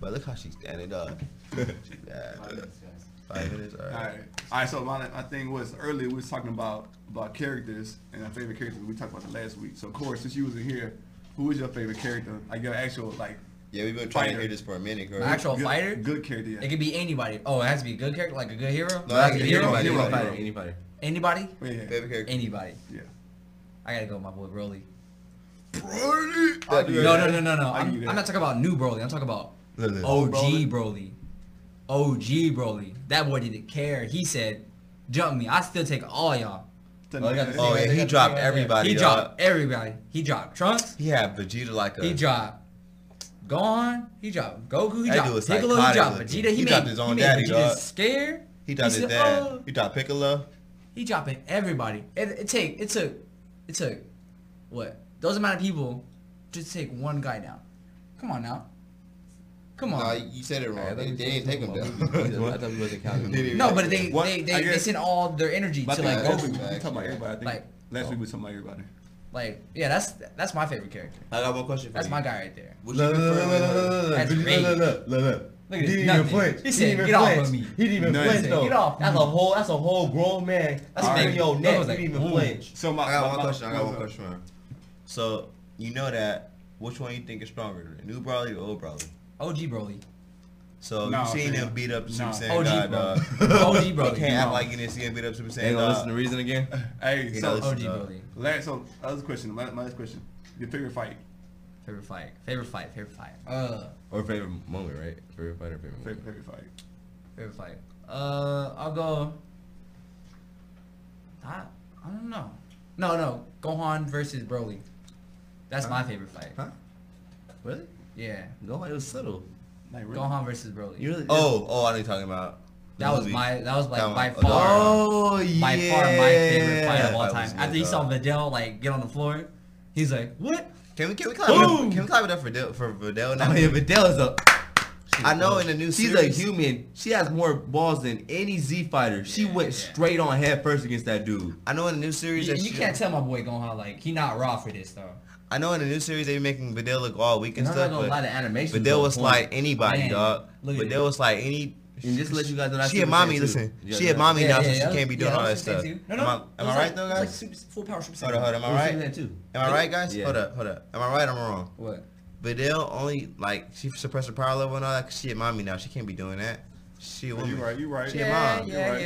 Speaker 1: but look how she's standing, <laughs> dog. She's bad. dog. Five minutes, all
Speaker 4: All
Speaker 1: right.
Speaker 4: right. All right. So my, my thing was earlier we was talking about about characters and our favorite characters. We talked about the last week. So, of course, since you was in here, who was your favorite character? Like your actual like
Speaker 1: Yeah, we've been trying to
Speaker 4: Fighter.
Speaker 1: hear this for a minute, girl.
Speaker 3: Actual
Speaker 4: good,
Speaker 3: fighter.
Speaker 4: Good character. Yeah.
Speaker 3: It could be anybody. Oh, it has to be a good character, like a good hero.
Speaker 1: No, it
Speaker 3: Like
Speaker 1: has
Speaker 3: a
Speaker 1: to be
Speaker 3: hero?
Speaker 2: Any
Speaker 1: anybody.
Speaker 4: Anybody.
Speaker 2: fighter, any fighter.
Speaker 3: Anybody?
Speaker 4: yeah, yeah, yeah.
Speaker 1: favorite character.
Speaker 3: Anybody.
Speaker 4: yeah.
Speaker 3: I gotta go, with my boy Broly.
Speaker 4: I'll give you
Speaker 3: No,
Speaker 4: that.
Speaker 3: no, no, no, no.
Speaker 4: I'll give
Speaker 3: I'm,
Speaker 4: you
Speaker 3: I'm
Speaker 4: that.
Speaker 3: not talking about new Broly. I'm talking about
Speaker 1: Look, look.
Speaker 3: OG
Speaker 4: Broly?
Speaker 3: Broly. OG Broly. That boy didn't care. He said, "Jump me. I still take all y'all."
Speaker 2: Oh, I got the
Speaker 1: Oh yeah, he dropped everybody.
Speaker 3: He
Speaker 1: dog.
Speaker 3: dropped everybody. He dropped Trunks.
Speaker 1: He had Vegeta like a.
Speaker 3: He dropped Gohan. He dropped Goku. He
Speaker 1: That
Speaker 3: dropped
Speaker 1: dude was
Speaker 3: Piccolo. He
Speaker 1: psychotic
Speaker 3: dropped
Speaker 1: looking.
Speaker 3: Vegeta. He,
Speaker 1: He
Speaker 3: made,
Speaker 1: dropped his own
Speaker 3: he made
Speaker 1: daddy,
Speaker 3: Vegeta
Speaker 1: dog.
Speaker 3: scared.
Speaker 1: He dropped his
Speaker 3: said,
Speaker 1: dad.
Speaker 3: "Oh."
Speaker 1: He dropped Piccolo.
Speaker 3: He dropping everybody. It, it take it took it took what those amount of people to take one guy down. Come on now. Come on.
Speaker 1: Nah, Uh, you said it
Speaker 2: I
Speaker 1: wrong.
Speaker 2: thought
Speaker 1: They,
Speaker 2: you
Speaker 1: they
Speaker 2: said
Speaker 1: didn't take him
Speaker 2: <laughs> I
Speaker 1: down.
Speaker 2: thought we wasn't counting.
Speaker 1: Didn't even
Speaker 3: no,
Speaker 1: take
Speaker 3: but
Speaker 1: him
Speaker 3: they
Speaker 4: What-
Speaker 3: they
Speaker 4: I
Speaker 3: they, they
Speaker 4: guess-
Speaker 3: send all their energy
Speaker 4: But
Speaker 3: to
Speaker 4: I
Speaker 3: like
Speaker 4: think-
Speaker 3: Goku.
Speaker 4: we talked about everybody. I think
Speaker 3: Like-
Speaker 4: last week we was talking about everybody.
Speaker 3: Like yeah, that's that's my favorite character.
Speaker 1: I got one question for
Speaker 3: That's
Speaker 1: you.
Speaker 3: my guy right there.
Speaker 1: Would you prefer?
Speaker 3: That's
Speaker 2: Look, look, look, look, look.
Speaker 3: Look
Speaker 2: he
Speaker 3: at this,
Speaker 2: didn't even
Speaker 3: nothing.
Speaker 2: flinch.
Speaker 3: He
Speaker 2: didn't
Speaker 3: said,
Speaker 2: even
Speaker 3: "Get off
Speaker 2: flinch.
Speaker 3: of me."
Speaker 2: He didn't even
Speaker 4: No, he
Speaker 2: flinch
Speaker 4: said,
Speaker 2: though.
Speaker 3: "Get off
Speaker 2: That's a whole. That's a whole grown man. That's
Speaker 3: All
Speaker 2: on
Speaker 3: right.
Speaker 2: your
Speaker 3: That
Speaker 2: neck.
Speaker 3: was
Speaker 2: He
Speaker 3: like,
Speaker 2: didn't even
Speaker 3: ooh.
Speaker 2: flinch.
Speaker 4: So my,
Speaker 1: I got
Speaker 4: my-
Speaker 1: one
Speaker 4: my-
Speaker 1: question. I got
Speaker 4: my-
Speaker 1: one question. for her. So you know that which one you think is stronger, the new Broly or old Broly?
Speaker 3: OG Broly.
Speaker 1: So
Speaker 4: Nah,
Speaker 1: you seen
Speaker 4: fam.
Speaker 1: him beat up Super
Speaker 4: Nah.
Speaker 1: Saiyan
Speaker 3: OG
Speaker 1: God, dog.
Speaker 3: Broly.
Speaker 1: <laughs>
Speaker 3: OG
Speaker 1: You
Speaker 3: Broly.
Speaker 1: can't act
Speaker 3: No.
Speaker 1: like you didn't see him beat up Super
Speaker 2: They
Speaker 1: Saiyan
Speaker 2: gonna listen
Speaker 1: God.
Speaker 2: to reason <laughs> again?
Speaker 4: Hey,
Speaker 1: He
Speaker 4: so
Speaker 1: knows.
Speaker 3: OG
Speaker 1: dog.
Speaker 3: Broly.
Speaker 4: last so other question. My, my last question. Your favorite fight.
Speaker 3: Favorite fight. Favorite fight. Favorite fight. Uh
Speaker 2: Or favorite moment, right? Favorite fighter, favorite
Speaker 4: Favorite,
Speaker 2: moment.
Speaker 4: favorite fight.
Speaker 3: favorite fight. Uh I'll go I I don't know. No, no. Gohan versus Broly. That's my favorite fight.
Speaker 2: Huh? Really?
Speaker 3: Yeah.
Speaker 2: No, it was subtle.
Speaker 4: Like really?
Speaker 3: Gohan versus Broly.
Speaker 2: You really?
Speaker 1: Oh, oh, I know you're talking about. The
Speaker 3: that was
Speaker 1: movie.
Speaker 3: my that was like
Speaker 1: That
Speaker 3: by
Speaker 1: one.
Speaker 3: far
Speaker 2: Oh yeah.
Speaker 3: by far my favorite fight of all
Speaker 1: That was
Speaker 3: time.
Speaker 1: good,
Speaker 3: After he saw
Speaker 1: dog.
Speaker 3: Videl like get on the floor, he's like, What?
Speaker 1: Can we can we clap it up?
Speaker 2: Boom.
Speaker 1: Can we clap it up for Del, for Videl now?
Speaker 2: I mean, Videl is a.
Speaker 1: I know in the new
Speaker 2: She's
Speaker 1: series.
Speaker 2: a human. She has more balls than any Z fighter. She
Speaker 3: Yeah,
Speaker 2: went
Speaker 3: yeah.
Speaker 2: straight on head first against that dude.
Speaker 1: I know in the new series
Speaker 3: You,
Speaker 1: that
Speaker 3: you
Speaker 1: she-
Speaker 3: can't tell my boy Gohan like he not raw for this though.
Speaker 1: I know in the new series they be making Videl look all weak and
Speaker 2: And I'm not
Speaker 1: stuff,
Speaker 2: gonna
Speaker 1: but
Speaker 2: lie, the animation.
Speaker 1: But there
Speaker 2: on
Speaker 1: was
Speaker 2: point.
Speaker 1: like anybody,
Speaker 3: Man,
Speaker 1: dog.
Speaker 3: look at
Speaker 1: But there
Speaker 3: it.
Speaker 1: was like any.
Speaker 2: And just to let you guys know, that's
Speaker 1: she had
Speaker 2: Super Saiyan
Speaker 1: mommy.
Speaker 2: too.
Speaker 1: Listen,
Speaker 2: Yeah,
Speaker 1: she
Speaker 2: yeah.
Speaker 1: had mommy
Speaker 3: Yeah,
Speaker 1: now,
Speaker 3: yeah,
Speaker 1: so
Speaker 3: yeah, that
Speaker 1: she
Speaker 3: was-
Speaker 1: can't be doing
Speaker 3: yeah,
Speaker 1: all
Speaker 3: that
Speaker 1: that
Speaker 3: was
Speaker 1: stuff.
Speaker 3: Saiyan too. No,
Speaker 1: Am
Speaker 3: no,
Speaker 1: I,
Speaker 3: it
Speaker 1: am
Speaker 3: was
Speaker 1: I
Speaker 3: like-
Speaker 1: right though,
Speaker 3: it was
Speaker 1: guys?
Speaker 3: Like super, full power Super
Speaker 1: Hold
Speaker 3: Saiyan.
Speaker 1: up, hold up. Am I
Speaker 2: It was
Speaker 1: right?
Speaker 2: Superman too.
Speaker 1: Am I right, guys?
Speaker 2: Yeah.
Speaker 1: Hold up, hold up. Am I right? or I'm wrong.
Speaker 3: What?
Speaker 1: Videl only like she suppressed her power level and all that. 'cause she had mommy now. She can't be doing that. She a
Speaker 4: You
Speaker 1: woman.
Speaker 4: right. You right.
Speaker 1: She a mom.
Speaker 4: You right,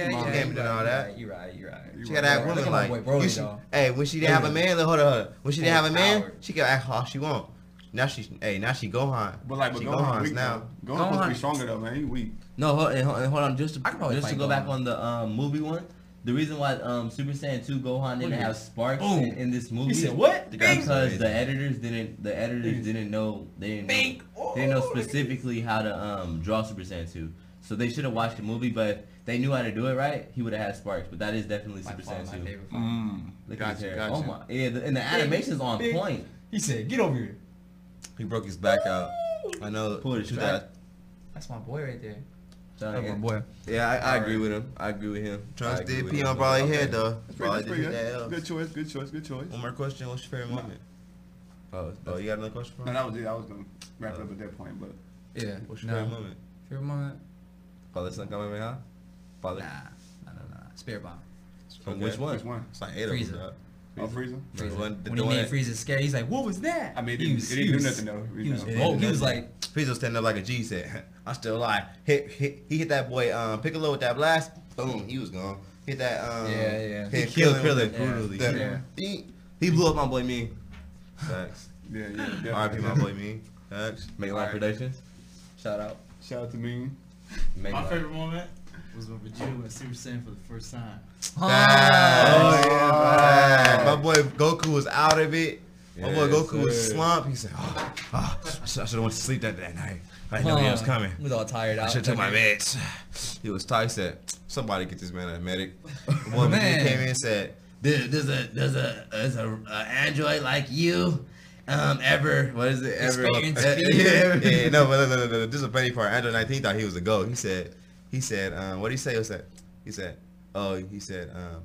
Speaker 4: you mom.
Speaker 1: yeah. Can't be doing all that.
Speaker 3: You right, you right.
Speaker 4: You
Speaker 1: She gotta act
Speaker 3: Look at
Speaker 1: woman
Speaker 3: my
Speaker 1: like.
Speaker 3: boy Broly,
Speaker 1: you should-
Speaker 3: dog.
Speaker 1: hey, when she didn't have a man, look, hold up, hold up. When she didn't
Speaker 3: Full
Speaker 1: have a man,
Speaker 3: power.
Speaker 1: she can act how she want. Now she's hey, now she Gohan.
Speaker 4: But like, but
Speaker 1: she
Speaker 4: Gohan
Speaker 1: Gohan's
Speaker 4: weak
Speaker 1: now.
Speaker 4: now. Gohan's supposed to be
Speaker 3: Gohan-
Speaker 4: stronger though, man. He weak.
Speaker 2: No, hold, and hold, and eh, hold on. Just to,
Speaker 3: I could probably
Speaker 2: just to
Speaker 3: fight
Speaker 2: go back
Speaker 3: Gohan.
Speaker 2: on the um, movie one. The reason why um, Super Saiyan 2 Gohan didn't have sparks
Speaker 3: Boom.
Speaker 2: in, in this movie
Speaker 5: said, "What?"
Speaker 2: because the editors didn't the editors didn't know they didn't
Speaker 3: Bing.
Speaker 2: know, they didn't know
Speaker 3: Oh, look at
Speaker 2: specifically how to um, draw Super Saiyan 2. So they should have watched the movie, but if they knew how to do it right, he would have had sparks. But that is definitely
Speaker 3: My
Speaker 2: Super
Speaker 3: fault, my
Speaker 2: Saiyan 2.
Speaker 3: favorite part.
Speaker 4: Mm.
Speaker 2: Look at
Speaker 1: Gotcha,
Speaker 2: his hair.
Speaker 1: gotcha.
Speaker 2: Oh my! Yeah, the, and the animation's on
Speaker 3: Bing.
Speaker 2: point.
Speaker 3: He said, "Get over here."
Speaker 1: He broke his back out. I know.
Speaker 2: Pull the
Speaker 1: shoot
Speaker 2: strap.
Speaker 1: that-
Speaker 3: That's my boy right there.
Speaker 2: So,
Speaker 3: That's
Speaker 2: yeah.
Speaker 3: my boy.
Speaker 2: Yeah, I, I agree with him. I agree with him. I
Speaker 1: Trunks
Speaker 2: agree
Speaker 1: did
Speaker 2: with
Speaker 1: pee
Speaker 2: him.
Speaker 1: on Brawley
Speaker 2: Okay.
Speaker 1: head though.
Speaker 4: That's pretty,
Speaker 1: Brawley
Speaker 4: that's pretty
Speaker 1: did
Speaker 4: good.
Speaker 1: that. L.
Speaker 4: Good choice. Good choice. Good choice.
Speaker 1: One more question. What's your favorite moment?
Speaker 2: Oh,
Speaker 1: Oh, you got another question for
Speaker 4: No,
Speaker 1: me?
Speaker 4: that was it. I was gonna wrap it up at that point, but
Speaker 3: Yeah.
Speaker 1: What's your
Speaker 3: nah.
Speaker 1: favorite moment?
Speaker 3: Favorite moment?
Speaker 2: Father Son Kamehameha?
Speaker 3: Nah.
Speaker 2: Father
Speaker 3: Nah, nah, nah. Spear bomb.
Speaker 2: from
Speaker 1: Okay.
Speaker 2: which one?
Speaker 4: which one?
Speaker 1: It's like eight
Speaker 3: Frieza.
Speaker 1: of them.
Speaker 4: Oh, Frieza.
Speaker 1: The
Speaker 3: Frieza.
Speaker 1: one- the
Speaker 3: when he
Speaker 1: one
Speaker 3: made
Speaker 1: that-
Speaker 3: Frieza scared, he's like, "What was that?"
Speaker 4: I mean, it
Speaker 3: He
Speaker 4: didn't-
Speaker 3: was-
Speaker 4: it didn't
Speaker 3: he
Speaker 4: do
Speaker 3: was-
Speaker 4: nothing, though. You
Speaker 3: He was
Speaker 4: know.
Speaker 3: woke. He was like,
Speaker 1: Frieza was standing up like a G said. <laughs> I'm still alive. Hit, hit, he hit that boy um, Piccolo with that blast. Boom, he was gone. Hit that. Um,
Speaker 3: Yeah, yeah.
Speaker 1: Hit
Speaker 2: He killed
Speaker 1: Krillin
Speaker 2: Krillin
Speaker 1: with the-
Speaker 2: brutally.
Speaker 1: the-
Speaker 3: Yeah.
Speaker 1: He, he blew up my boy me. Facts.
Speaker 4: Yeah, <laughs> yeah.
Speaker 1: R.I.P.
Speaker 4: definitely.
Speaker 1: my boy me. Facts.
Speaker 2: Make Line Productions?
Speaker 3: "Shout out."
Speaker 4: Shout out to me.
Speaker 2: Make
Speaker 7: My favorite moment was when Vegeta went Super Saiyan for the first time.
Speaker 1: Facts.
Speaker 4: Oh, yeah, facts.
Speaker 1: Facts. My boy Goku was out of it. My boy
Speaker 2: Yes,
Speaker 1: Goku was
Speaker 2: sir.
Speaker 1: slumped. He said, "Oh, oh I should have went to sleep that, that night. I didn't know he was
Speaker 3: Huh.
Speaker 1: coming."
Speaker 3: He was all tired out.
Speaker 1: I should took my meds. He was tired. He said, "Somebody get this man a medic."
Speaker 3: <laughs>
Speaker 1: One man
Speaker 3: Man.
Speaker 1: came in and said,
Speaker 2: There, there's a there's a there's a, a android like you, um, ever what is it ever?
Speaker 3: Experience
Speaker 5: <laughs>
Speaker 2: eh,
Speaker 3: fear.
Speaker 2: yeah,
Speaker 1: yeah,
Speaker 2: ever-
Speaker 1: yeah, no, but no, no, no, no. This is a funny part. Andrew 19 thought he was a goat. He said, he said, um, what did he say? He said, he said, oh, he said, um,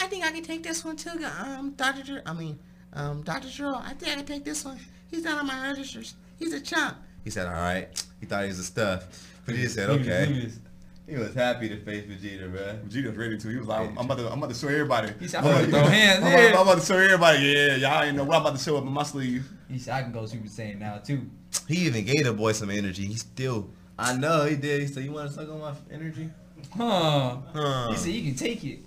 Speaker 1: I think I can take this one too. Um, Doctor, Jer- I mean, um, Doctor Jerome, I think I can take this one. He's not on my registers. He's a chump. He said, all right. He thought he was a stuff, but he just said,
Speaker 5: He was-
Speaker 1: okay.
Speaker 5: He was, he was happy to face Vegeta, bruh.
Speaker 4: Vegeta was ready to. He was like, I'm about to, I'm about to show everybody.
Speaker 3: He said, "I'm about to throw hands,
Speaker 4: I'm about,
Speaker 3: yeah."
Speaker 4: I'm about to show everybody. Yeah, y'all ain't know what I'm about to show up in my sleeve.
Speaker 3: He said, "I can go Super Saiyan now too."
Speaker 1: He even gave the boy some energy. He still,
Speaker 2: I know he did. He said you want to suck on my energy.
Speaker 3: Huh?
Speaker 1: huh.
Speaker 3: He said, "You can take it."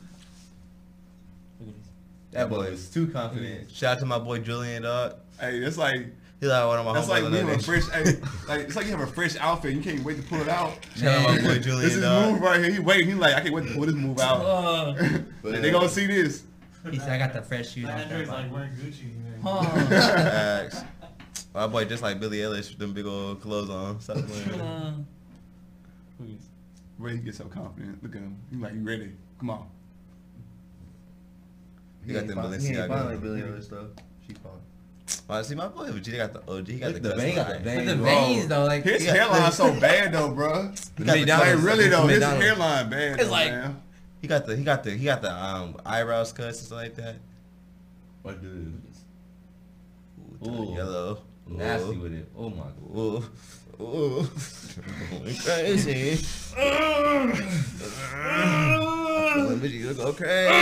Speaker 2: That boy was too confident.
Speaker 1: Shout out to my boy Julian, dog.
Speaker 4: Hey, that's like,
Speaker 1: He's like one of my
Speaker 4: that's
Speaker 1: homeboys.
Speaker 4: like
Speaker 1: on
Speaker 4: we
Speaker 1: that
Speaker 4: have a
Speaker 1: day.
Speaker 4: fresh. hey, like it's like you have a fresh outfit. You can't wait to pull it <laughs> out.
Speaker 1: Shout out to my boy
Speaker 3: Man.
Speaker 1: Julian,
Speaker 4: This is
Speaker 1: dog.
Speaker 4: move right here. He waiting. He like, I can't wait to pull this move out.
Speaker 3: Uh,
Speaker 4: <laughs> they gonna see this.
Speaker 3: he said, "I got the fresh shoes."
Speaker 7: That
Speaker 3: on
Speaker 7: Android's like
Speaker 3: Fat
Speaker 7: wearing Gucci. Man.
Speaker 3: Bob." Huh?
Speaker 1: <laughs>
Speaker 5: <laughs>
Speaker 1: Facts. My boy just like Billy Ellis with them big old clothes on. Stop playing.
Speaker 3: Uh,
Speaker 4: Where he gets so confident. Look at him. He like, you ready? Come on.
Speaker 1: He got them
Speaker 2: He ain't fine like
Speaker 1: Balenciaga.
Speaker 2: Billy Eilish though. She fine.
Speaker 1: Honestly, my boy Vegeta got the OG. He got the,
Speaker 2: Look, the vein got the
Speaker 1: customized.
Speaker 3: but
Speaker 2: vein.
Speaker 3: the
Speaker 2: bro.
Speaker 3: veins though, like
Speaker 4: His
Speaker 1: got-
Speaker 4: hairline so bad though, bro.
Speaker 1: He got the
Speaker 4: Like
Speaker 1: customized-
Speaker 4: really though, his
Speaker 1: McDonald's.
Speaker 4: hairline bad.
Speaker 3: It's
Speaker 4: though,
Speaker 3: like-
Speaker 4: man.
Speaker 1: He got the he got the he got the um eyebrows cuts and stuff like that.
Speaker 2: What dude?
Speaker 1: Ooh, the
Speaker 2: Ooh.
Speaker 1: yellow. Ooh.
Speaker 2: Nasty with it. Oh my god.
Speaker 1: Ooh. Ooh. <laughs> Going crazy. Feeling Vegeta go crazy. I'm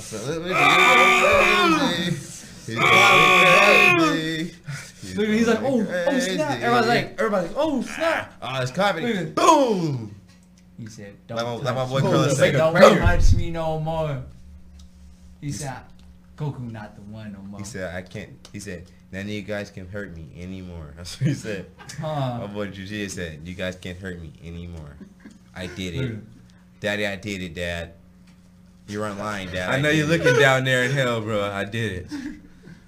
Speaker 1: feeling Vegeta go crazy. He's going crazy.
Speaker 3: Look, he's like, oh, oh
Speaker 1: going
Speaker 3: snap!
Speaker 1: crazy."
Speaker 3: Everybody's like, everybody's like, oh snap!
Speaker 2: Ah,
Speaker 1: Oh, it's
Speaker 3: Yeah.
Speaker 1: comedy. Boom!
Speaker 3: He said, don't
Speaker 1: Like my, like my
Speaker 3: touch
Speaker 1: boy
Speaker 3: me.
Speaker 1: Krillin
Speaker 3: Like,
Speaker 1: said.
Speaker 3: don't
Speaker 1: "Boom."
Speaker 3: touch me no more. He said, Goku not the one no more.
Speaker 1: He said, I can't. He said, none of you guys can hurt me anymore. <laughs> That's what he said. My
Speaker 3: huh?
Speaker 1: boy Jujia said, you guys can't hurt me anymore. I did it. Daddy, I did it, Dad. You weren't lying, Dad.
Speaker 2: I know you're
Speaker 1: did it." <laughs>
Speaker 2: looking down there in hell, bro. I did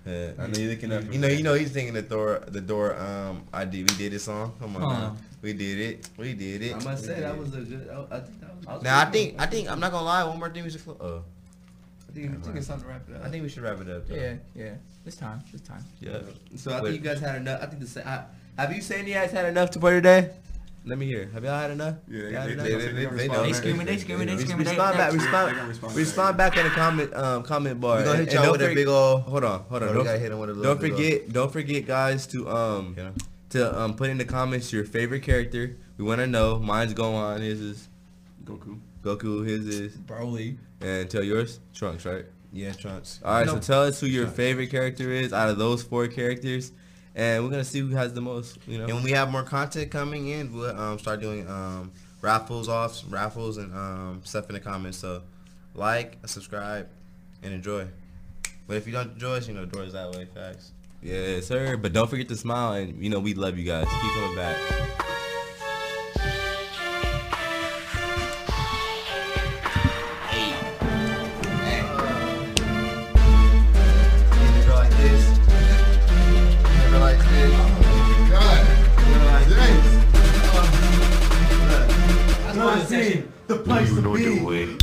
Speaker 2: it. I know you're looking up.
Speaker 1: Uh, You know, you know, he's thinking the door, the door. Um, I did. We did this song. Come on,
Speaker 3: Huh.
Speaker 1: now. we did it. We did it.
Speaker 2: Uh-huh. I must
Speaker 1: We
Speaker 2: say
Speaker 1: did
Speaker 2: that
Speaker 1: it.
Speaker 2: was a good. I, I think that was.
Speaker 1: Now I think, I think I'm not gonna lie. One more thing we should. Cl- oh,
Speaker 2: I think, I think it's time to wrap it up.
Speaker 1: I think we should wrap it up. Though.
Speaker 3: Yeah, yeah. This time, this time.
Speaker 2: Yeah. So I
Speaker 1: Wait.
Speaker 2: think you guys had enough. I think the sa- I, have you Sandy guys had enough to play today? Let me hear. Have y'all had enough?
Speaker 4: Yeah,
Speaker 2: Y'all had
Speaker 4: they-
Speaker 2: enough?
Speaker 4: they- they- they know.
Speaker 3: They screaming, they screaming, they screaming. they-
Speaker 2: Respond back.
Speaker 3: they-
Speaker 4: They gonna
Speaker 2: Respond.
Speaker 4: respond
Speaker 2: Respond back in the comment um comment bar.
Speaker 1: We gonna
Speaker 2: And- and
Speaker 1: hit y'all
Speaker 2: don't
Speaker 1: with a
Speaker 2: forg-
Speaker 1: big old.
Speaker 2: Hold on, hold on.
Speaker 1: we gotta
Speaker 2: Don't,
Speaker 1: hit him with a little.
Speaker 2: don't
Speaker 1: big ol'-
Speaker 2: forget, don't forget, guys, to um
Speaker 1: Yeah.
Speaker 2: to um put in the comments your favorite character. We want to know. Mine's Gohan. His is
Speaker 4: Goku.
Speaker 2: Goku. His is
Speaker 3: Broly.
Speaker 2: and tell yours Trunks, right?
Speaker 1: Yeah, Trunks.
Speaker 2: All right,
Speaker 3: No.
Speaker 2: so tell us who your favorite character is out of those four characters, and we're gonna see who has the most. You know,
Speaker 1: And when we have more content coming in, we'll um, start doing um, raffles off, raffles and um, stuff in the comments. So like, subscribe, and enjoy. But if you don't enjoy us, you know, doors that way. Facts.
Speaker 2: Yes, sir. But don't forget to smile, and you know we love you guys. Keep coming back.
Speaker 1: Girl like this. Girl like this. Girl like this.
Speaker 8: That's my section.
Speaker 3: You know the way.
Speaker 2: Oh.